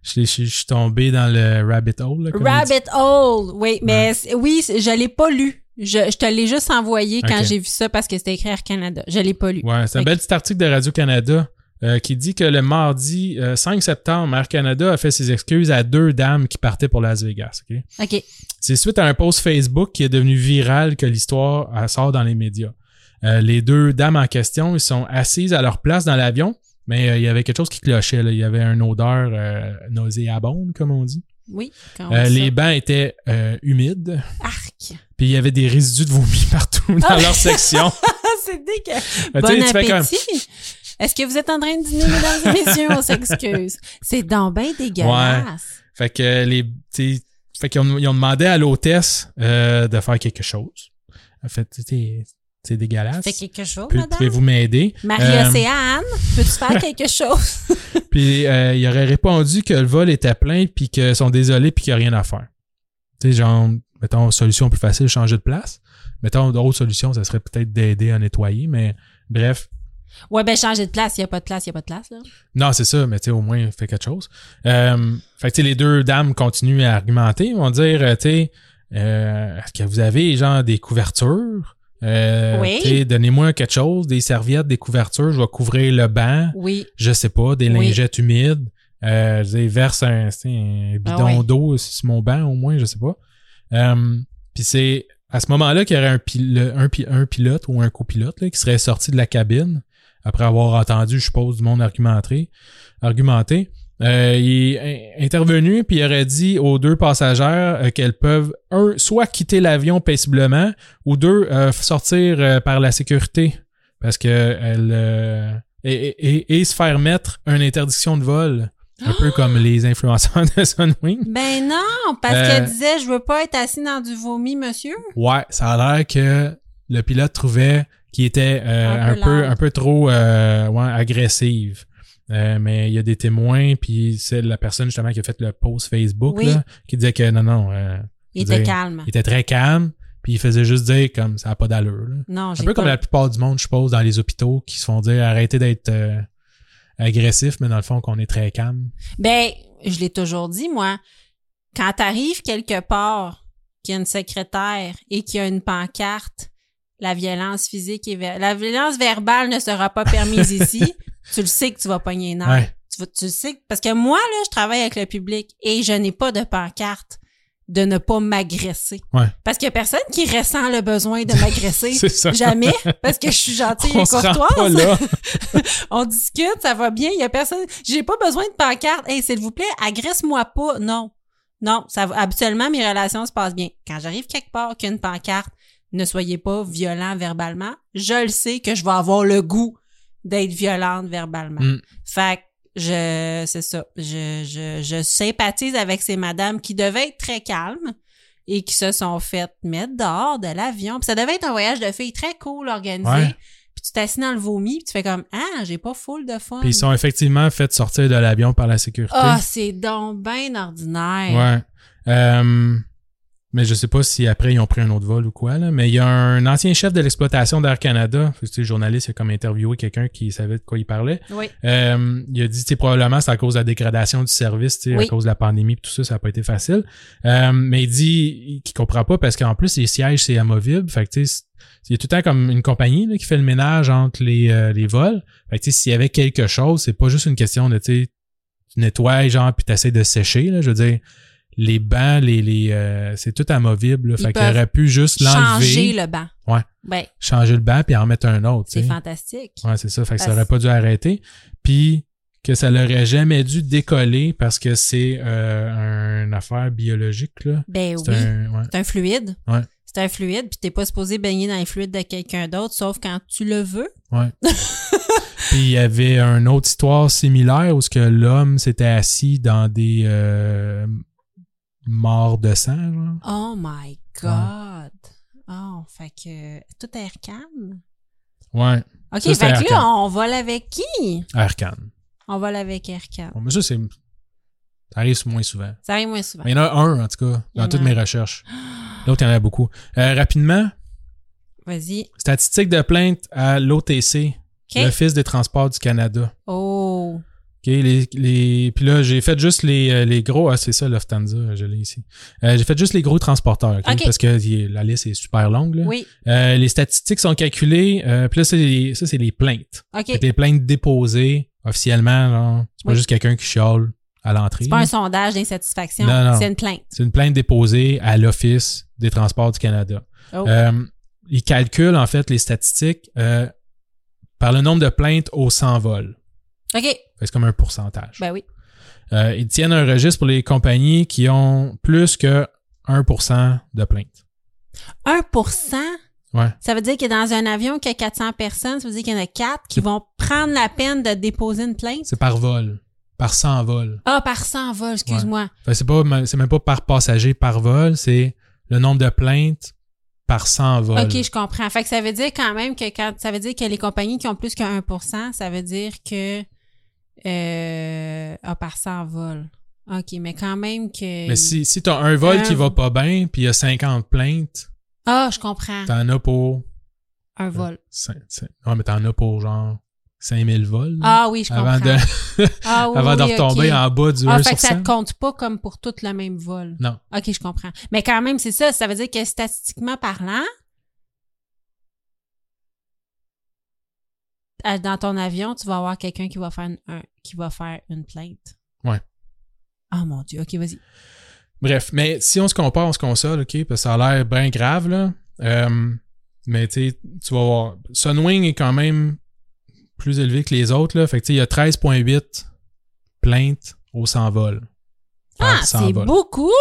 S2: Je l'ai- je- je suis tombé dans le rabbit hole. là, comme on dit.
S1: Rabbit Hole, oui, mais c'est- oui, c'est- je l'ai pas lu. Je, je te l'ai juste envoyé quand
S2: Ok.
S1: j'ai vu ça parce que c'était écrit Air Canada. Je l'ai pas lu.
S2: Ouais, c'est un
S1: Fait
S2: bel petit article de Radio-Canada. euh, qui dit que le mardi euh, 5 septembre, Air Canada a fait ses excuses à deux dames qui partaient pour Las Vegas. ok?
S1: OK.
S2: C'est suite à un post Facebook qui est devenu viral que l'histoire euh, sort dans les médias. Euh, les deux dames en question, ils sont assises à leur place dans l'avion, mais euh, il y avait quelque chose qui clochait. là. Il y avait une odeur euh, nauséabonde, comme on dit.
S1: Oui. Quand
S2: Euh,
S1: on dit
S2: les
S1: Ah, ça.
S2: bains étaient euh, humides,
S1: Arc.
S2: puis il y avait des résidus de vomi partout dans
S1: Ah!
S2: leur section.
S1: Ah, c'est dégueu.
S2: Mais Ben, tu
S1: Bon
S2: sais, tu fais
S1: appétit.
S2: comme-
S1: Est-ce que vous êtes en train de dîner, mesdames et messieurs? On s'excuse. C'est donc bien dégueulasse.
S2: Fait que euh, les. t'sais, Fait qu'ils ont, ils ont demandé à l'hôtesse euh, de faire quelque chose. Elle fait, tu sais, c'est dégueulasse.
S1: Fais quelque chose,
S2: Peu-
S1: madame?
S2: Pouvez-vous m'aider? Euh,
S1: Marie-Océane, peux-tu faire quelque chose?
S2: Puis euh, il aurait répondu que le vol était plein, puis qu'ils sont désolés, puis qu'il n'y a rien à faire. Tu sais, genre, mettons, solution plus facile, changer de place. Mettons, d'autres solutions, ça serait peut-être d'aider à nettoyer, mais bref.
S1: Ouais, ben, changer de place. Il n'y a pas de place, il n'y a pas de place, là.
S2: Non, c'est ça, mais tu sais, au moins, fait quelque chose. Euh, fait que tu sais, les deux dames continuent à argumenter, Ils vont dire, euh, tu sais, euh, est-ce que vous avez, genre, des couvertures? Euh,
S1: Oui.
S2: tu sais, Donnez-moi quelque chose, des serviettes, des couvertures, je vais couvrir le banc.
S1: Oui.
S2: je sais pas, des
S1: Oui.
S2: lingettes humides. Euh, je dis, verse un, c'est un bidon
S1: Ah ouais.
S2: d'eau sur mon banc, au moins, je sais pas. Euh, Puis c'est à ce moment-là qu'il y aurait un, pil- un, pi- un pilote ou un copilote là, qui serait sorti de la cabine après avoir entendu, je suppose, du monde argumenté. argumenté. Euh, il est in- intervenu puis il aurait dit aux deux passagères euh, qu'elles peuvent, un, soit quitter l'avion paisiblement ou deux, euh, sortir euh, par la sécurité parce que elle, euh, et, et- et- et se faire mettre une interdiction de vol, un peu comme les influenceurs de Sunwing.
S1: Ben non, parce
S2: Euh,
S1: qu'elle disait, je veux pas être assis dans du vomi, monsieur.
S2: Ouais, ça a l'air que le pilote trouvait qu'il était euh,
S1: Un
S2: un,
S1: peu
S2: peu
S1: loud.
S2: un peu trop euh, ouais, agressive. Euh, mais il y a des témoins, puis c'est la personne justement qui a fait le post Facebook
S1: Oui.
S2: là, qui disait que non, non, euh,
S1: Il
S2: je veux
S1: était
S2: dire,
S1: calme.
S2: il était très calme, puis il faisait juste dire comme ça n'a pas d'allure. là.
S1: Non, j'ai
S2: Un peu
S1: pas-
S2: comme la plupart du monde, je suppose, dans les hôpitaux qui se font dire arrêtez d'être euh, agressif, mais dans le fond qu'on est très calme.
S1: Ben, je l'ai toujours dit, moi. Quand t'arrives quelque part, qu'il y a une secrétaire et qu'il y a une pancarte, la violence physique et ver- la violence verbale ne sera pas permise ici. Tu le sais que tu vas pogner une
S2: Ouais.
S1: Tu, vas- tu le sais. que- Parce que moi, là, je travaille avec le public et je n'ai pas de pancarte de ne pas m'agresser.
S2: Ouais.
S1: Parce qu'il y a personne qui ressent le besoin de m'agresser.
S2: C'est ça.
S1: Jamais. Parce que je suis gentille et
S2: On se rend pas
S1: courtoise.
S2: là.
S1: On discute, ça va bien, il y a personne. J'ai pas besoin de pancarte. Hey, s'il vous plaît, agresse-moi pas. Non. Non, ça va- habituellement mes relations se passent bien. Quand j'arrive quelque part qu'il y a une pancarte, ne soyez pas violent verbalement. Je le sais que je vais avoir le goût d'être violente verbalement.
S2: Mm.
S1: Fait que je c'est ça, je, je je sympathise avec ces madames qui devaient être très calmes et qui se sont faites mettre dehors de l'avion. Puis ça devait être un voyage de filles très cool organisé.
S2: Ouais.
S1: Puis tu t'assis dans le vomi, puis tu fais comme ah, j'ai pas full de fun.
S2: Puis ils sont effectivement fait sortir de l'avion par la sécurité.
S1: Ah, c'est donc bien ordinaire.
S2: ouais. Euh, mais je sais pas si après ils ont pris un autre vol ou quoi, là. Mais il y a un ancien chef de l'exploitation d'Air Canada, tu sais, le journaliste, il a comme interviewé quelqu'un qui savait de quoi il parlait.
S1: Oui.
S2: Euh, il a dit, tu sais, probablement, c'est à cause de la dégradation du service, tu sais,
S1: Oui.
S2: à cause de la pandémie, pis tout ça, ça n'a pas été facile. Euh, mais il dit qu'il comprend pas parce qu'en plus, les sièges, c'est amovible. Fait que, tu sais, c'est- il y a tout le temps comme une compagnie là, qui fait le ménage entre les, euh, les vols. Fait que, tu sais, s'il y avait quelque chose, c'est pas juste une question de, tu sais, tu nettoies, genre, puis t'essaies de sécher, là. Je veux dire, les bancs, les, les, euh, c'est tout amovible, là.
S1: Ils
S2: Fait qu'il
S1: peuvent
S2: aurait pu juste
S1: Changer
S2: l'enlever,
S1: le banc.
S2: Ouais.
S1: Ben,
S2: changer le banc puis en mettre un autre, tu
S1: c'est
S2: sais.
S1: fantastique.
S2: Ouais, c'est ça. Fait que ça
S1: Parce-
S2: aurait pas dû arrêter. Puis que ça l'aurait jamais dû décoller parce que c'est euh, une affaire biologique, là.
S1: Ben
S2: C'est
S1: oui.
S2: un- ouais.
S1: C'est un fluide.
S2: Ouais.
S1: C'est un fluide, puis t'es pas supposé baigner dans les fluides de quelqu'un d'autre, sauf quand tu le veux.
S2: Ouais. Puis il y avait une autre histoire similaire où ce que l'homme s'était assis dans des euh, morts de sang, genre.
S1: Oh my God! Oh, fait que tout est calme.
S2: Ouais,
S1: OK,
S2: Ça, c'était
S1: fait que là,
S2: Aircan.
S1: on vole avec qui?
S2: Arcan.
S1: On vole avec Erkan.
S2: Bon, mais ça, c'est. Ça arrive moins souvent.
S1: Ça arrive moins souvent.
S2: Mais il y en a un, en tout cas,
S1: Il y en
S2: dans toutes
S1: a
S2: mes
S1: un.
S2: recherches. L'autre, il y en a beaucoup. Euh, rapidement,
S1: Vas-y.
S2: statistique de plainte à l'OTC.
S1: OK.
S2: l'Office des transports du Canada.
S1: Oh.
S2: OK, les, les, puis là, j'ai fait juste les, euh, les gros. Ah, c'est ça, l'Oftanza, je l'ai ici. Euh, j'ai fait juste les gros transporteurs, OK,
S1: OK.
S2: parce que y- la liste est super longue. là.
S1: Oui.
S2: Euh, les statistiques sont calculées. euh, puis là, c'est- ça, c'est les plaintes.
S1: OK.
S2: Fait que les plaintes déposées officiellement, là, c'est pas
S1: Oui.
S2: juste quelqu'un qui chiale à l'entrée.
S1: C'est pas
S2: là.
S1: un sondage d'insatisfaction,
S2: Non, non.
S1: c'est une plainte.
S2: C'est une plainte déposée à l'Office des transports du Canada.
S1: Oh.
S2: Euh, ils calculent, en fait, les statistiques euh, par le nombre de plaintes au 100 vols.
S1: OK.
S2: Fait que C'est comme un pourcentage.
S1: Ben oui.
S2: Euh, ils tiennent un registre pour les compagnies qui ont plus que 1% de plaintes.
S1: 1
S2: Ouais.
S1: ça veut dire que dans un avion qui a 400 personnes, ça veut dire qu'il y en a 4 qui vont prendre la peine de déposer une plainte.
S2: C'est par vol. Par 100 vols.
S1: Ah, par 100 vols, excuse-moi.
S2: Fait que C'est pas, c'est même pas par passager, par vol. C'est le nombre de plaintes par 100 vols.
S1: OK, je comprends. Fait que ça veut dire quand même que quand ça veut dire que les compagnies qui ont plus que 1 ça veut dire que euh, ah, par 100 vols. OK, mais quand même que
S2: Mais si, si t'as un vol
S1: Euh,
S2: qui va pas bien, puis il y a 50 plaintes,
S1: Ah, je comprends.
S2: t'en as pour...
S1: Un vol.
S2: cin- cin- ouais, mais t'en as pour genre 5000 vols. là,
S1: Ah oui, je comprends.
S2: avant de,
S1: ah, oui,
S2: avant de
S1: oui,
S2: retomber
S1: ok.
S2: en bas du
S1: Ah,
S2: 1
S1: fait
S2: sur
S1: que ça
S2: 100.
S1: te compte pas comme pour tout le même vol.
S2: Non.
S1: OK, je comprends. Mais quand même, c'est ça. Ça veut dire que statistiquement parlant, à- dans ton avion, tu vas avoir quelqu'un qui va faire une, un- qui va faire une plainte.
S2: Ouais.
S1: Ah mon Dieu. OK, vas-y.
S2: Bref, mais si on se compare, on se console, OK, parce que ça a l'air bien grave, là. Euh, mais tu sais, tu vas voir. Sunwing est quand même plus élevé que les autres, là. Fait que tu sais, il y a 13,8 plaintes au 100 vols. Par
S1: Ah,
S2: 100
S1: c'est
S2: vols.
S1: beaucoup!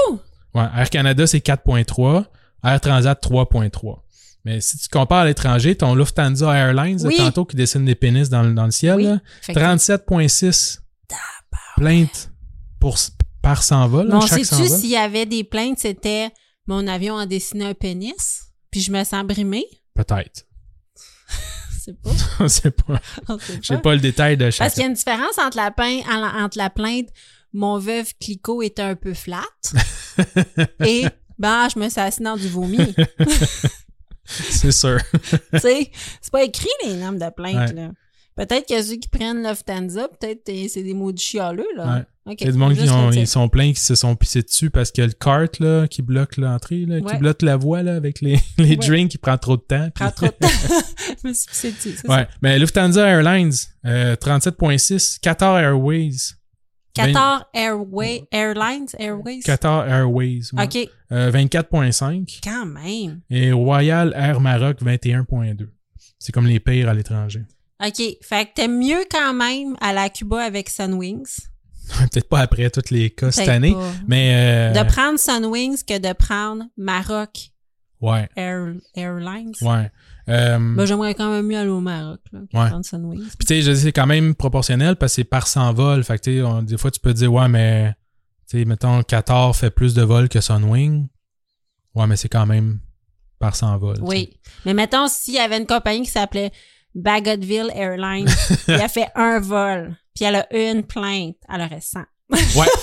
S2: Ouais, Air Canada, c'est 4,3. Air Transat, 3,3. Mais si tu compares à l'étranger, ton Lufthansa Airlines, là,
S1: Oui.
S2: tantôt qui dessine des pénis dans, le- dans le ciel,
S1: Oui.
S2: là,
S1: Fait que-
S2: 37,6 plaintes pour, par 100 vols. là,
S1: Bon,
S2: chaque 100
S1: sais-tu
S2: vols.
S1: s'il y avait des plaintes, c'était mon avion en dessiné un pénis, puis je me sens brimée?
S2: Peut-être.
S1: Je sais pas.
S2: On sait pas.
S1: On sait
S2: J'ai pas le détail de
S1: Parce
S2: chaque.
S1: qu'il y a une différence entre la, plain- en- entre la plainte Mon veuve Clicot était un peu flat et Ben, je me suis assis dans du vomi.
S2: C'est sûr.
S1: tu sais, c'est pas écrit les noms de plaintes.
S2: Ouais.
S1: là. Peut-être que ceux qui prennent l'Oftanza, peut-être euh, c'est des mots du chialeux. Là. Ok,
S2: Il y a du monde qui
S1: juste
S2: ont-
S1: le
S2: ils
S1: dire.
S2: sont pleins qui se sont pissés dessus parce que le cart là, qui bloque l'entrée, là, qui
S1: Ouais.
S2: bloque la voie là, avec les, les
S1: Ouais.
S2: drinks qui prend trop de temps. puis-
S1: Prends trop de temps. je me suis pissée dessus, ça,
S2: Ouais. Mais Lufthansa Airlines, euh, 37.6, Qatar Airways.
S1: c'est-
S2: vingt-
S1: Qatar Airway, Airlines, Airways.
S2: Qatar Airways. ouais.
S1: OK,
S2: Euh, 24.5
S1: quand même.
S2: et Royal Air Maroc 21.2. C'est comme les pires à l'étranger.
S1: OK, fait que t'es mieux quand même à la Cuba avec Sunwings.
S2: Peut-être pas après tous les cas cette
S1: Peut-être
S2: année,
S1: pas.
S2: mais euh,
S1: De prendre Sunwings que de prendre Maroc
S2: ouais,
S1: Air- Airlines.
S2: ouais. Euh,
S1: Ben, j'aimerais quand même mieux aller au Maroc là, que
S2: Ouais.
S1: prendre Sunwings.
S2: Puis tu sais, je dis, c'est quand même proportionnel parce que c'est par 100 vols. Fait que tu sais, on- des fois, tu peux dire, ouais, mais tu sais, mettons, Qatar fait plus de vols que Sunwing. Ouais, mais c'est quand même par 100 vols. tu sais.
S1: Oui. Mais mettons, s'il y avait une compagnie qui s'appelait Bagotville Airlines, il a fait un vol, puis elle a une plainte, elle aurait 100.
S2: Ouais.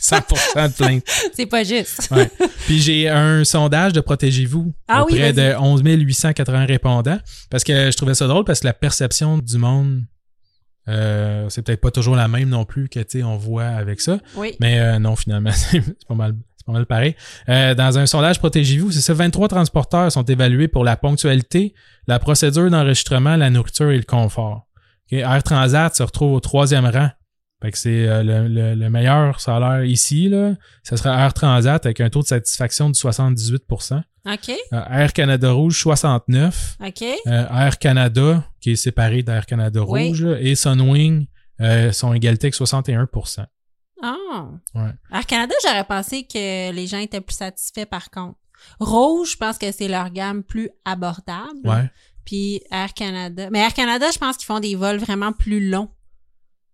S2: 100% de plaintes.
S1: C'est pas juste.
S2: Ouais. Puis j'ai un sondage de Protégez-vous
S1: Ah oui,
S2: auprès
S1: vas-y.
S2: de 11 880 répondants parce que je trouvais ça drôle parce que la perception du monde, euh, c'est peut-être pas toujours la même non plus que tu sais, on voit avec ça.
S1: Oui.
S2: Mais euh, non, finalement, c'est c'est pas mal. C'est pas mal pareil. Euh, dans un sondage Protégez-vous, c'est ça, 23 transporteurs sont évalués pour la ponctualité, la procédure d'enregistrement, la nourriture et le confort. Ok, Air Transat se retrouve au troisième rang. Fait que c'est euh, le, le- le meilleur salaire ici, là. Ce serait Air Transat avec un taux de satisfaction de 78
S1: OK.
S2: Euh, Air Canada Rouge, 69
S1: OK.
S2: Euh, Air Canada, qui est séparé d'Air Canada
S1: Oui.
S2: Rouge, là, et Sunwing euh, sont égalité avec 61
S1: Ah.
S2: Ouais.
S1: Air Canada, j'aurais pensé que les gens étaient plus satisfaits par contre. Rouge, je pense que c'est leur gamme plus abordable.
S2: Ouais.
S1: Puis Air Canada. Mais Air Canada, je pense qu'ils font des vols vraiment plus longs.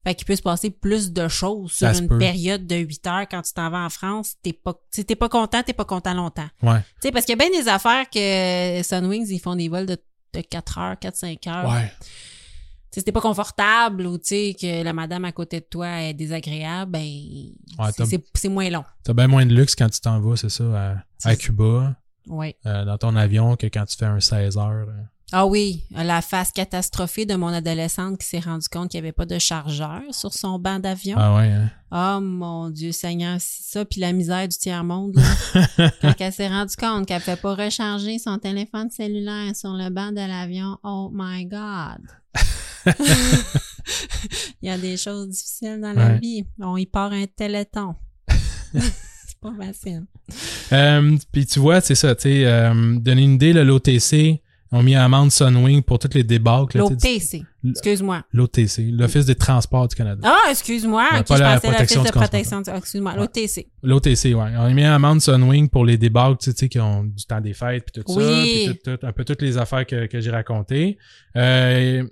S1: Fait qu'il peut se passer plus de choses sur
S2: Ça se
S1: une
S2: peut.
S1: période de 8 heures quand tu t'en vas en France. T'es pas, si t'es pas content, t'es pas content longtemps.
S2: Ouais.
S1: Tu sais, parce qu'il y a bien des affaires que Sunwings, ils font des vols de, de 4 heures, 4-5 heures.
S2: Ouais.
S1: Tu sais, si t'es pas confortable ou tu sais que la madame à côté de toi est désagréable, ben, c'est-
S2: t'as-
S1: c'est- c'est moins long.
S2: T'as bien moins de luxe quand tu t'en vas, c'est ça, à, à Cuba,
S1: Ouais.
S2: euh, dans ton avion, que quand tu fais un 16 heures. euh.
S1: Ah oui, la phase catastrophée de mon adolescente qui s'est rendue compte qu'il n'y avait pas de chargeur sur son banc d'avion.
S2: Ah ouais, hein?
S1: Oh mon Dieu Seigneur, si ça, puis la misère du tiers-monde, là. quand elle s'est rendue compte qu'elle ne fait pas recharger son téléphone cellulaire sur le banc de l'avion, oh my God. Il y a des choses difficiles dans la
S2: Ouais.
S1: vie. On y part un téléthon. c'est pas facile.
S2: Euh, Puis tu vois, c'est ça, tu sais, euh, donner une idée, là, l'OTC ont mis à amende Sunwing pour toutes les débâcles. là, tu sais,
S1: L'OPC. Excuse-moi.
S2: L'OTC, l'Office des transports du Canada.
S1: Ah, excuse-moi. ok,
S2: Ouais, Ben, pas
S1: je
S2: la
S1: pensais la
S2: protection
S1: fiche de
S2: du consommateur.
S1: protection. du- ah, excuse-moi.
S2: Ouais.
S1: L'OTC.
S2: L'OTC, ouais. On a mis à amende Sunwing pour les débâcles, tu sais, qui ont du temps des fêtes, puis tout ça,
S1: Oui.
S2: puis tout- tout- un peu toutes les affaires que, que j'ai racontées. Euh,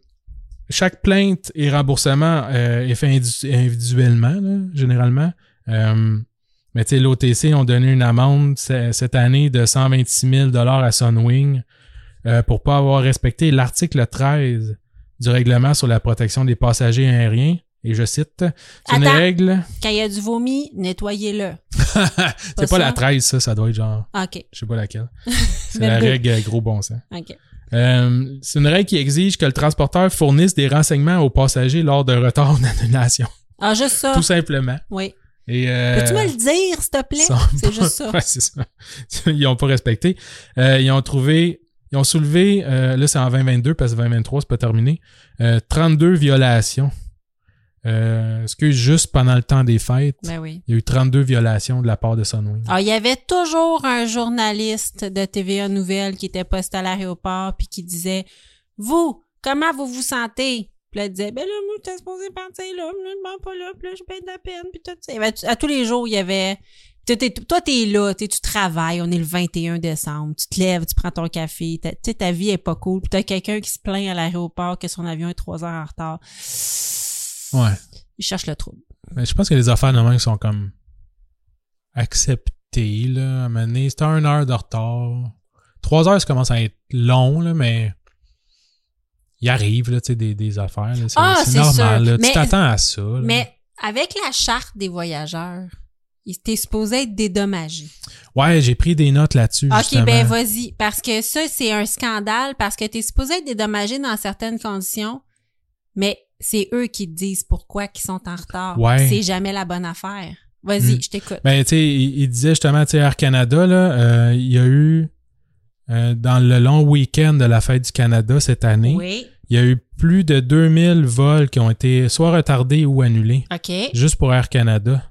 S2: chaque plainte et remboursement euh, est fait indu- individuellement, là, généralement. Euh, mais tu sais, l'OTC ont donné une amende ce- cette année de 126 000 à Sunwing euh, pour pas avoir respecté l'article 13 du règlement sur la protection des passagers aériens. Et je cite, c'est une
S1: Attends.
S2: règle...
S1: Quand il y a du vomi, nettoyez-le.
S2: c'est pas,
S1: ça?
S2: la 13, ça, ça doit être genre...
S1: OK.
S2: Je sais pas laquelle. C'est
S1: Belle
S2: la
S1: idée.
S2: règle euh, gros bon sens.
S1: OK.
S2: Euh, c'est une règle qui exige que le transporteur fournisse des renseignements aux passagers lors d'un retard ou d'annulation.
S1: Ah, juste ça.
S2: Tout simplement.
S1: Oui.
S2: Et, euh,
S1: Peux-tu me le dire, s'il te plaît?
S2: sont
S1: C'est
S2: pas-
S1: juste ça.
S2: Ouais, c'est ça. Ils n'ont pas respecté. Euh, ils ont trouvé, ils ont soulevé, euh, là c'est en 2022 parce que 2023 c'est pas terminé, euh, 32 violations. Euh, est-ce que juste pendant le temps des fêtes,
S1: Ben oui.
S2: il y a eu 32 violations de la part de Sunwing?
S1: Ah, il y avait toujours un journaliste de TVA Nouvelle qui était posté à l'aéroport puis qui disait Vous, comment vous vous sentez? Puis là, il disait Ben là, moi, j'étais supposé partir là, mais je m'en pas là, puis là, je paye de la peine, puis tout ça. Il y avait- à tous les jours, il y avait. t'es- t'es- Toi, t'es là, t'sais, tu travailles, on est le 21 décembre, tu te lèves, tu prends ton café, ta, t'sais, ta vie est pas cool, puis t'as quelqu'un qui se plaint à l'aéroport que son avion est trois heures en retard.
S2: Ouais.
S1: Il cherche le trouble.
S2: Mais je pense que les affaires de même sont comme acceptées, là, à un moment donné. C'était une heure de retard. Trois heures, ça commence à être long, là, mais il arrive, là, tu sais, des, des affaires. là. C'est
S1: Ah,
S2: c'est
S1: c'est
S2: normal,
S1: sûr.
S2: là.
S1: Mais-
S2: Tu t'attends à ça. là.
S1: Mais avec la charte des voyageurs, il t'es supposé être dédommagé.
S2: Ouais, j'ai pris des notes là-dessus,
S1: OK,
S2: justement.
S1: ben vas-y. Parce que ça, c'est un scandale parce que t'es supposé être dédommagé dans certaines conditions, mais c'est eux qui te disent pourquoi qu'ils sont en retard.
S2: Ouais.
S1: C'est jamais la bonne affaire. Vas-y,
S2: Mm.
S1: je t'écoute.
S2: Ben, tu sais, il, il disait justement, tu sais, Air Canada, là, euh, il y a eu, euh, dans le long week-end de la fête du Canada cette année,
S1: oui.
S2: il y a eu plus de 2000 vols qui ont été soit retardés ou annulés.
S1: OK.
S2: juste pour Air Canada.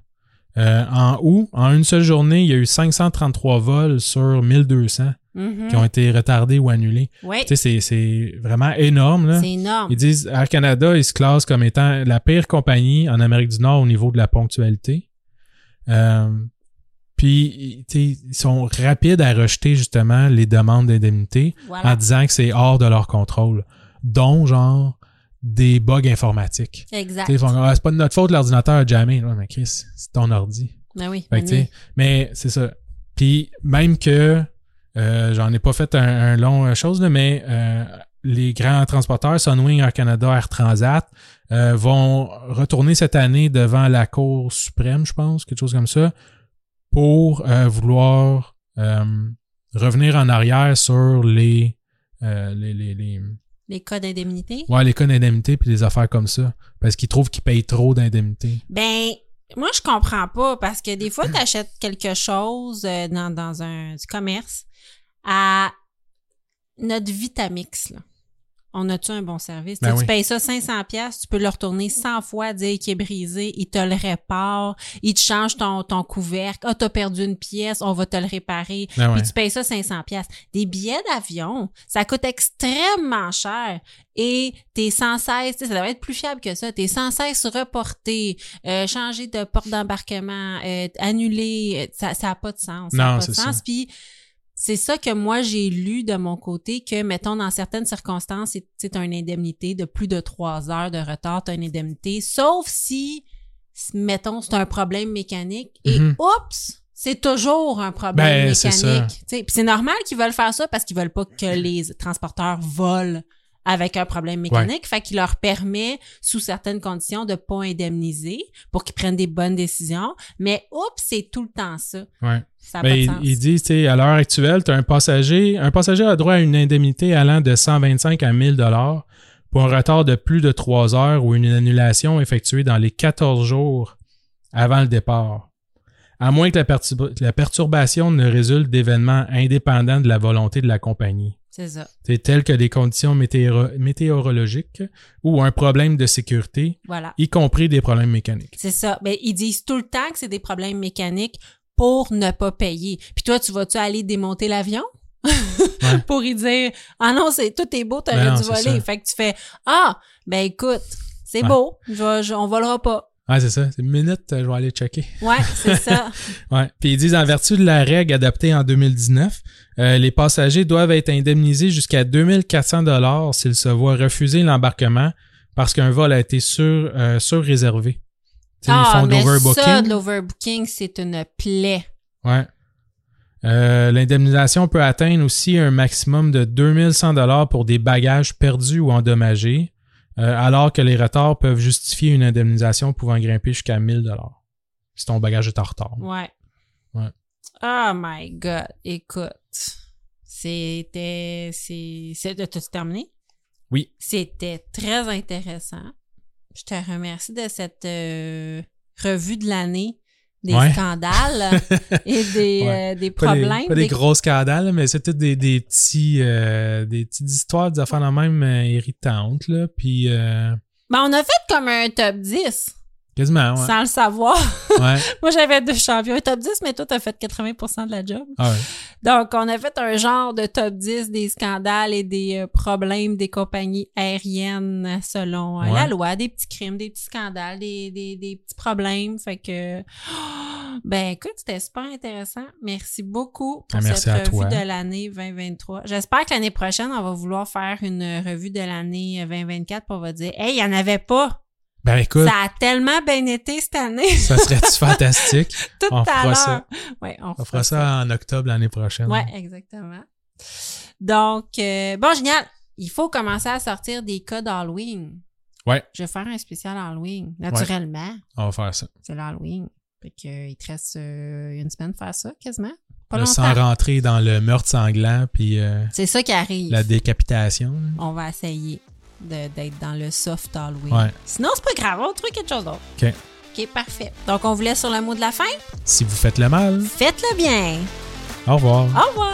S2: Euh, en août, en une seule journée, il y a eu 533 vols sur 1200
S1: Mhm.
S2: qui ont été retardés ou annulés.
S1: Oui.
S2: Tu sais, c'est- c'est vraiment énorme. Là.
S1: C'est énorme.
S2: Ils disent Air Canada, ils se classent comme étant la pire compagnie en Amérique du Nord au niveau de la ponctualité. Euh, puis, tu sais, ils sont rapides à rejeter justement les demandes d'indemnité
S1: Voilà.
S2: en disant que c'est hors de leur contrôle, dont genre des bugs informatiques.
S1: Exact.
S2: Tu sais, ils font comme, Ah, c'est pas de notre faute, l'ordinateur a jamais. Ouais, mais Chris, c'est ton ordi.
S1: Ben oui.
S2: Fait que,
S1: on
S2: tu sais,
S1: est-
S2: mais c'est ça. Puis même que, euh, j'en ai pas fait un, un long euh, chose, là, mais euh, les grands transporteurs, Sunwing, Air Canada, Air Transat, euh, vont retourner cette année devant la Cour suprême, je pense, quelque chose comme ça, pour euh, vouloir euh, revenir en arrière sur les, euh, les, les, les,
S1: Les cas d'indemnité.
S2: Ouais, les cas d'indemnité puis des affaires comme ça. Parce qu'ils trouvent qu'ils payent trop d'indemnité.
S1: Ben, moi, je comprends pas parce que des fois, tu achètes quelque chose euh, dans, dans un du commerce à notre Vitamix. Là. On a-tu un bon service?
S2: Ben
S1: Tu sais,
S2: oui.
S1: Tu payes ça 500$, piastres, tu peux le retourner 100 fois, dire qu'il est brisé, il te le répare, il te change ton, ton couvercle. Ah, t'as perdu une pièce, on va te le réparer.
S2: Ben ouais.
S1: Puis tu payes ça 500 pièces. Des billets d'avion, ça coûte extrêmement cher et t'es sans cesse, tu sais, ça devrait être plus fiable que ça. T'es sans cesse reporté, euh, changer de porte d'embarquement, euh, annulé, euh, ça ça a pas de sens. ça a pas
S2: Non,
S1: de
S2: c'est
S1: sens.
S2: ça.
S1: Puis c'est ça que moi j'ai lu de mon côté que mettons dans certaines circonstances, c'est- c'est une indemnité de plus de trois heures de retard, t'as une indemnité, sauf si mettons, c'est un problème mécanique et
S2: Mhm.
S1: oups, c'est toujours un problème
S2: Ben, c'est ça.
S1: mécanique. Tu sais, Puis c'est normal qu'ils veulent faire ça parce qu'ils veulent pas que les transporteurs volent avec un problème mécanique. Fait qu'il leur permet, sous certaines conditions, de pas indemniser pour qu'ils prennent des bonnes décisions. Mais oups, c'est tout le temps ça.
S2: Ouais.
S1: Ça n'a pas
S2: Ben,
S1: de
S2: ils,
S1: sens.
S2: ils disent, tu sais, à l'heure actuelle, tu as un passager. Un passager a droit à une indemnité allant de 125 à 1000 dollars pour un retard de plus de 3 heures ou une annulation effectuée dans les 14 jours avant le départ. À moins que la, perturb- la perturbation ne résulte d'événements indépendants de la volonté de la compagnie.
S1: C'est ça.
S2: C'est tel que des conditions météoro- météorologiques ou un problème de sécurité,
S1: Voilà.
S2: y compris des problèmes mécaniques.
S1: C'est ça. Mais ils disent tout le temps que c'est des problèmes mécaniques pour ne pas payer. Puis toi, tu vas-tu aller démonter l'avion? pour y dire Ah non, c'est tout est beau, t'aurais
S2: Ben non,
S1: dû
S2: c'est
S1: voler.
S2: ça.
S1: Fait que tu fais Ah, ben écoute, c'est
S2: Ouais.
S1: beau, je, vais- je- on volera pas.
S2: Ah, c'est ça. C'est une minute, euh, je vais aller checker.
S1: Ouais, c'est ça.
S2: Ouais. Puis ils disent en vertu de la règle adaptée en 2019, euh, les passagers doivent être indemnisés jusqu'à 2400 dollars s'ils se voient refuser l'embarquement parce qu'un vol a été sur euh, surréservé. Tu sais,
S1: ah,
S2: ils font de
S1: mais ça, de
S2: l'overbooking.
S1: l'overbooking, c'est une plaie.
S2: Ouais. Euh, L'indemnisation peut atteindre aussi un maximum de 2100 dollars pour des bagages perdus ou endommagés, euh, alors que les retards peuvent justifier une indemnisation pouvant grimper jusqu'à 1000 dollars si ton bagage est en retard.
S1: Ouais.
S2: Ouais.
S1: Oh my God. Écoute. C'était. C'est. c'est- T'as-tu terminé?
S2: Oui.
S1: C'était très intéressant. Je te remercie de cette euh, revue de l'année des
S2: Ouais.
S1: scandales et des,
S2: Ouais.
S1: euh, des
S2: Pas des-
S1: problèmes.
S2: Pas des, gros scandales, mais c'est toutes des, des petits euh, des petites histoires, des affaires de même euh, irritantes, là. Puis euh,
S1: Ben, on a fait comme un top 10
S2: quasiment, ouais.
S1: sans le savoir.
S2: ouais.
S1: Moi, j'avais deux champions, un top 10, mais toi, t'as fait 80 de la job.
S2: Ah ouais.
S1: Donc, on a fait un genre de top 10 des scandales et des euh, problèmes des compagnies aériennes selon euh,
S2: Ouais.
S1: la loi, des petits crimes, des petits scandales, des, des, des petits problèmes. Fait que, oh, ben écoute, c'était super intéressant. Merci beaucoup pour
S2: Ah, merci
S1: cette
S2: à
S1: revue
S2: toi.
S1: de l'année 2023. J'espère que l'année prochaine, on va vouloir faire une euh, revue de l'année 2024 pour va dire, hey, il n'y en avait pas.
S2: Ben écoute,
S1: Ça a tellement bien été cette année.
S2: ça, serait-tu fantastique?
S1: Tout
S2: On
S1: à
S2: fera
S1: l'heure.
S2: ça.
S1: Ouais, on,
S2: On fera ça en octobre l'année prochaine.
S1: Ouais, exactement. Donc, euh, bon, génial. Il faut commencer à sortir des cas d'Halloween.
S2: Ouais.
S1: Je vais faire un spécial Halloween. Naturellement,
S2: On va faire ça.
S1: c'est l'Halloween. Fait que, euh, il te reste euh, une semaine de faire ça, quasiment. Pas
S2: Là, sans
S1: longtemps.
S2: rentrer dans le meurtre sanglant puis euh,
S1: C'est ça qui arrive.
S2: la décapitation.
S1: On va essayer de- d'être dans le soft Halloween.
S2: Ouais.
S1: Sinon, c'est pas grave. On va trouver quelque chose d'autre.
S2: OK.
S1: OK, parfait. Donc, on vous laisse sur le mot de la fin.
S2: Si vous faites le mal,
S1: Faites-le bien.
S2: au revoir.
S1: Au revoir.